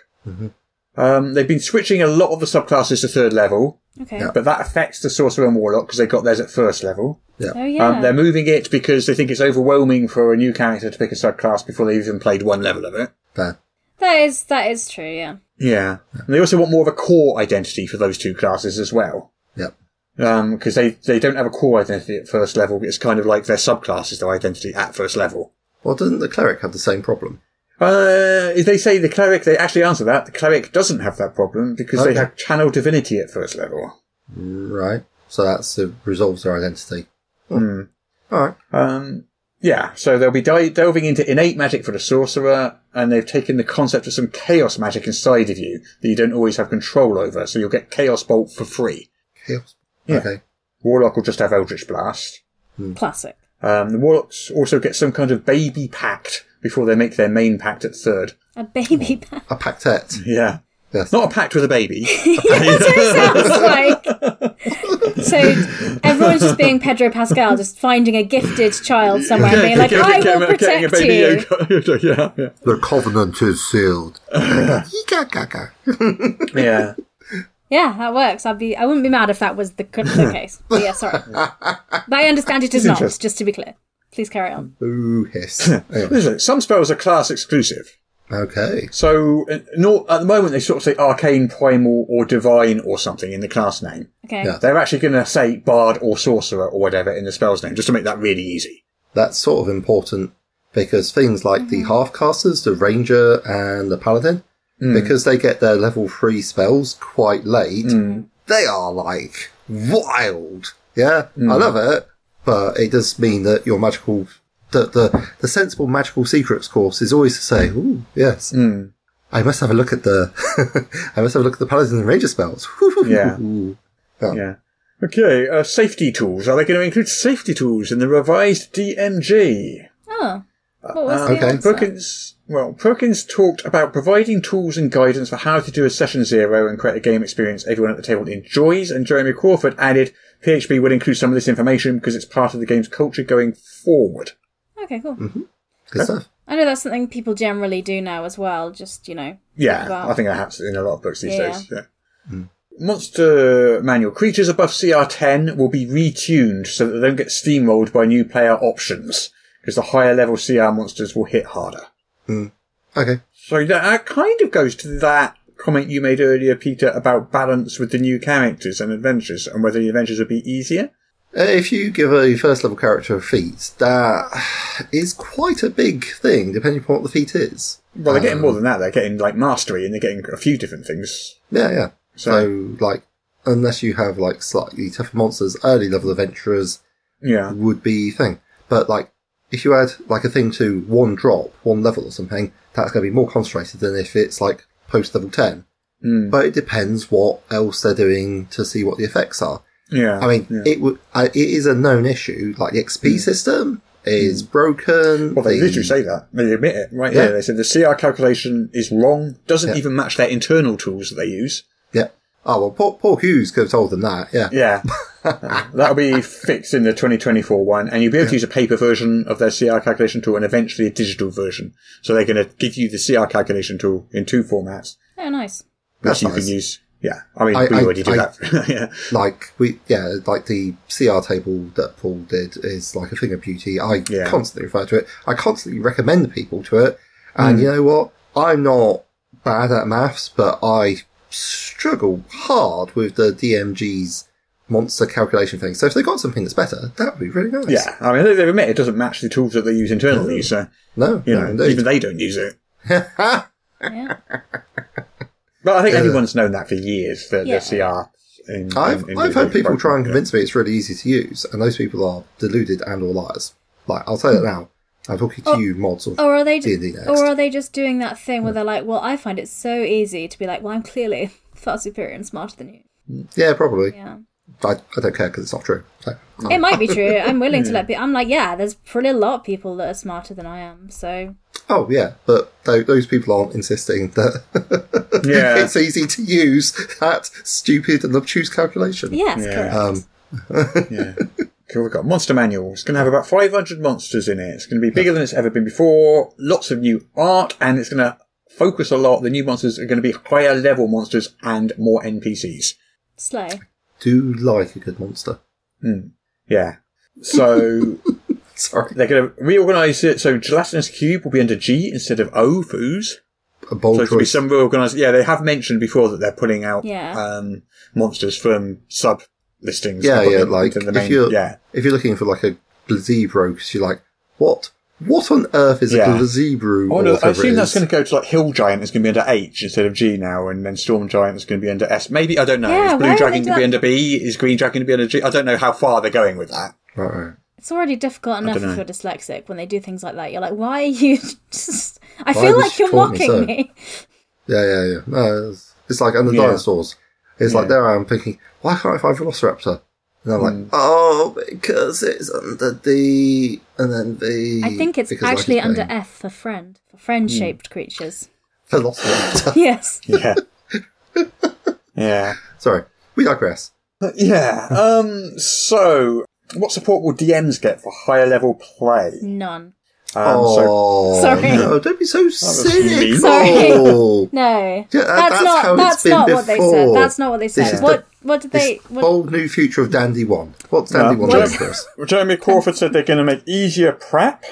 Um, they've been switching a lot of the subclasses to third level, Okay. Yeah. but that affects the sorcerer and warlock because they got theirs at first level. Oh yeah. Um, they're moving it because they think it's overwhelming for a new character to pick a subclass before they've even played one level of it. fair. that is that is true. Yeah. Yeah. And they also want more of a core identity for those two classes as well. Yep. Because they, they don't have a core identity at first level. It's kind of like their subclass is their identity at first level. Well, doesn't the cleric have the same problem? Uh, if they say the cleric, they actually answer that. The cleric doesn't have that problem because they Okay. have channel divinity at first level. Right. So that's uh, resolves their identity. Hmm. All right. Um, yeah, so they'll be di- delving into innate magic for the sorcerer, and they've taken the concept of some chaos magic inside of you that you don't always have control over, so you'll get chaos bolt for free. Heals. Yeah. Okay. Warlock will just have eldritch blast. Hmm. Classic. Um, the warlocks also get some kind of baby pact before they make their main pact at third. A baby back. A pactet. Yeah, Yes. Hmm. not a pact with a baby. sounds like. [laughs] So everyone's just being Pedro Pascal, just finding a gifted [laughs] child [laughs] somewhere and being like, "I will Getting a protect baby you." yoga. yeah, [laughs] yeah. [laughs] The covenant is [laughs] sealed. [laughs] Yee-ka-ka-ka. Yeah. Yeah, that works. I'd be. I wouldn't be mad if that was the, [laughs] c- the case. But yeah, sorry. but I understand it is not. interesting. Just to be clear. Please carry on. Ooh, [laughs] hiss. Anyway. Listen, some spells are class exclusive. Okay. So uh, nor- at the moment, they sort of say arcane, primal, or divine, or something in the class name. Okay. Yeah. They're actually going to say bard or sorcerer or whatever in the spell's name, just to make that really easy. That's sort of important because things like the half casters, the ranger, and the paladin, because they get their level three spells quite late, they are like wild. Yeah, I love it, but it does mean that your magical, the the, the sensible magical secrets course is always to say, "Ooh, yes." I must have a look at the. [laughs] I must have a look at the paladin and ranger spells. [laughs] Yeah. Yeah. Yeah. Okay, uh, safety tools. Are they going to include safety tools in the revised DMG? Oh. What was Uh, the okay. answer? Perkins, well, Perkins talked about providing tools and guidance for how to do a session zero and create a game experience everyone at the table enjoys. And Jeremy Crawford added, PHB will include some of this information because it's part of the game's culture going forward. Okay. Cool. Mm-hmm. Good stuff. I know that's something people generally do now as well. Just you know. Yeah, Wow. I think that happens in a lot of books these Yeah. days. Yeah. Monster manual creatures above CR10 will be retuned so that they don't get steamrolled by new player options because the higher level CR monsters will hit harder. Okay. So that, that kind of goes to that comment you made earlier, Peter, about balance with the new characters and adventures and whether the adventures would be easier. Uh, If you give a first level character a feat, that is quite a big thing, depending upon what the feat is. Well, they're getting Um, more than that. They're getting like mastery and they're getting a few different things. Yeah, yeah. So, So- like, unless you have, like, slightly tougher monsters, early level adventurers Yeah. would be thing. But, like, if you add, like, a thing to one drop, one level or something, that's going to be more concentrated than if it's, like, post level 10. Mm. But it depends what else they're doing to see what the effects are. Yeah. I mean, Yeah. Mm. it would. I it is a known issue. Like the XP system is broken. Well, they the- literally say that. They admit it right Yeah. there. They said the CR calculation is wrong, doesn't Yeah. even match their internal tools that they use. Yeah. Oh well, poor, poor Hughes could have told them that. Yeah. [laughs] Yeah. Uh, That'll be fixed in the 2024 one, and you'll be able to use a paper version of their CR calculation tool and eventually a digital version. So they're going to give you the CR calculation tool in two formats, Oh, nice. which That's you nice. can use. Yeah, I mean, I- we I- already do I- that. [laughs] yeah. like we yeah like the cr table that paul did is like a thing of beauty i Yeah. constantly refer to it i constantly recommend people to it Mm. and you know what i'm not bad at maths but i struggle hard with the dmg's monster calculation thing so if they got something that's better that would be really nice Yeah, I mean, they- they've admitted it doesn't match the tools that they use internally, so, no you no know, indeed. even they don't use [laughs] it. Yeah. But I think everyone's known that for years, that Yeah. the CR. In, I've, in- in I've the- had people try and yeah. convince me it's really easy to use, and those people are deluded and or liars. Like, I'll tell you Hmm. that now. I'm talking to Oh, you, mods of Or are they D&D just, next. or are they just doing that thing Mm. where they're like, well, I find it so easy to be like, well, I'm clearly [laughs] far superior and smarter than you. yeah, probably. Yeah. I, I don't care because it's not true. So, It might be true. I'm willing [laughs] to let be. I'm like, yeah, there's probably a lot of people that are smarter than I am. So oh yeah, but th- those people aren't insisting that [laughs] Yeah. it's easy to use that stupid and obtuse calculation. yes, Yeah. Um, correct. Yeah. [laughs] Cool, we've got Monster Manual. It's going to have about 500 monsters in it. It's going to be bigger than it's ever been before. Lots of new art, and it's going to focus a lot. The new monsters are going to be higher level monsters and more NPCs. Slow. do like a good monster. [laughs] Yeah. So Sorry, they're going to reorganize it. So Gelatinous Cube will be under G instead of O for ooze. a bold So it's going to be choice. some reorganized. Yeah, they have mentioned before that they're pulling out Yeah. um, monsters from sub listings. yeah, and yeah. putting Like into the if main- you're yeah. if you're looking for like a gazebro, because you're like, what? What on earth is Yeah. a gazebro? Oh, or no, I whatever it assume that's is? going to go to like Hill Giant is going to be under H instead of G now, and then Storm Giant is going to be under S. Maybe I don't know. Yeah, is why Blue would Dragon they going to do be that? under B? Is Green Dragon going to be under G? I don't know how far they're going with [laughs] that. Right, right. It's already difficult enough if dunno. you're dyslexic when they do things like that. You're like, why are you [laughs] just. I Why feel was like you you're taught me mocking so? me. Yeah, yeah, yeah. No, it's, it's like under Yeah. dinosaurs. It's like Yeah. Mm. there I am thinking, why can't I find Velociraptor? And I'm like, oh, because it's under D and then V. I think it's because, like, actually under playing F for friend, for friend Hmm. shaped creatures. [laughs] Velociraptor. Yes. Yeah. yeah. Sorry, we digress. Yeah. Um. So, what support will DMs get for higher level play? None. Um, so- oh, Sorry. no, don't be so mean. cynical. [laughs] Sorry. No. Yeah, that- that's, that's how not it's that's been not what they said. before. That's not what they This said. is What what did they This what, whole new future of Dandy One. What's Dandy Yeah. One doing What- for us? um, [laughs] Jeremy Crawford said they're going to make easier prep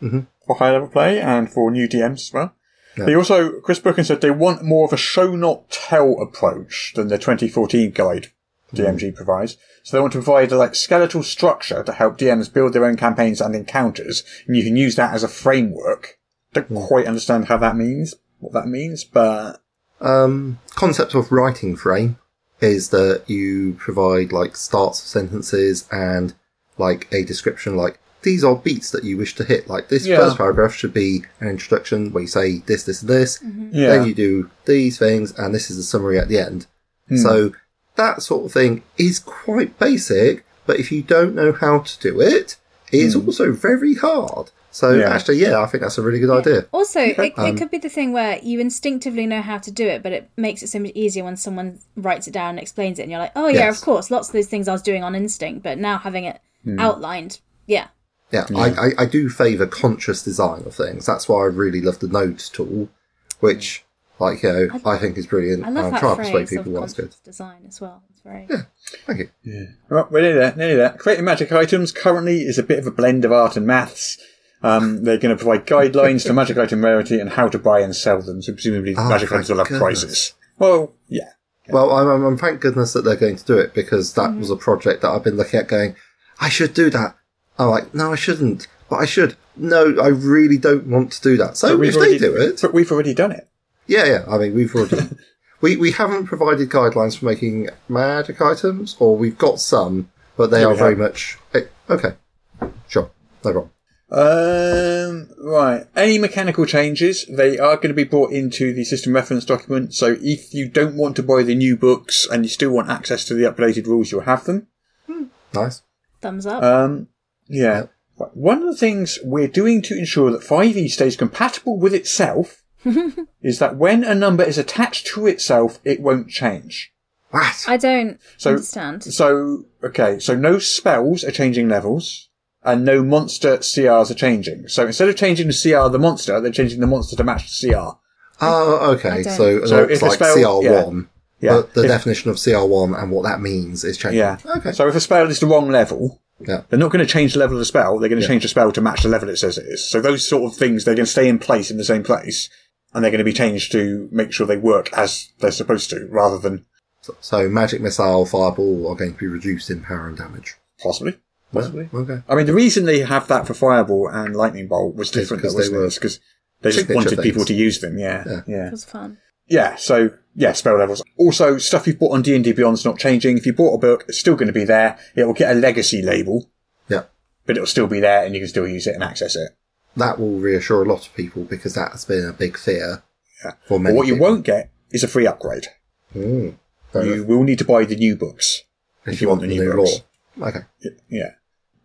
for high level play and for new DMs as well. They also, Chris Brookin said they want more of a show not tell approach than the 2014 guide DMG provides. So they want to provide a like skeletal structure to help DMs build their own campaigns and encounters, and you can use that as a framework. Don't quite understand how that means, what that means, but Um, concept of writing frame is that you provide like starts of sentences and like a description like these are beats that you wish to hit. Like this Yeah. first paragraph should be an introduction where you say this, this, and this. yeah, Then you do these things and this is a summary at the end. Mm. So that sort of thing is quite basic, but if you don't know how to do it, it's also very hard. So Mm. Yeah. actually, yeah, I think that's a really good idea. also it, Um, it could be the thing where you instinctively know how to do it, but it makes it so much easier when someone writes it down and explains it and you're like, Oh yeah, Yes. Hmm. of course, lots of those things I was doing on instinct, but now having it outlined, yeah. Yeah, I, I, I do favour conscious design of things. That's why I really love the nodes tool, which, like, you know, I, think is brilliant. I love and that try to persuade phrase of people why it's good. conscious design as well. It's very Thank you. Well, we're Oh, nearly there, nearly there. Creating magic items currently is a bit of a blend of art and maths. Um, they're going to provide guidelines to magic item rarity and how to buy and sell them. So presumably Oh, magic thank items will have goodness. prices. Well, yeah. Well, I'm, I'm, I'm thank goodness that they're going to do it because that was a project that I've been looking at going, I should do that. I'm like, no, I shouldn't, but I should. No, I really don't want to do that. So But Oh, if we've they already- do it, But we've already done it. yeah, yeah. I mean, we've already [laughs] we we haven't provided guidelines for making magic items, or we've got some, but they Yeah, are we very have. much eh, okay. Sure, no problem. Um, right. Any mechanical changes, they are going to be brought into the system reference document. So if you don't want to buy the new books and you still want access to the updated rules, you'll have them. Nice. thumbs up. Uh, Um, yeah. Right. One of the things we're doing to ensure that 5e stays compatible with itself is that when a number is attached to itself, it won't change. What? I don't So, understand. So, okay, so no spells are changing levels and no monster CRs are changing. So instead of changing the CR the monster, they're changing the monster to match the CR. Oh, I okay. don't- So, So it's if the like spell- CR one. Yeah. But the If- definition of CR1 and what that means is changing. yeah. Okay. So if a spell is the wrong level, yeah. they're not going to change the level of the spell. They're going to Yeah. change the spell to match the level it says it is. So those sort of things, they're going to stay in place in the same place, and they're going to be changed to make sure they work as they're supposed to, rather than So, so magic missile, fireball are going to be reduced in power and damage. possibly. Possibly. Yeah, okay. I mean, the reason they have that for Fireball and Lightning Bolt was different, because though, wasn't they it? were It's 'cause they just signature wanted people things. to use them. Yeah, yeah, Yeah. yeah. It was fun. so yeah, spell levels. Also, stuff you bought on D and D Beyond's not changing. If you bought a book, it's still going to be there. It will get a legacy label, Yeah. but it'll still be there, and you can still use it and access it. That will reassure a lot of people because that's been a big fear Yeah. for But many. what you people. won't get is a free upgrade. Mm. Fair You enough. will need to buy the new books. if, you want the new law. books. Okay. Yeah.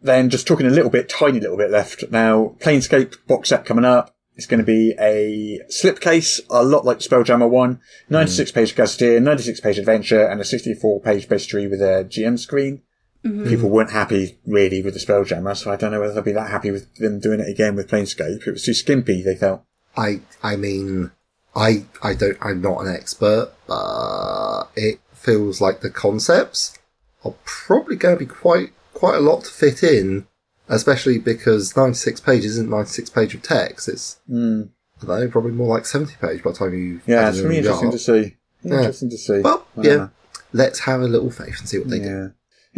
Then just talking a little bit, tiny little bit left. Now, Planescape box set coming up. It's going to be a slipcase, a lot like Spelljammer 1, 96 Mm. page gazetteer, 96 page adventure, and a 64 page pastry with a GM screen. People weren't happy really with the Spelljammer, so I don't know whether they'll be that happy with them doing it again with Planescape. It was too skimpy, they felt. I I mean I I don't I'm not an expert, but it feels like the concepts are probably going to be quite quite a lot to fit in, especially because 96 pages isn't 96 page of text. It's Mm. I don't know, probably more like 70 page by the time you Yeah, add it's in really the interesting art. to see. Yeah. Interesting to see. Well, I don't yeah. know. Let's have a little faith and see what they do. Yeah.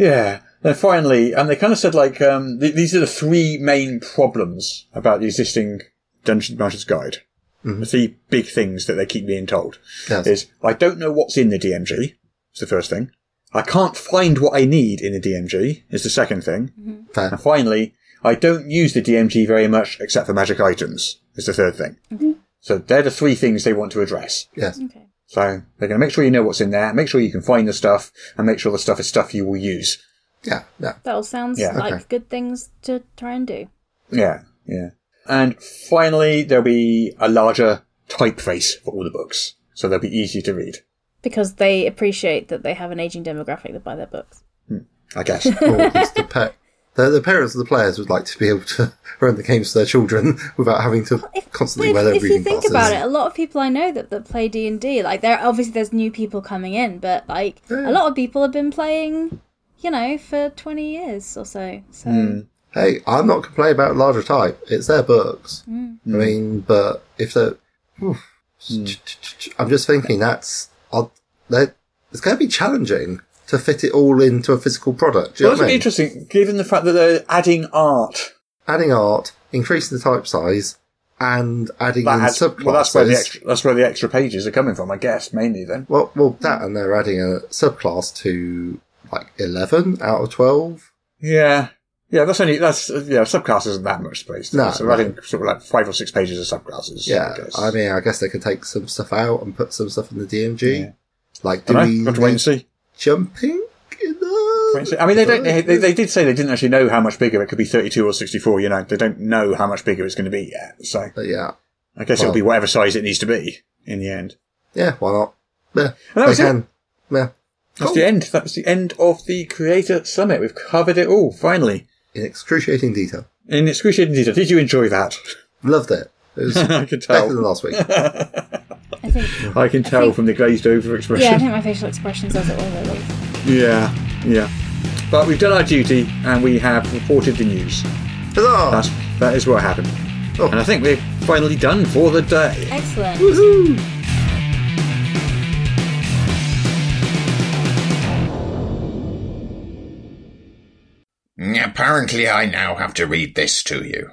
Yeah. Then finally, and they kind of said like, um, th- these are the three main problems about the existing Dungeon Master's Guide. The three big things that they keep being told Mm-hmm. Yes. is, I don't know what's in the DMG. It's the first thing. I can't find what I need in the DMG. Is the second thing. Fair. And finally, I don't use the DMG very much except for magic items. Is the third thing. So they're the three things they want to address. Yes. Okay. So they're going to make sure you know what's in there, make sure you can find the stuff, and make sure the stuff is stuff you will use. Yeah. Yeah. That all sounds Yeah. like Okay. good things to try and do. Yeah, yeah. And finally, there'll be a larger typeface for all the books, so they'll be easy to read. Because they appreciate that they have an aging demographic that buy their books. I [laughs] guess. Or at least the pa- the, the parents of the players would like to be able to [laughs] run the games to their children [laughs] without having to If, constantly wear well, if, their if reading you think glasses. about it, a lot of people I know that, that play D and D, like there obviously there's new people coming in, but like a lot of people have been playing, you know, for twenty years or so. So hey, I'm not complaining about larger type. It's their books. I mean, but if they're, oof. Mm. I'm just thinking that's, I'll, they're- it's going to be challenging to fit it all into a physical product. Do you well, that's know what I mean? interesting, given the fact that they're adding art. Adding art, increasing the type size, and adding That in adds- subclasses. well, that's where the extra, that's where the extra pages are coming from, I guess, mainly then. Well, well, that and they're adding a subclass to like eleven out of twelve. Yeah. Yeah, that's only, that's, uh, yeah, subclass isn't that much space. No, So no. I think sort of like five or six pages of subclasses. Yeah, I guess. I, mean, I guess they can take some stuff out and put some stuff in the DMG. Yeah. Like, I do don't we know. Got to wait and need see. jumping? In the... Wait, so- I mean, they don't. They, they did say they didn't actually know how much bigger it could be, thirty-two or sixty-four. You know, they don't know how much bigger it's going to be yet. So But yeah, I guess it'll Well- be whatever size it needs to be in the end. yeah, why not? Yeah, And that they was it. can. Yeah, That's Cool. the end. That was the end of the Creator Summit. We've covered it all finally in excruciating detail. in excruciating detail. Did you enjoy that? [laughs] Loved it. It was I can better than tell. [laughs] last week. I think, I can tell think- from the glazed-over yeah, I expression. think my facial expression says it all. Really. Yeah. yeah, But we've done our duty and we have reported the news. Huzzah! That's that is what happened. Oh. And I think we're finally done for the day. Excellent. Apparently, I now have to read this to you.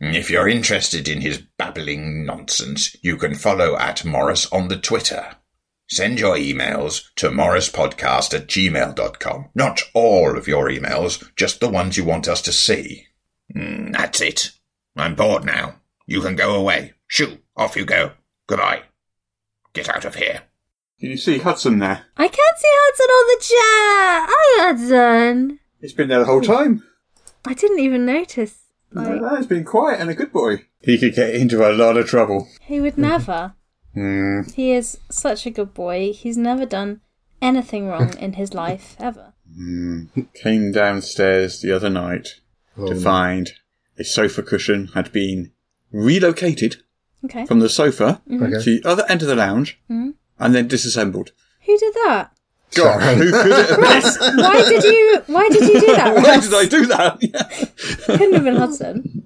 If you're interested in his babbling nonsense, you can follow at Morris on the Twitter. Send your emails to morrispodcast at gmail.com. Not all of your emails, just the ones you want us to see. Mm, that's it. I'm bored now. You can go away. Shoo, off you go. Goodbye. Get out of here. Can you see Hudson there? I can't see Hudson on the chair. Hi, Hudson. He's been there the whole time. I didn't even notice. Like he's been quiet and a good boy. He could get into a lot of trouble. Mm-hmm. he would never. Hmm. He is such a good boy. He's never done anything [laughs] wrong in his life ever. Came downstairs the other night Oh, to no. find a sofa cushion had been relocated Okay. from the sofa to Okay. the other end of the lounge and then disassembled. Who did that? God, who could it have been? Why [laughs] did you? Why did you do that? Why did I do that? [laughs] Yeah. Couldn't have been Hudson.